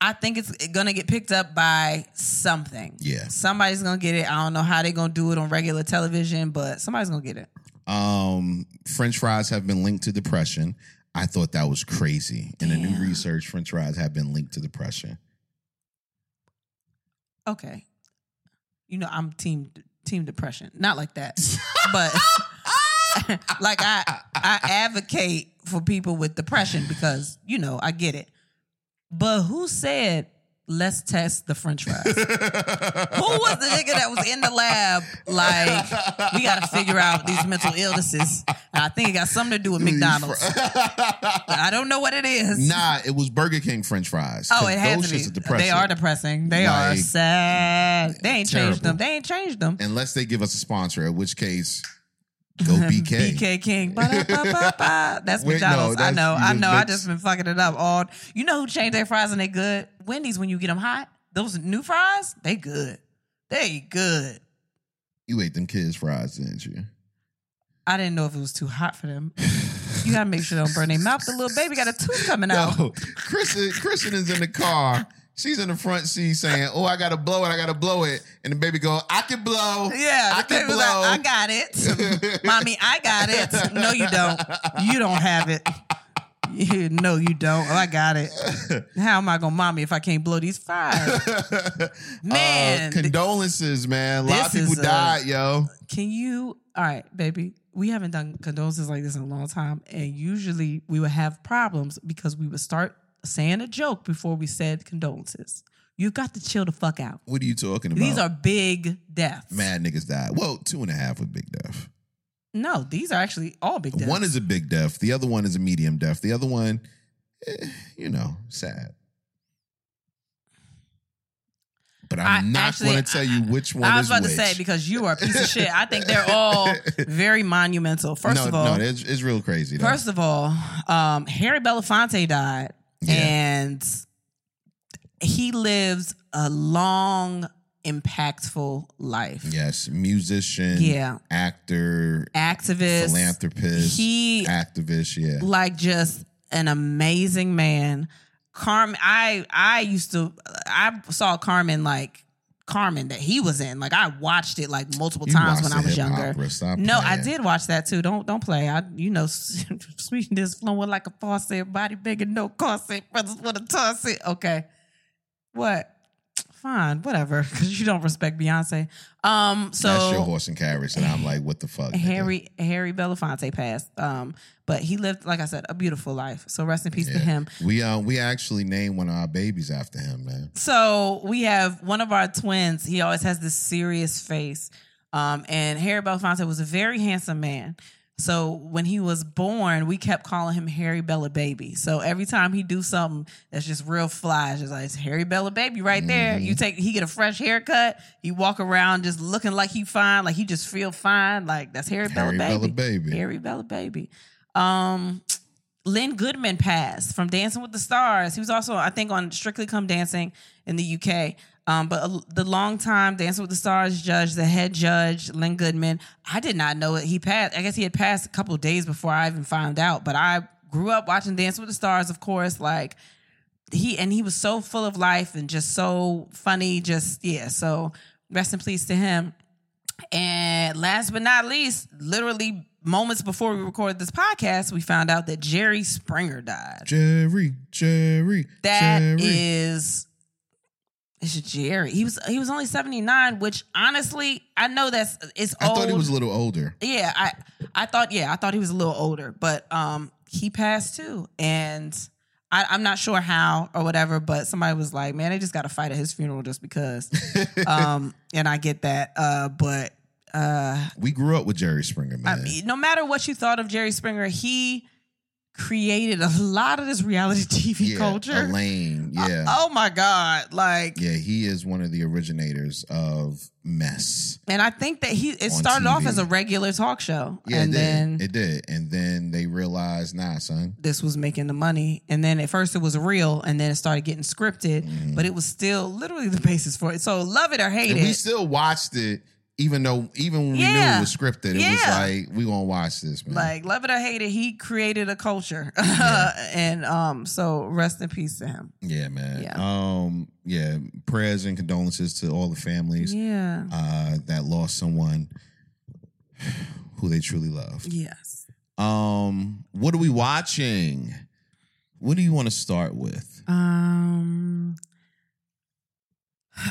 B: I think it's gonna get picked up by something.
A: Yeah.
B: Somebody's gonna get it. I don't know how they're gonna do it on regular television, but somebody's gonna get it.
A: Um, French fries have been linked to depression. I thought that was crazy. In the new
B: Damn.
A: research, French fries have been linked to depression.
B: Okay. You know, I'm team team depression. Not like that. but *laughs* like I I advocate for people with depression because, you know, I get it. But who said let's test the French fries? Who was the nigga that was in the lab?
A: *laughs*
B: Like, we got to figure out these mental illnesses. And I think it got something to do with McDonald's. But I don't know what it
A: *laughs*
B: is.
A: nah, it was Burger King French fries.
B: oh,
A: 'Cause
B: it had
A: those
B: to be.
A: shits are depressing.
B: They are *laughs* depressing. They are
A: Like,
B: sad. They ain't
A: terrible.
B: changed them. They ain't changed them.
A: Unless they give us a sponsor, in which
B: *laughs*
A: case, go BK.
B: BK King. Ba-da-ba-ba-ba. That's
A: Wait, no,
B: McDonald's. I
A: that's-
B: know.
A: you
B: I
A: just
B: know. I
A: mixed-
B: just been fucking it up all. You know who changed their fries and they good? Wendy's when you get them hot. Those new fries, they good. They good.
A: You ate them kids' fries, didn't you?
B: I didn't know if it was too hot for them. You gotta make sure they don't burn their mouth. The little baby got a tooth coming
A: *laughs*
B: out.
A: Yo, Kristen, Kristen is in the car. She's in the front seat saying, "Oh, I gotta blow it. I gotta blow it." And the baby go, "I can blow.
B: Yeah,
A: I
B: the baby
A: can
B: was
A: blow."
B: like,
A: *laughs*
B: I got it. Mommy, I got it. No, you don't. You don't have it. Yeah, no, you don't. Oh, I
A: *laughs*
B: got it. How am I gonna mommy if I can't blow these five? Man,
A: Uh, condolences, man. A lot of
B: this
A: people
B: is, uh,
A: died, yo.
B: Can you? All right, baby. We haven't done condolences like this in a long time, and usually we would have problems because we would start saying a joke before we said condolences. You've got to chill the fuck out.
A: What are you talking about?
B: These are big deaths.
A: mad niggas died. Well, two and a half with big death.
B: No, these are actually all big deaths.
A: One is a big death. The other one is a medium death. The other one, eh, you know, sad. But I'm
B: I-
A: not
B: actually,
A: going to tell you which one
B: I was
A: is
B: about
A: which.
B: to say because you are a piece of shit. I think they're
A: *laughs*
B: all very monumental. First
A: no,
B: of all,
A: no, it's, it's real crazy. Though.
B: First of all, um, Harry Belafonte died,
A: Yeah.
B: and he lives a long, impactful life.
A: yes, musician,
B: Yeah.
A: actor,
B: Activist,
A: philanthropist,
B: He
A: activist. Yeah,
B: like just an amazing man. Carmen, I I used to I saw Carmen like Carmen that he was in. Like I watched it like multiple
A: You watched
B: times when
A: the
B: I was
A: hip
B: younger.
A: opera. Stop
B: No, I
A: playing.
B: did watch that too. Don't don't play. I you know *laughs* sweetness flowing like a faucet, body bigger, no corset, brothers with a tosset. Okay, what? Fine, whatever. *laughs* Because you don't respect Beyonce. Um, so
A: That's your horse and carriage, and I'm like, what the fuck, nigga?
B: Harry Harry Belafonte passed. Um, but he lived, like I said, a beautiful life. So rest in peace
A: Yeah.
B: to him.
A: We uh, we actually named one of our babies after him, man.
B: So we have one of our twins. He always has this serious face. Um, and Harry Belafonte was a very handsome man. So when he was born, we kept calling him Harry Bella Baby. So every time he do something that's just real fly, it's just like it's Harry Bella Baby right there. You take he get a fresh haircut, he walk around just looking like he fine, like he just feel fine, like that's Harry,
A: Harry
B: Bella
A: Bella
B: Baby.
A: Baby.
B: Harry Bella Baby. Um, Lynn Goodman passed from Dancing with the Stars. He was also, I think, on Strictly Come Dancing in the UK. Um, but a, the longtime Dancing with the Stars judge, the head judge, Lynn Goodman, I did not know it. He passed. I guess he had passed a couple of days before I even found out. But I grew up watching Dancing with the Stars, of course. Like he and he was so full of life and just so funny. Just yeah. So rest in peace to him. And last but not least, literally moments before we recorded this podcast, we found out that Jerry Springer died.
A: Jerry, Jerry,
B: That is,
A: Jerry.
B: it's Jerry. He was he was only 79, which honestly, I know that's it's
A: I
B: old.
A: thought he was a little older.
B: yeah, I I thought yeah, I thought he was a little older, but um he passed too. And I, I'm not sure how or whatever, but somebody was like, man, they just got to fight at his funeral just
A: *laughs*
B: because. um, and I get that. Uh, but uh,
A: we grew up with Jerry Springer,
B: I
A: man.
B: mean, no matter what you thought of Jerry Springer, he created a lot of this reality *laughs* TV
A: yeah,
B: culture.
A: Elaine, yeah,
B: Oh my God. Like,
A: yeah. He is one of the originators of mess.
B: and I think that he, it
A: On
B: started off
A: TV.
B: as a regular talk show.
A: Yeah,
B: and
A: it did.
B: then
A: it did, and then they realized, nah, son.
B: this was making the money. And then at first it was real and then it started getting scripted, but it was still literally the *laughs* basis for it. So love it or hate
A: And
B: it.
A: we still watched it, even though even when we knew it
B: Yeah.
A: was scripted, it
B: Yeah.
A: was like we gonna watch this, man.
B: like love it or hate it, he created a culture, *laughs* and um, so rest in peace to him.
A: yeah, man.
B: Yeah.
A: Um, yeah. Prayers and condolences to all the families
B: Yeah.
A: uh, that lost someone who they truly loved.
B: Yes.
A: Um, what are we watching? What do you want to start with?
B: Um.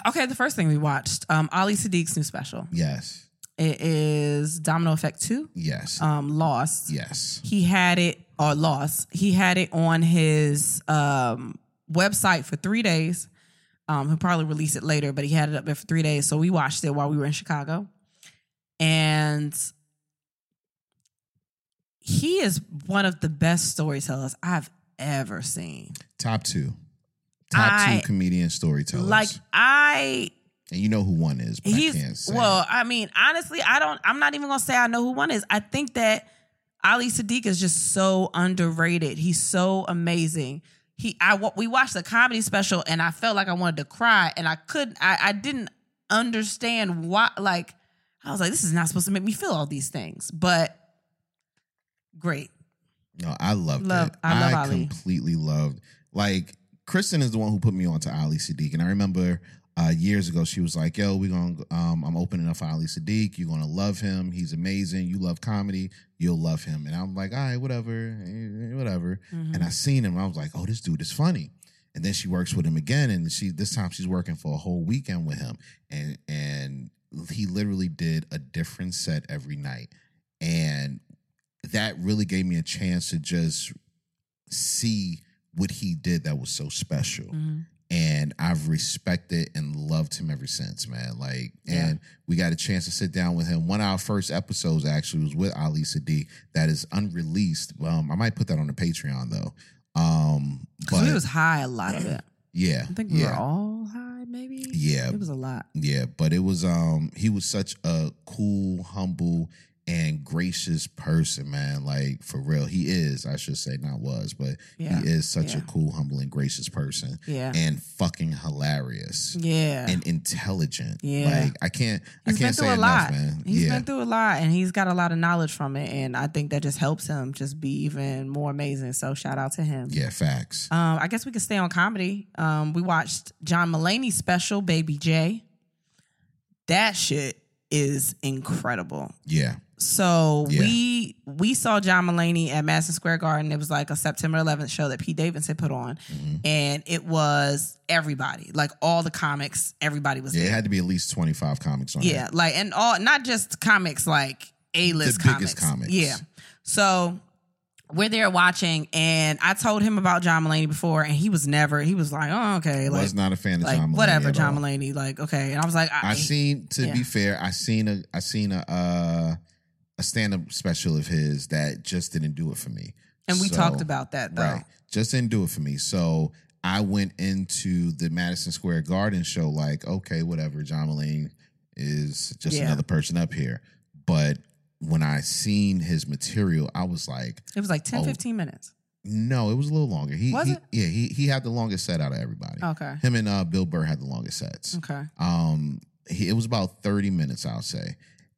B: Okay, the first thing we watched, um, Ali Sadiq's new special.
A: Yes,
B: It is Domino Effect Two,
A: yes,
B: um, Lost.
A: yes.
B: He had it or Lost. He had it on his um website for three days. Um, he'll probably release it later, but he had it up there for three days. So we watched it while we were in Chicago, and he is one of the best storytellers I've ever seen.
A: Top two, top
B: I-
A: two comedian storytellers.
B: Like I
A: and you know who one is, but I can't
B: he's
A: say.
B: well. I mean, honestly, I don't. I'm not even gonna say I know who one is. I think that Ali Sadiq is just so underrated. He's so amazing. He, I wa- we watched the comedy special, and I felt like I wanted to cry, and I couldn't. I, I didn't understand why. Like, I was like, this is not supposed to make me feel all these things, but great.
A: no, I loved
B: Love-
A: it.
B: I love Ali.
A: completely loved. Like Kristen is the one who put me on to Ali Sadiq, and I remember uh, years ago. She was like, "Yo, we gonna um, I'm opening up for Ali Sadiq. You're gonna love him. He's amazing. You love comedy. You'll love him." And I'm like, "All right, whatever, eh, whatever."
B: Mm-hmm.
A: And I seen him. I was like, "Oh, this dude is funny." And then she works with him again, and she this time she's working for a whole weekend with him, and and he literally did a different set every night, and that really gave me a chance to just see what he did that was so special
B: Mhm.
A: and I've respected and loved him ever since, man. Like,
B: Yeah.
A: and we got a chance to sit down with him. One of our first episodes actually was with Ali Sadiq that is unreleased. Um, I might put that on the Patreon though. Um,
B: 'Cause
A: but
B: we was high a lot
A: *clears throat*
B: of it.
A: yeah,
B: I think we
A: yeah,
B: were all high, maybe.
A: yeah,
B: It was a lot.
A: yeah. But it was um, he was such a cool, humble, and gracious person, man. Like for real, he is. I should say not was, but
B: Yeah.
A: he is such a
B: yeah.
A: cool, humble, and gracious person,
B: Yeah.
A: and fucking hilarious
B: Yeah.
A: and intelligent.
B: Yeah.
A: Like I can't
B: He's
A: I can't
B: been through
A: say
B: a
A: enough,
B: lot.
A: man.
B: He's
A: yeah.
B: been through a lot and he's got a lot of knowledge from it. And I think that just helps him just be even more amazing. So shout out to him.
A: yeah, facts.
B: Um, I guess we could stay on comedy. Um, we watched John Mulaney's special, Baby J. That shit is incredible.
A: yeah.
B: So
A: Yeah.
B: we we saw John Mulaney at Madison Square Garden. It was like a September 11th show that Pete Davidson had put on,
A: Mhm.
B: and it was everybody, like all the comics. Everybody was
A: Yeah, it
B: there.
A: had to be at least 25 comics on
B: Yeah, like and all not just comics, like A list
A: The biggest comics.
B: Yeah. So we're there watching, and I told him about John Mulaney before, and he was never. He was like, "Oh, okay,
A: it.
B: like,
A: Was not a fan of
B: like
A: John Mulaney
B: whatever,
A: at
B: John
A: all.
B: Mulaney, like, okay." And I was like, "I,
A: I seen to
B: yeah.
A: be fair, I seen a I seen a uh a stand-up special of his that just didn't do it for me.
B: And we
A: So-
B: talked about that though.
A: Right. Just didn't do it for me. So I went into the Madison Square Garden show like, okay, whatever. John Mulaney is just
B: Yeah.
A: another person up here. But when I seen his material, I was like,
B: It was like 10,
A: Oh.
B: 15 minutes.
A: no, it was a little longer. He,
B: Was
A: he-
B: it? Oh.
A: yeah, he he had the longest set out of everybody.
B: Okay.
A: Him and uh, Bill Burr had the longest sets.
B: Okay.
A: Um, he, it was about thirty minutes, I'll say,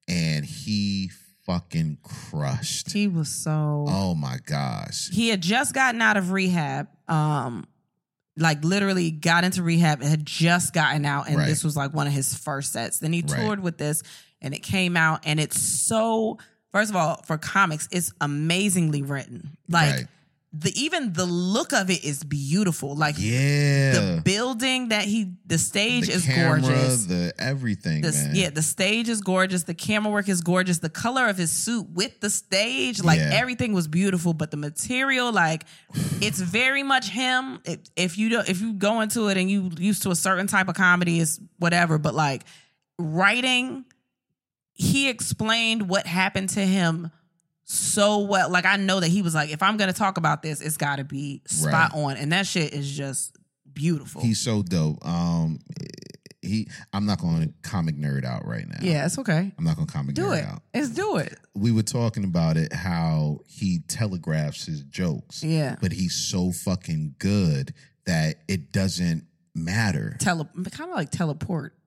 A: and he fucking crushed.
B: He was so.
A: Oh my gosh!
B: He had just gotten out of rehab. Um, like literally got into rehab and had just gotten out, and
A: Right.
B: this was like one of his first sets. Then he
A: Right.
B: toured with this, and it came out, and it's so. First of all, for comics, it's amazingly written. Like
A: Right.
B: the even the look of it is beautiful. Like
A: yeah,
B: the building that he, the stage
A: the
B: is
A: camera,
B: gorgeous.
A: The everything,
B: The,
A: man.
B: yeah, the stage is gorgeous. The camera work is gorgeous. The color of his suit with the stage, like
A: Yeah.
B: everything was beautiful. But the material, like, it's very much him. It, if you don't, if you go into it and you used to a certain type of comedy, it's whatever. But like writing, he explained what happened to him so well. Like I know that he was like, if I'm gonna talk about this, it's got to be spot
A: Right.
B: on, and that shit is just beautiful.
A: he's so dope. Um, he, I'm not going to comic nerd out right now.
B: yeah, it's okay.
A: I'm not going to comic
B: Do
A: nerd
B: it.
A: out.
B: It's do it.
A: We were talking about it how he telegraphs his jokes,
B: Yeah.
A: but he's so fucking good that it doesn't matter.
B: tele kind of like teleport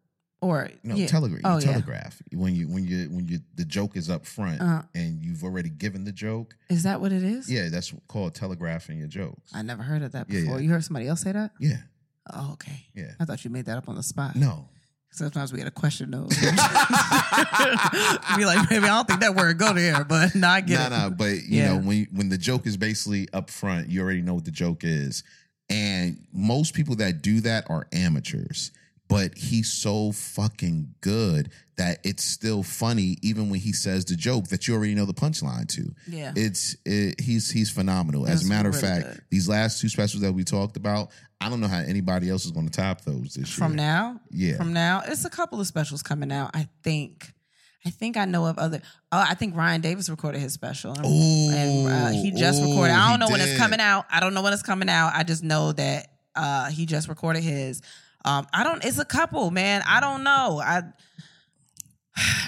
B: or
A: no,
B: yeah.
A: telegraph.
B: Oh,
A: you
B: yeah.
A: telegraph when you when you when you the joke is up front
B: Uh-huh.
A: and you've already given the joke.
B: is that what it is?
A: Yeah, that's called telegraphing your jokes.
B: I never heard of that
A: Yeah,
B: before.
A: yeah.
B: You heard somebody else say that?
A: Yeah,
B: Oh, okay.
A: yeah.
B: I thought you made that up on the spot.
A: No,
B: Sometimes we get a question *laughs* though. Be like, baby, I don't think that word go there, but *laughs* no, I get
A: No,
B: it.
A: no, but you
B: Yeah.
A: know when when the joke is basically up front, you already know what the joke is, and most people that do that are amateurs. But he's so fucking good that it's still funny, even when he says the joke that you already know the punchline to.
B: Yeah.
A: It's it, he's he's phenomenal. As
B: That's
A: a matter of
B: really
A: fact,
B: good.
A: these last two specials that we talked about, I don't know how anybody else is going to top those this
B: From
A: year.
B: now,
A: yeah,
B: from now, it's a couple of specials coming out. I think, I think I know of other. Oh, I think Ryan Davis recorded his special. I'm-
A: Ooh,
B: and uh, he just
A: ooh,
B: recorded. I
A: he
B: don't know when it's
A: did.
B: coming out. I don't know when it's coming out. I just know that uh, he just recorded his. Um, I don't. It's a couple, man. I don't know. I. *sighs*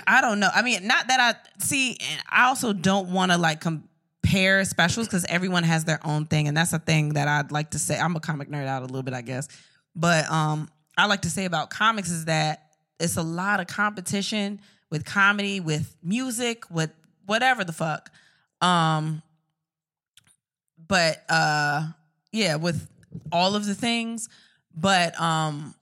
B: I don't know. I mean, not that I see, and I also don't want to like compare specials because everyone has their own thing, and that's a thing that I'd like to say. I'm a comic nerd out a little bit, I guess, but um, I like to say about comics is that it's a lot of competition with comedy, with music, with whatever the fuck. Um, but uh, yeah, with all of the things, but um,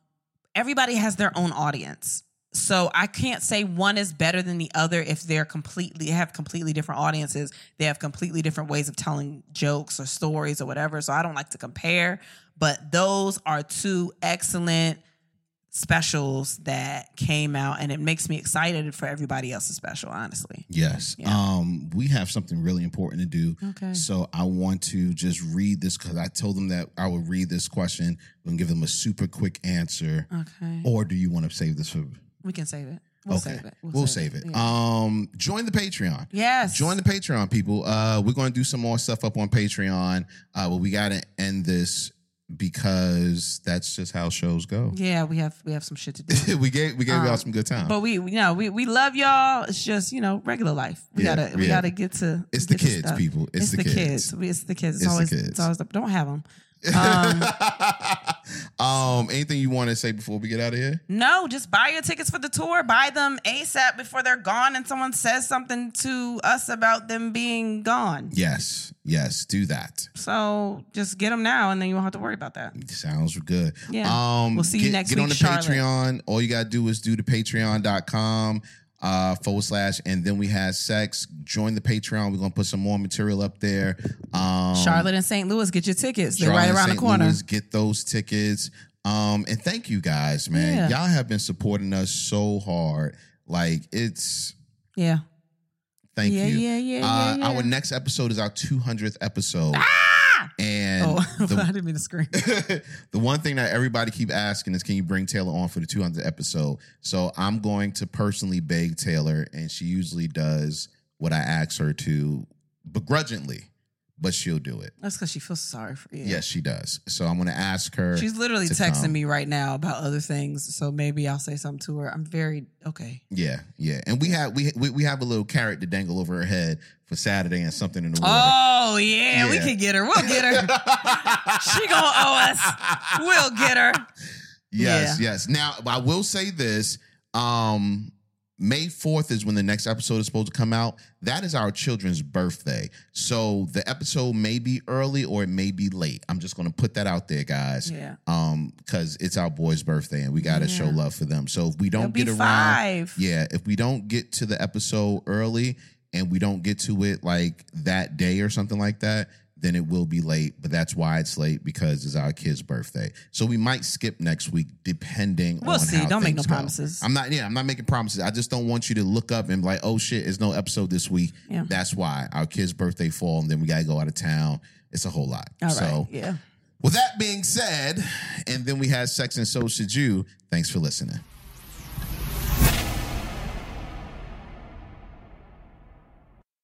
B: everybody has their own audience. So I can't say one is better than the other if they're completely have completely different audiences. They have completely different ways of telling jokes or stories or whatever. So I don't like to compare, but those are two excellent specials that came out and it makes me excited for everybody else's special, honestly.
A: Yes.
B: Yeah.
A: Um, we have something really important to do.
B: Okay.
A: So I want to just read this because I told them that I would read this question and give them a super quick answer.
B: Okay.
A: Or do you want to save this for?
B: We can save it. We'll
A: okay,
B: save it.
A: We'll,
B: save it. Yeah.
A: Um, join the Patreon.
B: yes.
A: Join the Patreon, people. Uh, we're going to do some more stuff up on Patreon, uh, but we got to end this because that's just how shows go.
B: Yeah, we have we have some shit to do.
A: *laughs* we gave we gave y'all
B: Mm. Um,
A: some good time.
B: But we, you know, we, we love y'all. It's just, you know, regular life. We
A: Yeah,
B: gotta, we
A: yeah.
B: gotta get to.
A: It's the
B: get to
A: kids,
B: stuff.
A: people. It's, the, kids.
B: We- It's the kids.
A: It's
B: It's,
A: the
B: always,
A: kids.
B: it's always. The, don't
A: *laughs*
B: have them. Um,
A: *laughs* um, anything you want to say before we get out of here?
B: No, just buy your tickets for the tour. Buy them ASAP before they're gone, and someone says something to us about them being gone.
A: Yes, yes, do that.
B: So just get them now, and then you won't have to worry about that.
A: Sounds good.
B: Yeah.
A: Um,
B: We'll see you
A: get,
B: next
A: Get
B: week,
A: on the
B: Charlotte.
A: Patreon. All you gotta do is do the patreon.com uh forward slash and then we had sex. Join the Patreon. We're gonna put some more material up there. Um
B: Charlotte and St. Louis, get your tickets. They're
A: Charlotte,
B: right around the
A: St.
B: corner.
A: Louis, get those tickets. Um, and thank you guys, man.
B: Yeah.
A: Y'all have been supporting us so hard. Like it's
B: Yeah.
A: thank
B: yeah,
A: you.
B: yeah, yeah, yeah,
A: uh,
B: yeah.
A: Our next episode is our 200th episode.
B: Ah!
A: And
B: Oh, *laughs*
A: the,
B: I didn't mean to scream.
A: *laughs* the one thing that everybody keep asking is, can you bring Taylor on for the 200th episode? So I'm going to personally beg Taylor, and she usually does what I ask her to, begrudgingly, but she'll do it.
B: That's because she feels sorry for you.
A: Yes, she does. So I'm going to ask her.
B: She's literally
A: to
B: texting
A: come.
B: me right now about other things, so maybe I'll say something to her. I'm very okay.
A: yeah, yeah, and we have we, we we have a little carrot to dangle over her head for Saturday and something in the water.
B: Oh yeah, we
A: Yeah.
B: could get her. We'll
A: *laughs*
B: get her. *laughs* she gonna owe us. We'll get her.
A: Yes, yes. Now I will say this. Um May 4th is when the next episode is supposed to come out. That is our children's birthday. So the episode may be early or it may be late. I'm just gonna put that out there, guys.
B: Yeah,
A: Um, because it's our boy's birthday and we gotta
B: Yeah.
A: show love for them. So if we
B: They'll
A: don't
B: be
A: get around
B: five.
A: yeah, if we don't get to the episode early and we don't get to it like that day or something like that, then it will be late. But that's why it's late because it's our kid's birthday. So we might skip next week depending on
B: We'll see.
A: how
B: Don't make no
A: things go.
B: promises.
A: I'm not yeah, I'm not making promises. I just don't want you to look up and be like, oh shit, there's no episode this week.
B: Yeah.
A: That's why our kid's birthday fall and then we gotta go out of town. It's a whole lot.
B: All right.
A: so
B: Yeah.
A: with that being said, and then we had sex and so should you. Thanks for listening.